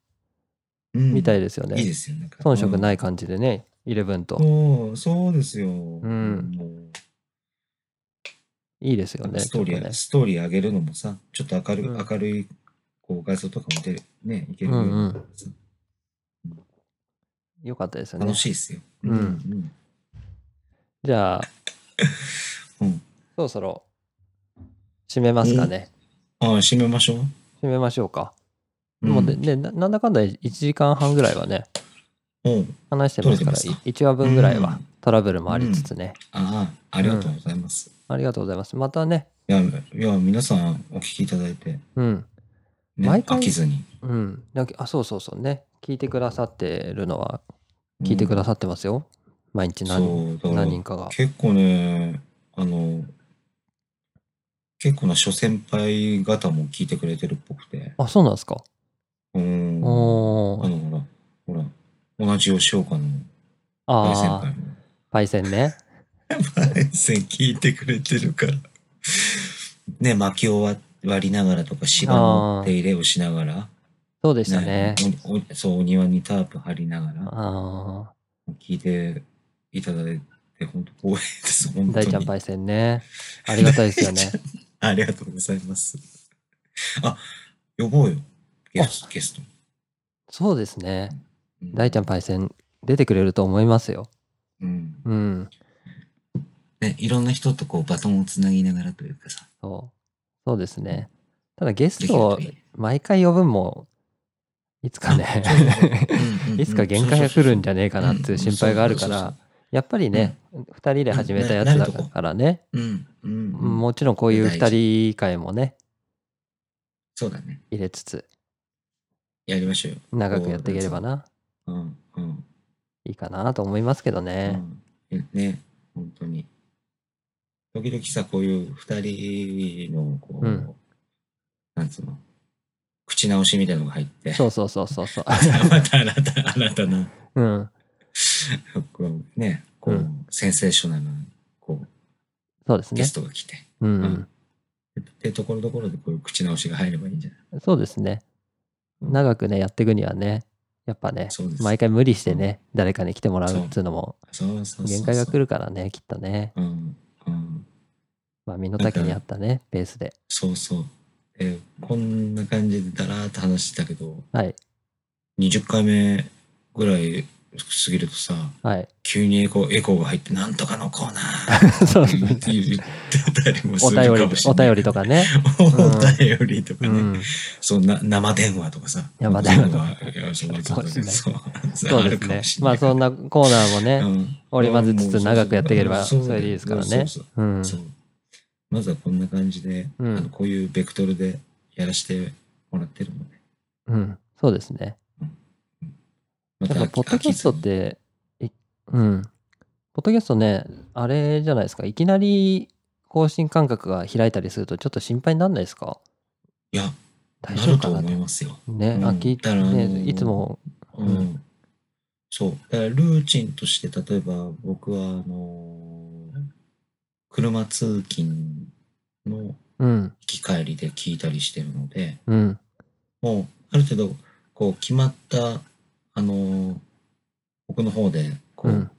Speaker 2: うん、
Speaker 1: みた
Speaker 2: い
Speaker 1: いですよ
Speaker 2: い
Speaker 1: ね。
Speaker 2: ですよ。なんか
Speaker 1: 遜色
Speaker 2: い。
Speaker 1: ない感じでね、11と。
Speaker 2: そう、そうですよ。うん
Speaker 1: いいですよね。
Speaker 2: ストーリ
Speaker 1: ちょっと
Speaker 2: ー、
Speaker 1: ね
Speaker 2: ストーリー上げるのもさ、ちょっと明る,、
Speaker 1: うん
Speaker 2: 明るいこう画像とかも出る、ね、いける
Speaker 1: う
Speaker 2: ようん
Speaker 1: うん
Speaker 2: になったからさ
Speaker 1: よかったですよね
Speaker 2: 楽。しいですよ。
Speaker 1: うん
Speaker 2: うん
Speaker 1: じゃあ、
Speaker 2: うん
Speaker 1: そろそろ、締めますかね。
Speaker 2: ああ、閉めましょう。
Speaker 1: 締めましょうか。
Speaker 2: うん
Speaker 1: もうで、ね、ななんだかんだ1時間半ぐらいはね、
Speaker 2: おう
Speaker 1: 話してますから、
Speaker 2: 取れてます
Speaker 1: 1話分ぐらいは
Speaker 2: うん
Speaker 1: トラブルもありつつね。
Speaker 2: ああ、ありがとうございます。
Speaker 1: ありがとうございます。またね、
Speaker 2: いや、いや、皆さんお聞きいただいて、
Speaker 1: うん、
Speaker 2: ね、
Speaker 1: 毎回
Speaker 2: 飽きずに。
Speaker 1: うん。なんかあ、そうそうそうね。聞いてくださってるのは、聞いてくださってますよ。毎日何人
Speaker 2: そうだから
Speaker 1: 何人かが。
Speaker 2: 結構ねあの結構な諸先輩方も聞いてくれてるっぽくて
Speaker 1: あ、そうなんですか。
Speaker 2: うん
Speaker 1: お
Speaker 2: あ
Speaker 1: ー。
Speaker 2: のほらほら同じ吉岡の大先
Speaker 1: あ
Speaker 2: 輩
Speaker 1: あ、パイセンね。
Speaker 2: も大先聞いてくれてるからね巻き終わりながらとか芝の手入れをしながら、
Speaker 1: そうでしたね
Speaker 2: ね。おおそうお庭にタープ張りながら
Speaker 1: ああ、
Speaker 2: 聞いていただいて本当光栄です本当
Speaker 1: 大
Speaker 2: に
Speaker 1: ちゃんパイセンね。ありがたいですよ ね。
Speaker 2: ありがとうございます。あ、呼ぼうよ。ゲスゲスト。
Speaker 1: そうですね。
Speaker 2: うん
Speaker 1: 大ちゃんパイセン出てくれると思いますよ。
Speaker 2: うん。
Speaker 1: うん。
Speaker 2: ね、いろんな人とこうバトンをつなぎながらというかさ。
Speaker 1: そう。そうですね。ただゲストを
Speaker 2: できるといい
Speaker 1: 毎回呼ぶんも、いつかね、いつか限界が来るんじゃねえかなっていう心配があるから、やっぱりね、二人で始めたやつだからね、
Speaker 2: うんうんうんうん。
Speaker 1: もちろんこういう二人会もね、
Speaker 2: そうだね。
Speaker 1: 入れつつ、
Speaker 2: やりましょうよ。
Speaker 1: 長くやっていければな、
Speaker 2: うんうん
Speaker 1: いいかなと思いますけど
Speaker 2: う
Speaker 1: ね。
Speaker 2: ん。ね、本当に。時々さ、こういう二人のこう、
Speaker 1: うん
Speaker 2: なんつうの、口直しみたいなのが入って、
Speaker 1: そうそうそうそう そう。
Speaker 2: また新たな、新たな。
Speaker 1: うん。
Speaker 2: こうね、こう、
Speaker 1: うん
Speaker 2: センセーショナルな、こう、
Speaker 1: そうです
Speaker 2: ゲ
Speaker 1: ね
Speaker 2: ス。トが来て、
Speaker 1: うん、
Speaker 2: で、ところどころでこういう口直しが入ればいいんじゃない
Speaker 1: うん。そうですね。
Speaker 2: うん
Speaker 1: 長くね、やっていくにはね、やっぱね
Speaker 2: そうで、す
Speaker 1: 毎回無理してね、誰かに来てもらうっていうのも、
Speaker 2: そうそうそうそう。
Speaker 1: 限界が来るからね、きっとね。
Speaker 2: うん、うん。
Speaker 1: まあ、身の丈に合ったね、ペースで。
Speaker 2: そうそう。えーこんな感じでだらーっと話してたけど、
Speaker 1: はい。
Speaker 2: 20回目ぐらい過ぎるとさ、
Speaker 1: はい。
Speaker 2: 急にエコエコーが入って、なんとかのコーナ ー
Speaker 1: そう
Speaker 2: って
Speaker 1: そう
Speaker 2: 言ってたりも
Speaker 1: お
Speaker 2: する
Speaker 1: 便
Speaker 2: か
Speaker 1: り
Speaker 2: もし、
Speaker 1: お
Speaker 2: れない。
Speaker 1: 便りとかね。
Speaker 2: お便りとか
Speaker 1: う
Speaker 2: ね。
Speaker 1: ん。
Speaker 2: そんな生電話とかさ。
Speaker 1: 生電話と
Speaker 2: か。いや、そう
Speaker 1: そうですね
Speaker 2: そう
Speaker 1: そう
Speaker 2: ある
Speaker 1: です
Speaker 2: か
Speaker 1: ね
Speaker 2: も。しれ
Speaker 1: ま
Speaker 2: な
Speaker 1: あ
Speaker 2: い
Speaker 1: そんなコーナーも
Speaker 2: う
Speaker 1: ね、
Speaker 2: ん
Speaker 1: 織り交ぜつつ長くやっていければ、
Speaker 2: そう
Speaker 1: そ
Speaker 2: そう
Speaker 1: れでいいですから
Speaker 2: そ
Speaker 1: ね
Speaker 2: う。そう
Speaker 1: うん。
Speaker 2: そうまずはこんな感じで、
Speaker 1: う
Speaker 2: あの
Speaker 1: ん。
Speaker 2: こういうベクトルでやらせてもらってるので。
Speaker 1: うん。そうですね。
Speaker 2: ま
Speaker 1: やっぱ、ポッドキャストっ
Speaker 2: 飽きずに
Speaker 1: て、いうん。ポッドキャストね、あれじゃないですか。いきなり更新間隔が開いたりすると、ちょっと心配にならないですか
Speaker 2: いや、
Speaker 1: 大
Speaker 2: な
Speaker 1: 丈
Speaker 2: る
Speaker 1: 夫か
Speaker 2: と
Speaker 1: な
Speaker 2: 思い
Speaker 1: と。
Speaker 2: ますよ。
Speaker 1: ね、
Speaker 2: うん
Speaker 1: あ、聞い
Speaker 2: だからあの
Speaker 1: ね、いつも、
Speaker 2: うんん。そう。だからルーチンとして、例えば僕は、あのー車通勤の
Speaker 1: うん、
Speaker 2: 行き帰りで聞いたりしてるので、
Speaker 1: うん、
Speaker 2: もうある程度こう決まったあのー僕の方でこ
Speaker 1: う、
Speaker 2: うん聞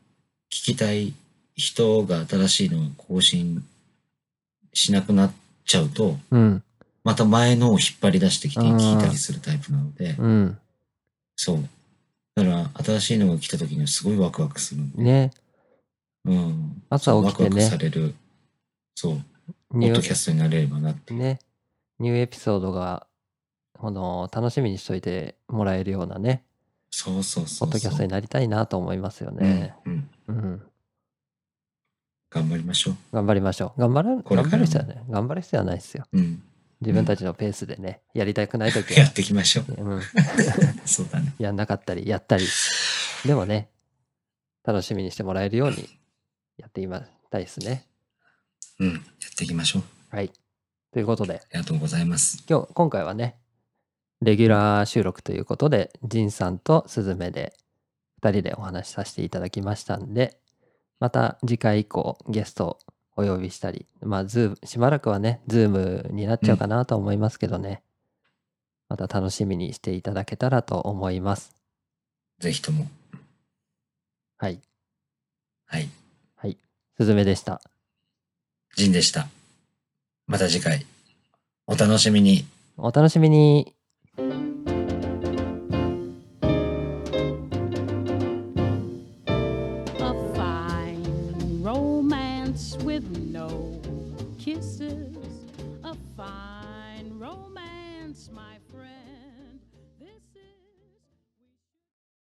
Speaker 2: きたい人が新しいのを更新しなくなっちゃうと
Speaker 1: うん、
Speaker 2: また前のを引っ張り出してきて
Speaker 1: あー
Speaker 2: 聞いたりするタイプなので
Speaker 1: うん。
Speaker 2: そうだから新しいのが来た時にはすごいワクワクするんで
Speaker 1: ね、
Speaker 2: うん
Speaker 1: 朝起きてね
Speaker 2: ワクワクされるそう、ポ
Speaker 1: ニ
Speaker 2: ッ
Speaker 1: ュ
Speaker 2: ドキャ
Speaker 1: ー
Speaker 2: ストになれればなって。
Speaker 1: ね、ニューエピソードが、この、楽しみにしといてもらえるようなね、
Speaker 2: そうそうそ
Speaker 1: ポ
Speaker 2: うそう。
Speaker 1: ッドキャストになりたいなと思いますよね。
Speaker 2: うん、うん。
Speaker 1: うん。
Speaker 2: 頑張りましょ
Speaker 1: 頑張りましょう。頑張る、
Speaker 2: これ
Speaker 1: 頑
Speaker 2: か
Speaker 1: 張
Speaker 2: らも
Speaker 1: る必要はね、頑張る必要はないですよ。
Speaker 2: う。うん。
Speaker 1: 自分たちのペースでね、やりたくないとき
Speaker 2: や
Speaker 1: は
Speaker 2: っ、ていきましょう。
Speaker 1: うん、
Speaker 2: そうだね。
Speaker 1: やんなかったり、やったり、でもね、楽しみにしてもらえるようにやっていまたいですね。
Speaker 2: うん。やっていきましょう。
Speaker 1: はい。ということで、
Speaker 2: ありがとうございます。
Speaker 1: 今日、今回はね、レギュラー収録ということで、ジンさんとスズメで2人でお話しさせていただきましたんで、また次回以降ゲストをお呼びしたり、まあ、ズーム、しばらくはね、ズームになっちゃうかなと思いますけどね、また楽しみにしていただけたらと思います。
Speaker 2: ぜひとも。
Speaker 1: はい。
Speaker 2: はい。
Speaker 1: はい。スズメでした。
Speaker 2: ジンでした。また次回。お楽しみに。
Speaker 1: お楽しみに。
Speaker 3: a fine romance with no kisses. A fine romance, my friend.